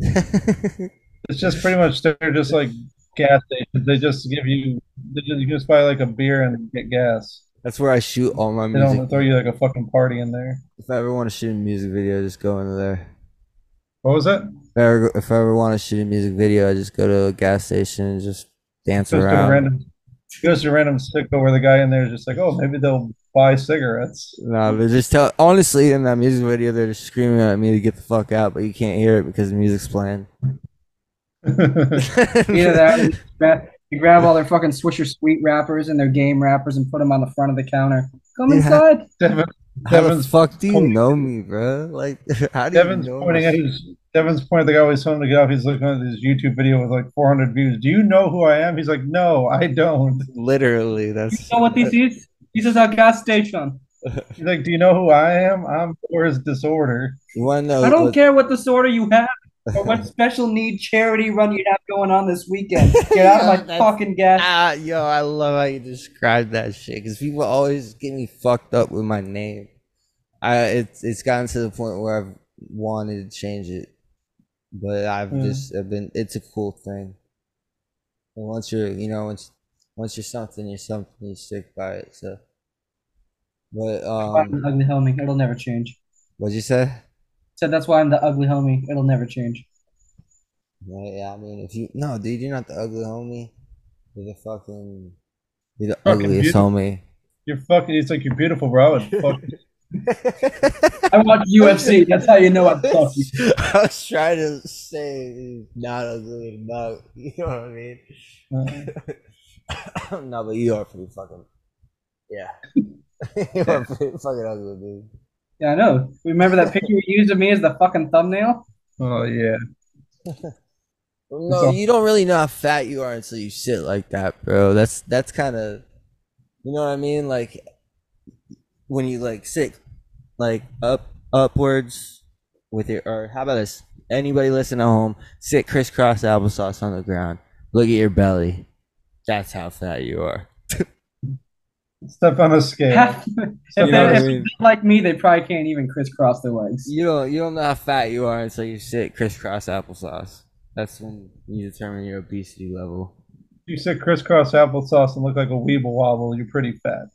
Speaker 1: pretty.
Speaker 2: It's just pretty much they're just like gas stations. They just give you they just, you just buy like a beer and get gas.
Speaker 1: That's where I shoot all my
Speaker 2: They don't
Speaker 1: music.
Speaker 2: throw you like a fucking party in there.
Speaker 1: If I ever want to shoot a music video, just go into there.
Speaker 2: What was that?
Speaker 1: If I ever, if I ever want to shoot a music video, I just go to a gas station and just dance
Speaker 2: Goes to a
Speaker 1: around.
Speaker 2: random goes to a random sicko where the guy in there is just like, oh, maybe they'll buy cigarettes.
Speaker 1: No, they just tell. Honestly, in that music video, they're just screaming at me to get the fuck out, but you can't hear it because the music's playing.
Speaker 3: Either that, or you gra- you grab all their fucking Swisher Sweet wrappers and their game wrappers and put them on the front of the counter. Come
Speaker 1: Yeah.
Speaker 3: inside.
Speaker 2: Devin,
Speaker 1: How the
Speaker 2: Devin's-
Speaker 1: fuck do you
Speaker 2: pointing-
Speaker 1: know me, bro? Like, how do
Speaker 2: Devin's
Speaker 1: you know?
Speaker 2: pointing
Speaker 1: me?
Speaker 2: at his Devin's pointing at the guy always telling to get off. He's looking at his YouTube video with like 400 views. Do you know who I am? He's like, no, I don't.
Speaker 1: Literally, that's.
Speaker 3: You know what this is? This is our gas station.
Speaker 2: He's like, do you know who I am? I'm Boris Disorder.
Speaker 1: You want to know?
Speaker 3: I don't
Speaker 1: Oh, what-
Speaker 3: care what disorder you have or what special need charity run you have going on this weekend. Get out
Speaker 1: Yeah,
Speaker 3: of my
Speaker 1: that's-
Speaker 3: fucking gas.
Speaker 1: Ah, yo, I love how you describe that shit because people always get me fucked up with my name. I it's it's gotten to the point where I've wanted to change it, but I've
Speaker 2: Mm.
Speaker 1: just I've been. It's a cool thing. And once you're, you know, once once you're something, you're something. You stick by it. So, but
Speaker 3: I'm
Speaker 1: um,
Speaker 3: the ugly homie. It'll never change.
Speaker 1: what'd you say?
Speaker 3: Said that's why I'm the ugly homie. It'll never change.
Speaker 1: Yeah, yeah, I mean, if you no, dude, you're not the ugly homie. You're the fucking, you're the
Speaker 2: Fucking
Speaker 1: ugliest
Speaker 2: beautiful.
Speaker 1: homie.
Speaker 2: You're fucking. He's like, you're beautiful, bro. And fuck,
Speaker 3: I watch UFC. That's how you know I'm fucking.
Speaker 1: I was trying to say he's not ugly enough. You know what I mean?
Speaker 3: uh,
Speaker 1: no, but you are pretty fucking. Yeah. you are pretty fucking ugly, dude.
Speaker 3: Yeah, I know. Remember that picture you used of me as the fucking thumbnail?
Speaker 2: oh yeah.
Speaker 1: Well,
Speaker 2: That's
Speaker 1: no,
Speaker 2: all.
Speaker 1: you don't really know how fat you are until you sit like that, bro. That's that's kind of, you know what I mean? Like when you like sit like up upwards with your or how about this? Anybody listen at home, sit crisscross applesauce on the ground. Look at your belly. That's how fat you are.
Speaker 2: Step on a scale.
Speaker 3: Half,
Speaker 2: Step
Speaker 3: if
Speaker 2: on a
Speaker 3: they-
Speaker 2: scale.
Speaker 1: mean?
Speaker 3: like me, they probably can't even crisscross their legs.
Speaker 1: You don't you don't know how fat you are until you sit crisscross applesauce. That's when you determine your obesity level.
Speaker 2: you sit crisscross applesauce and look like a weeble wobble. You're pretty fat.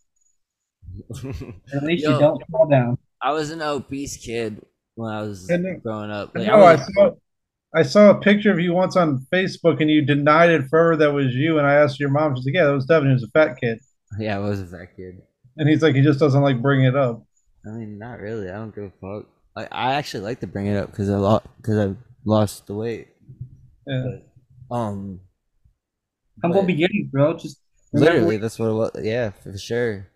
Speaker 3: At least
Speaker 1: Yo.
Speaker 3: you don't fall down.
Speaker 1: I was an obese kid when I was
Speaker 2: And then-
Speaker 1: growing up. Like, I
Speaker 2: No, I
Speaker 1: was-
Speaker 2: saw, I saw a picture of you once on Facebook, and you denied it forever that was you. And I asked your mom, she's like, "Yeah, that was Devin. He was a fat kid."
Speaker 1: yeah, I was a fat kid.
Speaker 2: And he's like, he just doesn't like bringing it up.
Speaker 1: I mean, not really. I don't give a fuck. I, I actually like to bring it up because I lost because I lost the weight.
Speaker 2: Yeah.
Speaker 1: Um,
Speaker 3: Humble
Speaker 1: but-
Speaker 3: beginnings, bro. Just remember
Speaker 1: Literally, that's what it was. Yeah, for sure.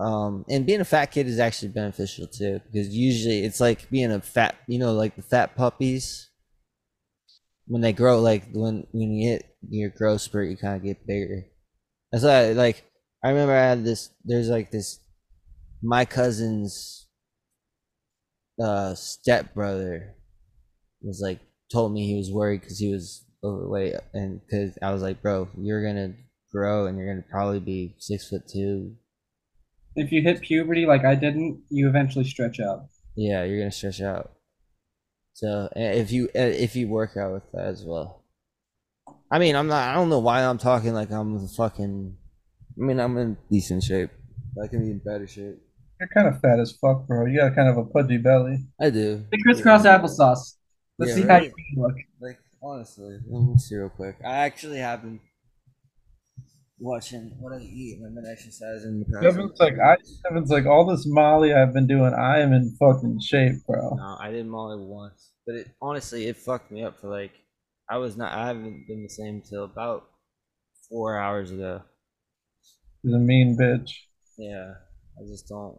Speaker 1: Um, and being a fat kid is actually beneficial too because usually it's like being a fat, you know, like the fat puppies. When they grow, like when when you hit your growth spurt, you kind of get bigger. That's why, like, I remember I had this. There's like this, my cousin's uh stepbrother was like told me he was worried because he was overweight and because i was like bro you're gonna grow and you're gonna probably be six foot two
Speaker 3: if you hit puberty like I didn't, you eventually stretch out.
Speaker 1: yeah you're gonna stretch out so uh, if you uh, if you work out with that as well i mean i'm not i don't know why i'm talking like i'm fucking i mean i'm in decent shape i can be in better shape
Speaker 2: You're kind of fat as fuck, bro. You got kind of a pudgy belly.
Speaker 1: i do
Speaker 3: The crisscross applesauce. Let's
Speaker 1: Yeah,
Speaker 3: see
Speaker 1: right.
Speaker 3: how you look.
Speaker 1: Like honestly, let me see real quick. I actually have been watching what I eat and I've been exercising. the past-
Speaker 2: Devin's like, I. Devin's like, all this Molly I've been doing, I am in fucking shape, bro.
Speaker 1: No, I did Molly once, but it honestly it fucked me up for like I was not. I haven't been the same till about four hours ago.
Speaker 2: He's a mean bitch.
Speaker 1: Yeah, I just don't.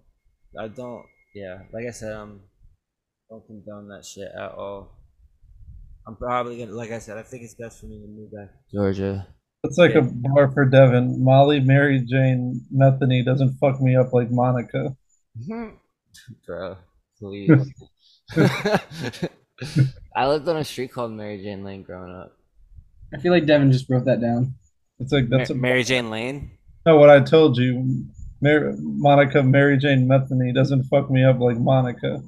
Speaker 1: I don't. Yeah, like I said, I'm don't condone that shit at all. I'm probably gonna, like I said, I think it's best for me to move back to Georgia.
Speaker 2: That's like
Speaker 1: Yeah.
Speaker 2: a bar for Devin. Molly, Mary Jane, Metheny doesn't fuck me up like Monica.
Speaker 1: Bro, please. I lived on a street called Mary Jane Lane growing up.
Speaker 3: I feel like Devin just wrote that down.
Speaker 2: It's like that's a,
Speaker 1: Ma- Mary Jane Lane?
Speaker 2: no, what I told you. Mar- Monica, Mary Jane, Metheny doesn't fuck me up like Monica.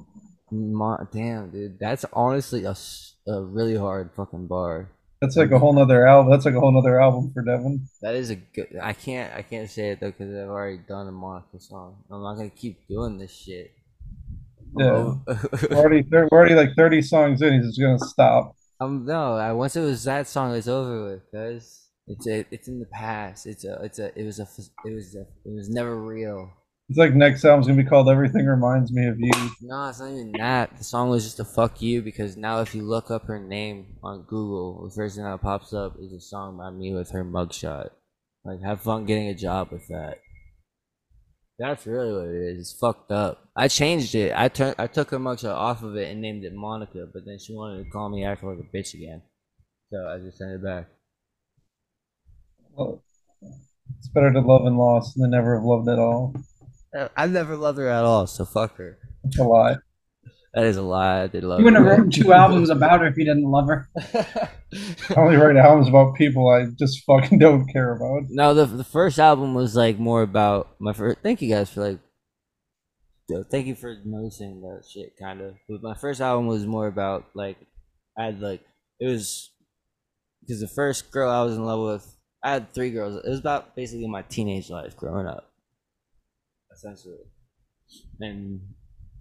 Speaker 1: Mo- Damn, dude. That's honestly a, s- a really hard fucking bar.
Speaker 2: That's like a whole nother album. That's like a whole nother album for Devin.
Speaker 1: That is a good. I can't. I can't say it though because I've already done a Monica song. I'm not gonna keep doing this shit.
Speaker 2: Yeah. We're already, we're already like 30 songs in. He's just going to stop.
Speaker 1: um, no, I, once it was that song, it's over with, guys. It's a, it's in the past. It's a, it's a, it was a, f- it was a, it was never real.
Speaker 2: It's like next album's going to be called Everything Reminds Me of You.
Speaker 1: No, it's not even that. The song was just a fuck you because now if you look up her name on Google, the first thing that pops up is a song by me with her mugshot. Like, have fun getting a job with that. That's really what it is. It's fucked up. I changed it. I turned. I took her mugshot off of it and named it Monica, but then she wanted to call me acting like a bitch again, so I just sent it back.
Speaker 2: Well, it's better to love and lost than never have loved at all.
Speaker 1: Uh, I never loved her at all, so fuck her.
Speaker 2: It's a lie.
Speaker 1: That is a lie. I did love
Speaker 3: He wouldn't have
Speaker 1: her.
Speaker 3: written two albums about her if he didn't love her.
Speaker 2: I only write albums about people I just fucking don't care about.
Speaker 1: No, the the first album was like more about my first. Thank you guys for like. th- Thank you for noticing that shit, kind of. But my first album was more about like, I had like it was, because the first girl I was in love with, I had three girls. It was about basically my teenage life growing up, essentially. And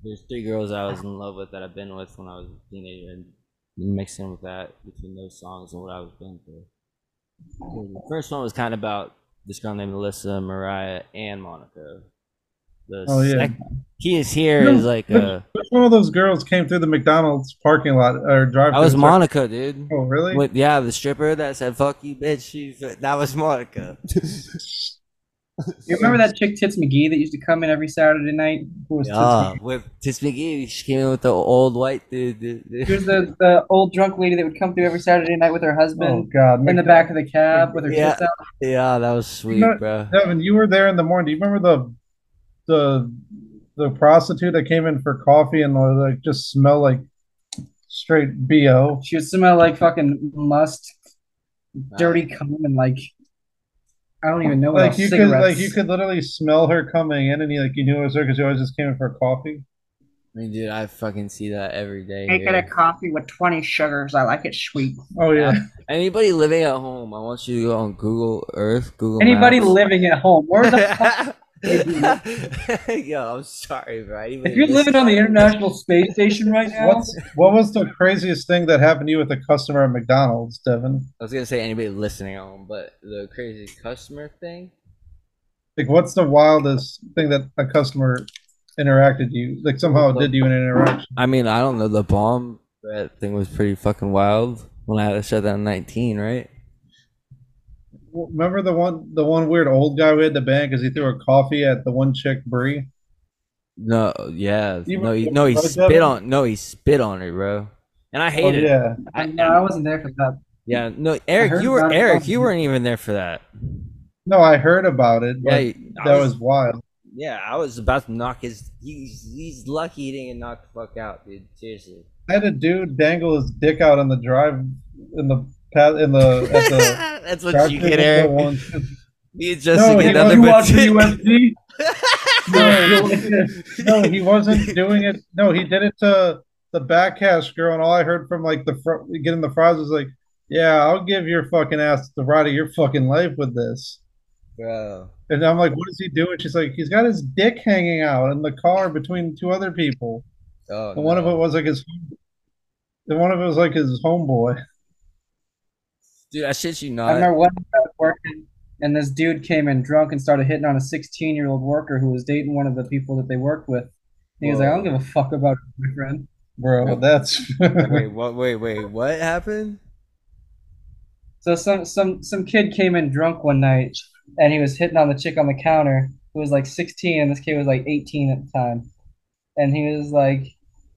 Speaker 1: there's three girls I was in love with that I've been with when I was a teenager, and mixing with that between those songs and what I was going through. The first one was kind of about this girl named Melissa, Mariah, and Monica. The
Speaker 2: Oh, yeah.
Speaker 1: sec- he is here
Speaker 2: No,
Speaker 1: is like
Speaker 2: but-
Speaker 1: a.
Speaker 2: Which one of those girls came through the McDonald's parking lot or drive?
Speaker 1: I was Monica, dude.
Speaker 2: Oh, really?
Speaker 1: With, yeah, the stripper that said "fuck you, bitch." She's that was Monica.
Speaker 3: You remember that chick Tits McGee that used to come in every Saturday night? Who was Tits
Speaker 1: Yeah, with Tis McGee, she came in with the old white dude. dude, dude.
Speaker 3: She was the, the old drunk lady that would come through every Saturday night with her
Speaker 2: Oh
Speaker 3: husband
Speaker 2: God!
Speaker 3: in the
Speaker 2: McDonald's.
Speaker 3: back of the cab with her
Speaker 1: Yeah.
Speaker 3: tits out.
Speaker 1: Yeah, that was sweet,
Speaker 2: know-
Speaker 1: bro.
Speaker 2: Devin, you were there in the morning. Do you remember the the the prostitute that came in for coffee and uh, like just smell like straight bo?
Speaker 3: She would smell like fucking must,
Speaker 1: Ah.
Speaker 3: dirty cum, and like I don't even know what
Speaker 2: Like
Speaker 3: else.
Speaker 2: you could
Speaker 3: Cigarettes.
Speaker 2: like you could literally smell her coming in and you like you knew it was her because you always just came in for coffee.
Speaker 1: I mean, dude, I fucking see that every day.
Speaker 3: Make it
Speaker 1: dude.
Speaker 3: a coffee with 20 sugars. I like it sweet.
Speaker 2: Oh yeah.
Speaker 1: Anybody living at home, I want you to go on Google Earth, Google.
Speaker 3: Anybody
Speaker 1: Maps.
Speaker 3: living at home, where the fuck?
Speaker 1: Yo, I'm sorry, bro.
Speaker 3: If you're living on the International Space Station right now,
Speaker 2: What's what was the craziest thing that happened to you with a customer at McDonald's, Devin?
Speaker 1: I was gonna say anybody listening at home, but the crazy customer thing.
Speaker 2: Like what's the wildest thing that a customer interacted you? Like somehow it did you an interaction.
Speaker 1: I mean, I don't know. The bomb threat thing was pretty fucking wild when I had to shut down 19, right?
Speaker 2: Remember the one the one weird old guy we had to ban because he threw a coffee at the one chick Bree?
Speaker 1: No, yeah,
Speaker 2: You
Speaker 1: no, he,
Speaker 2: remember
Speaker 1: no, he
Speaker 2: Blood
Speaker 1: spit
Speaker 2: Devil?
Speaker 1: on, no, he spit on her, bro. And I
Speaker 2: Oh,
Speaker 1: hate it. Yeah.
Speaker 2: yeah.
Speaker 1: I-
Speaker 3: no, I wasn't there for that.
Speaker 1: no, Eric,
Speaker 3: heard
Speaker 1: you were
Speaker 3: about it.
Speaker 1: Eric, you weren't even there for that.
Speaker 2: No, I heard about it,
Speaker 1: Yeah,
Speaker 2: but
Speaker 1: you- I
Speaker 2: that was wild.
Speaker 1: yeah, I was about to knock his. He's he's lucky he didn't get knocked the fuck out, dude. Seriously.
Speaker 2: I had a dude dangle his dick out on the drive in the path in the at the
Speaker 1: That's what
Speaker 2: drive
Speaker 1: you get, Eric. You just
Speaker 2: No,
Speaker 1: get
Speaker 2: he
Speaker 1: another
Speaker 2: wasn't
Speaker 1: bit-
Speaker 2: watching UFC. No, he wasn't-
Speaker 1: no,
Speaker 2: no, he wasn't doing it. No, he did it to the back hash girl, and all I heard from like the fr- getting the fries was like, "Yeah, I'll give your fucking ass the ride of your fucking life with this."
Speaker 1: Bro,
Speaker 2: And I'm like, "What is he doing?" She's like, "He's got his dick hanging out in the car between two other people."
Speaker 1: oh,
Speaker 2: And one of
Speaker 1: no.
Speaker 2: it was like his, and one of it was like his homeboy.
Speaker 1: dude, I shit you
Speaker 3: I
Speaker 1: not.
Speaker 3: remember one day I was working, and this dude came in drunk and started hitting on a 16 year old worker who was dating one of the people that they worked with. He was like, I don't give a fuck about her, my friend.
Speaker 2: Bro, that's
Speaker 1: wait, what? Wait, wait, what happened?
Speaker 3: So some some some kid came in drunk one night, and he was hitting on the chick on the counter who was like 16, and this kid was like 18 at the time, and he was like,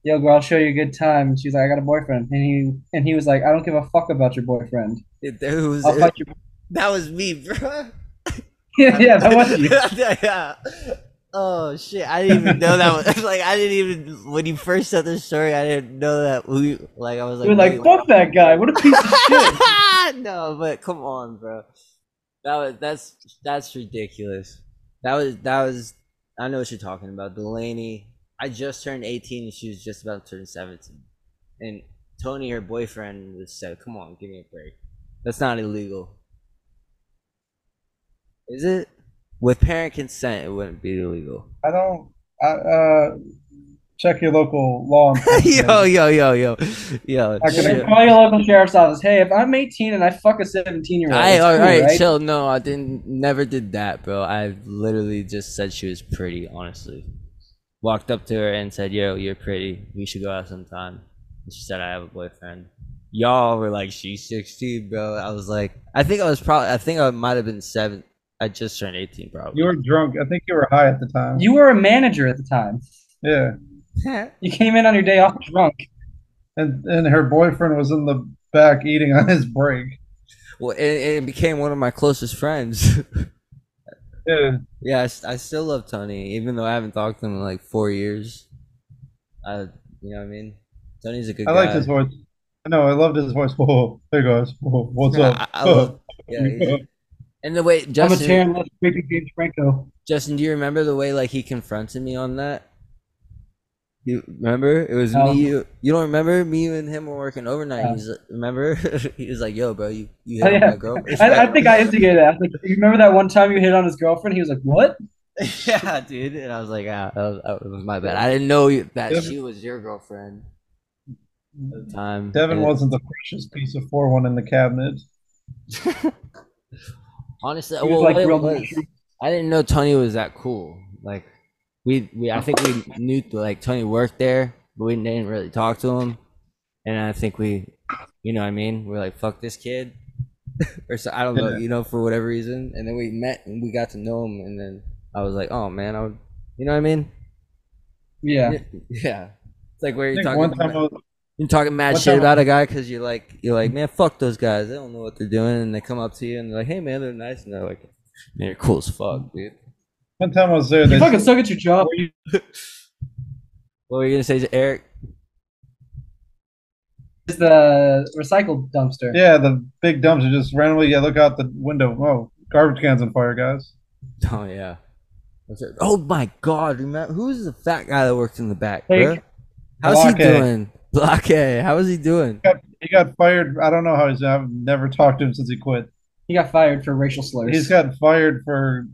Speaker 3: "Yo, girl, I'll show you a good time." And she's like, "I got a boyfriend," and he and he was like, "I don't give a fuck about your boyfriend.
Speaker 1: It, there was,
Speaker 3: I'll fuck your
Speaker 1: that was me, bro.
Speaker 3: yeah, that was you.
Speaker 1: yeah. Oh shit! I didn't even know that was like I didn't even when you first said this story. I didn't know that we like I was like
Speaker 3: You were like,
Speaker 1: wait,
Speaker 3: "Fuck that guy! What a piece of shit!"
Speaker 1: no, but come on, bro. That was that's that's ridiculous. That was that was I know what you're talking about. Delaney. I just turned 18 and she was just about to turn 17. And Tony, her boyfriend, was said, "Come on, give me a break. That's not illegal, is it? With parent consent, it wouldn't be illegal."
Speaker 2: I don't. I, uh, check your local law enforcement.
Speaker 1: yo, yo, yo, yo, yo.
Speaker 2: I can-
Speaker 1: shit.
Speaker 3: Call your local sheriff's office. Hey, if I'm 18 and I fuck a 17 year old,
Speaker 1: I all right,
Speaker 3: right?
Speaker 1: chill. No, I didn't. Never did that, bro. I literally just said she was pretty. Honestly, walked up to her and said, "Yo, you're pretty. We should go out sometime." And she said, "I have a boyfriend." Y'all were like, "She's 16, bro." I was like, I think I was probably. I think I might have been seven. I just turned 18, probably.
Speaker 2: You were drunk. I think you were high at the time.
Speaker 3: You were a manager at the time.
Speaker 2: yeah.
Speaker 3: You came in on your day off drunk.
Speaker 2: And and her boyfriend was in the back eating on his break.
Speaker 1: well, it, it became one of my closest friends.
Speaker 2: Yeah.
Speaker 1: Yeah, I, s- I still love Tony, even though I haven't talked to him in like four years. I, you know what I mean? Tony's a good
Speaker 2: I
Speaker 1: guy.
Speaker 2: liked his voice. I know, I loved his voice. Whoa, hey guys, whoa, what's
Speaker 1: Yeah,
Speaker 2: up?
Speaker 1: I, I love, yeah, he's- and the way
Speaker 3: I'm a
Speaker 1: Justin,
Speaker 3: Terran left creepy James Franco.
Speaker 1: Justin, do you remember the way like he confronted me on that? You remember? It was
Speaker 3: No.
Speaker 1: me. You you don't remember? Me, you, and him were working overnight.
Speaker 3: Yeah.
Speaker 1: He's like, remember? he was like, "Yo, bro, you you
Speaker 3: Oh,
Speaker 1: hit on
Speaker 3: yeah.
Speaker 1: my girl."
Speaker 3: I, I think I instigated that. I was like, you remember that one time you hit on his girlfriend? He was like, "What?"
Speaker 1: yeah, dude. And I was like, ah, that was, that was my bad. I didn't know you- that
Speaker 2: Yeah.
Speaker 1: she was your girlfriend at the time.
Speaker 2: Devin
Speaker 1: And-
Speaker 2: wasn't the freshest piece of four one in the cabinet.
Speaker 1: Honestly,
Speaker 3: He was
Speaker 1: well,
Speaker 3: like
Speaker 1: what it
Speaker 3: real
Speaker 1: was-
Speaker 3: mature.
Speaker 1: I didn't know Tony was that cool. Like, we, we I think we knew like Tony worked there, but we didn't really talk to him. And I think we, you know, what I mean, we're like, fuck this kid, or so I don't know,
Speaker 2: Yeah.
Speaker 1: you know, for whatever reason. And then we met and we got to know him, and then I was like, oh man, I would, you know what I mean?
Speaker 3: Yeah.
Speaker 1: Yeah. It's like where
Speaker 2: I
Speaker 1: you're
Speaker 2: think
Speaker 1: talking.
Speaker 2: one time
Speaker 1: about-
Speaker 2: I was,
Speaker 1: you're talking mad
Speaker 2: One
Speaker 1: shit
Speaker 2: time-
Speaker 1: about a guy because you're like, you're like, man, fuck those guys. They don't know what they're doing, and they come up to you and they're like, hey, man, they're nice, and they're like, man, you're cool as fuck, dude.
Speaker 2: one time I was there. They
Speaker 3: You fucking suck at your job.
Speaker 1: What were you gonna say, Eric?
Speaker 3: Is the recycle dumpster?
Speaker 2: yeah, the big dumps are just randomly. Yeah, look out the window. Whoa, garbage cans on fire, guys.
Speaker 1: Oh yeah. What's that- Oh my god, remember who's the fat guy that works in the back?
Speaker 3: Like-
Speaker 1: bruh? How's he
Speaker 2: Block A.
Speaker 1: doing? Block A. How is he doing?
Speaker 2: He got fired. I don't know how he's. I've never talked to him since he quit.
Speaker 3: He got fired for racial slurs.
Speaker 2: He's got fired for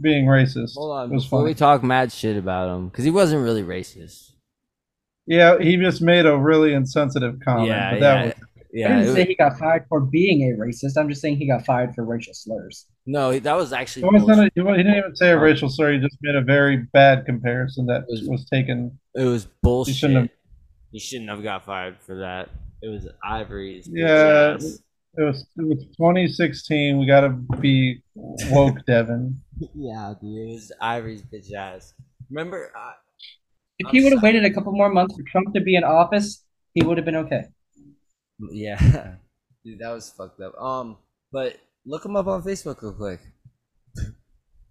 Speaker 2: being racist.
Speaker 1: Hold on,
Speaker 2: it was
Speaker 1: before
Speaker 2: funny.
Speaker 1: we talk mad shit about him, because he wasn't really racist.
Speaker 2: yeah, he just made a really insensitive comment.
Speaker 1: yeah,
Speaker 2: Oh, but
Speaker 1: yeah,
Speaker 2: that was
Speaker 3: I
Speaker 1: yeah.
Speaker 3: didn't
Speaker 1: it
Speaker 3: say
Speaker 1: was-
Speaker 3: he got fired for being a racist. I'm just saying he got fired for racial slurs.
Speaker 1: no, that was actually.
Speaker 2: It wasn't
Speaker 1: bullshit.
Speaker 2: a- he didn't even say a racial slur. He just made a very bad comparison that
Speaker 1: uh, Was-
Speaker 2: was taken.
Speaker 1: It was bullshit.
Speaker 2: shouldn't have-
Speaker 1: You shouldn't have got fired for that. It was Ivory's. bitch
Speaker 2: Yeah.
Speaker 1: ass.
Speaker 2: It was, it was 2016. We got to be woke, Devin.
Speaker 1: Yeah, dude. It was Ivory's bitch ass. Remember, I,
Speaker 3: If
Speaker 1: I'm
Speaker 3: he would have
Speaker 1: sorry.
Speaker 3: waited a couple more months for Trump to be in office, he would have been okay.
Speaker 1: Yeah. Dude, that was fucked up. Um, but look him up on Facebook real quick.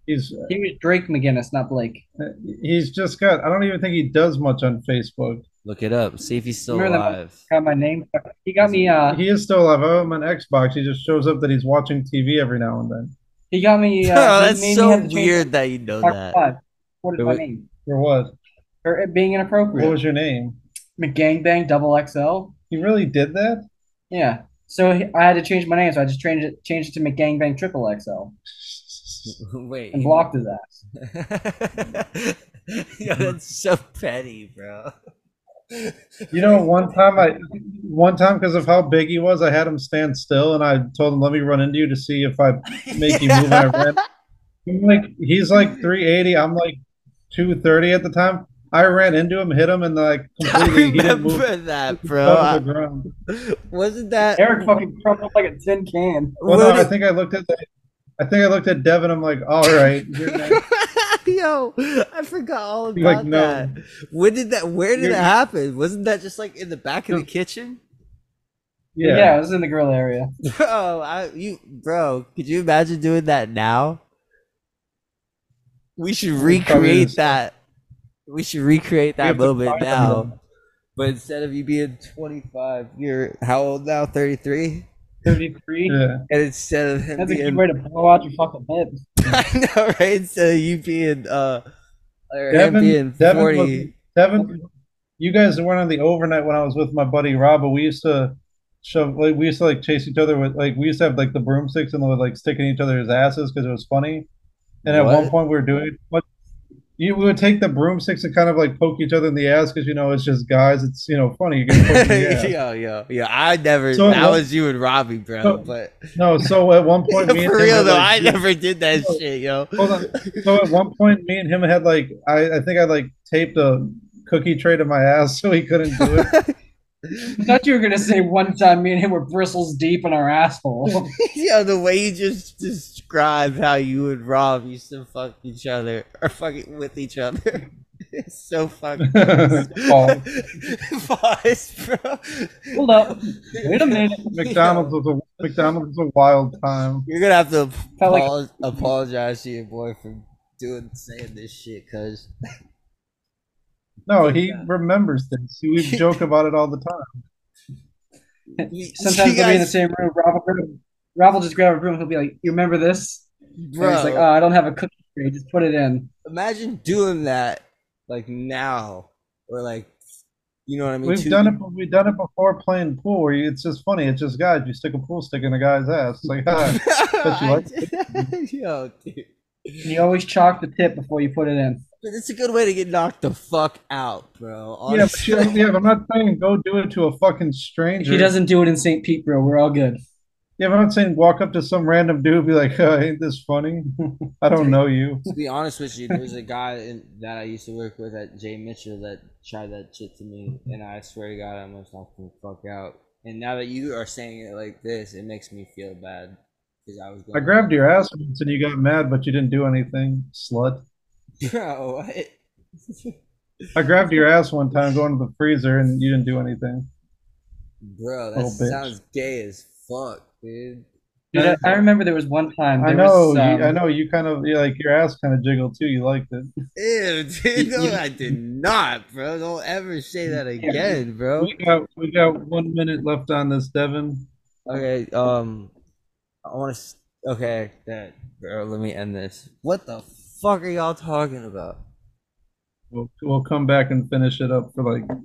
Speaker 2: He's
Speaker 3: He was Drake McGinnis, not Blake.
Speaker 2: he's just got. I don't even think he does much on Facebook.
Speaker 1: Look it up. See if he's still
Speaker 3: Remember that-
Speaker 1: alive.
Speaker 3: Got my name. He got me. Uh,
Speaker 2: He is still alive. I have him on Xbox. He just shows up that he's watching TV every now and then.
Speaker 3: he got me. Uh,
Speaker 1: oh,
Speaker 3: he
Speaker 1: that's
Speaker 3: made me
Speaker 1: so
Speaker 3: have to change
Speaker 1: weird that you know
Speaker 3: my
Speaker 1: that.
Speaker 3: five. What
Speaker 1: It
Speaker 3: is my
Speaker 1: was-
Speaker 3: name?
Speaker 2: Or what?
Speaker 3: Or it being
Speaker 2: What
Speaker 3: inappropriate.
Speaker 2: was your name?
Speaker 3: McGangbang Double XL.
Speaker 2: He really did that?
Speaker 3: Yeah. So he- I had to change my name, so I just changed it changed it to McGangbang Triple XL
Speaker 1: Wait.
Speaker 3: and blocked his ass.
Speaker 1: Yo, that's so petty, bro.
Speaker 2: You know, one time I, one time because of how big he was, I had him stand still, and I told him, "Let me run into you to see if I make you move out of red. I'm like he's like 380. I'm like 230 at the time. I ran into him, hit him, and like
Speaker 1: I
Speaker 2: completely he didn't move.
Speaker 1: remember that,
Speaker 2: fell
Speaker 1: bro.
Speaker 2: to the ground.
Speaker 1: Wasn't that
Speaker 3: Eric fucking crumped up like a tin can.
Speaker 2: Well, no,
Speaker 1: what
Speaker 2: I
Speaker 1: is-
Speaker 2: think I looked at the, I think I looked at Devin. I'm like, all right, you're next."
Speaker 1: Yo, I forgot all about
Speaker 2: You're like, no.
Speaker 1: that. When did that? Where did it
Speaker 2: You're-
Speaker 1: happen? Wasn't that just like in the back of the kitchen?
Speaker 3: Yeah.
Speaker 2: yeah.
Speaker 3: it was in the grill area.
Speaker 1: Bro, I, you, bro, could you imagine doing that now? We should
Speaker 2: We'd probably
Speaker 1: recreate
Speaker 2: just-
Speaker 1: that. We should recreate
Speaker 2: have
Speaker 1: that
Speaker 2: to
Speaker 1: moment
Speaker 2: find them.
Speaker 1: now. But instead of you being 25, you're how old now? 33.
Speaker 3: 33.
Speaker 2: yeah.
Speaker 1: And instead of him
Speaker 3: That's a good
Speaker 1: being,
Speaker 3: way to blow out your fucking head.
Speaker 1: I know, right? Instead of you being, uh, or him being
Speaker 2: Devin, Devin,
Speaker 1: 40.
Speaker 2: was, Devin, you guys went on the overnight when I was with my buddy Rob, but we used to shove, like, we used to like chase each other with, like, we used to have like the broomsticks and they would like stick in each other's asses because it was funny. And at
Speaker 1: What?
Speaker 2: one point we were doing it. so much- you would take the broomsticks and kind of like poke each other in the ass because you know it's just guys. It's you know funny. You get poked in the ass.
Speaker 1: yo, yo, yo. I never.
Speaker 2: So
Speaker 1: that
Speaker 2: what-
Speaker 1: was you and Robbie, bro.
Speaker 2: So-
Speaker 1: but
Speaker 2: No, so at one point, me and
Speaker 1: for
Speaker 2: him
Speaker 1: real
Speaker 2: had,
Speaker 1: though,
Speaker 2: like,
Speaker 1: I
Speaker 2: yeah.
Speaker 1: never did that
Speaker 2: No.
Speaker 1: shit, yo.
Speaker 2: Hold on. So at one point, me and him had like I, I think I like taped a cookie tray to my ass so he couldn't do it.
Speaker 3: I thought you were gonna say one time me and him were bristles deep in our asshole.
Speaker 1: Yo, the way you just described how you and Rob used to fuck each other or fucking with each other. It's so fucking
Speaker 2: Pause.
Speaker 1: Pause, bro.
Speaker 3: Hold up, wait a minute.
Speaker 2: McDonald's was a McDonald's was a wild time.
Speaker 1: You're gonna have to
Speaker 3: Felt like-
Speaker 1: apol- apologize to your boy for doing saying this shit, cause
Speaker 2: No, he remembers this. We joke about it all the time.
Speaker 1: you-
Speaker 3: Sometimes
Speaker 1: you
Speaker 3: we'll be in the
Speaker 1: guys-
Speaker 3: same room. Rob will, grab- Rob will just grab a broom. He'll be like, "You remember this?"
Speaker 1: bro.
Speaker 3: And he's like, "Oh, I don't have a cookie tray. Just put it in."
Speaker 1: imagine doing that like now or like you know what I mean.
Speaker 2: We've
Speaker 1: two-
Speaker 2: done it. We've done it before playing pool. Where you, it's just funny. It's just guys. You stick a pool stick in a guy's ass. It's like, "Ah." ha.
Speaker 1: I
Speaker 2: like
Speaker 1: did- Yo, dude.
Speaker 3: And you always chalk the tip before you put it in.
Speaker 1: But it's a good way to get knocked the fuck out, bro.
Speaker 2: yeah, but
Speaker 1: Honestly.
Speaker 2: you- yeah. But I'm not saying go do it to a fucking stranger.
Speaker 3: He doesn't do it in St. Pete, bro. We're all good.
Speaker 2: Yeah, but I'm not saying walk up to some random dude and be like, uh, "Ain't this funny? I don't know you."
Speaker 1: to be honest with you, there's a guy in, that I used to work with at Jay Mitchell that tried that shit to me, and I swear to God, I almost knocked him the fuck out. And now that you are saying it like this, it makes me feel bad because I was. Going
Speaker 2: I grabbed your ass once and you got mad, but you didn't do anything, slut.
Speaker 1: Bro, what?
Speaker 2: I grabbed your ass one time going to the freezer and you didn't do anything.
Speaker 1: bro, that
Speaker 2: Little bitch.
Speaker 1: sounds gay as fuck, dude.
Speaker 3: Dude, I, I remember there was one time.
Speaker 2: I
Speaker 3: there
Speaker 2: know,
Speaker 3: was,
Speaker 2: you,
Speaker 3: um,
Speaker 2: I know. You kind of you like your ass kind of jiggled too. You liked it.
Speaker 1: Ew, dude,
Speaker 3: You-
Speaker 1: no,
Speaker 3: you-
Speaker 1: I did not, bro. Don't ever say that again,
Speaker 3: Oh.
Speaker 1: bro.
Speaker 2: We got we got one minute left on this, Devin.
Speaker 1: Okay, um, I want to. Okay, that bro, let me end this. What the fuck are y'all talking about?
Speaker 2: We'll we'll come back and finish it up for like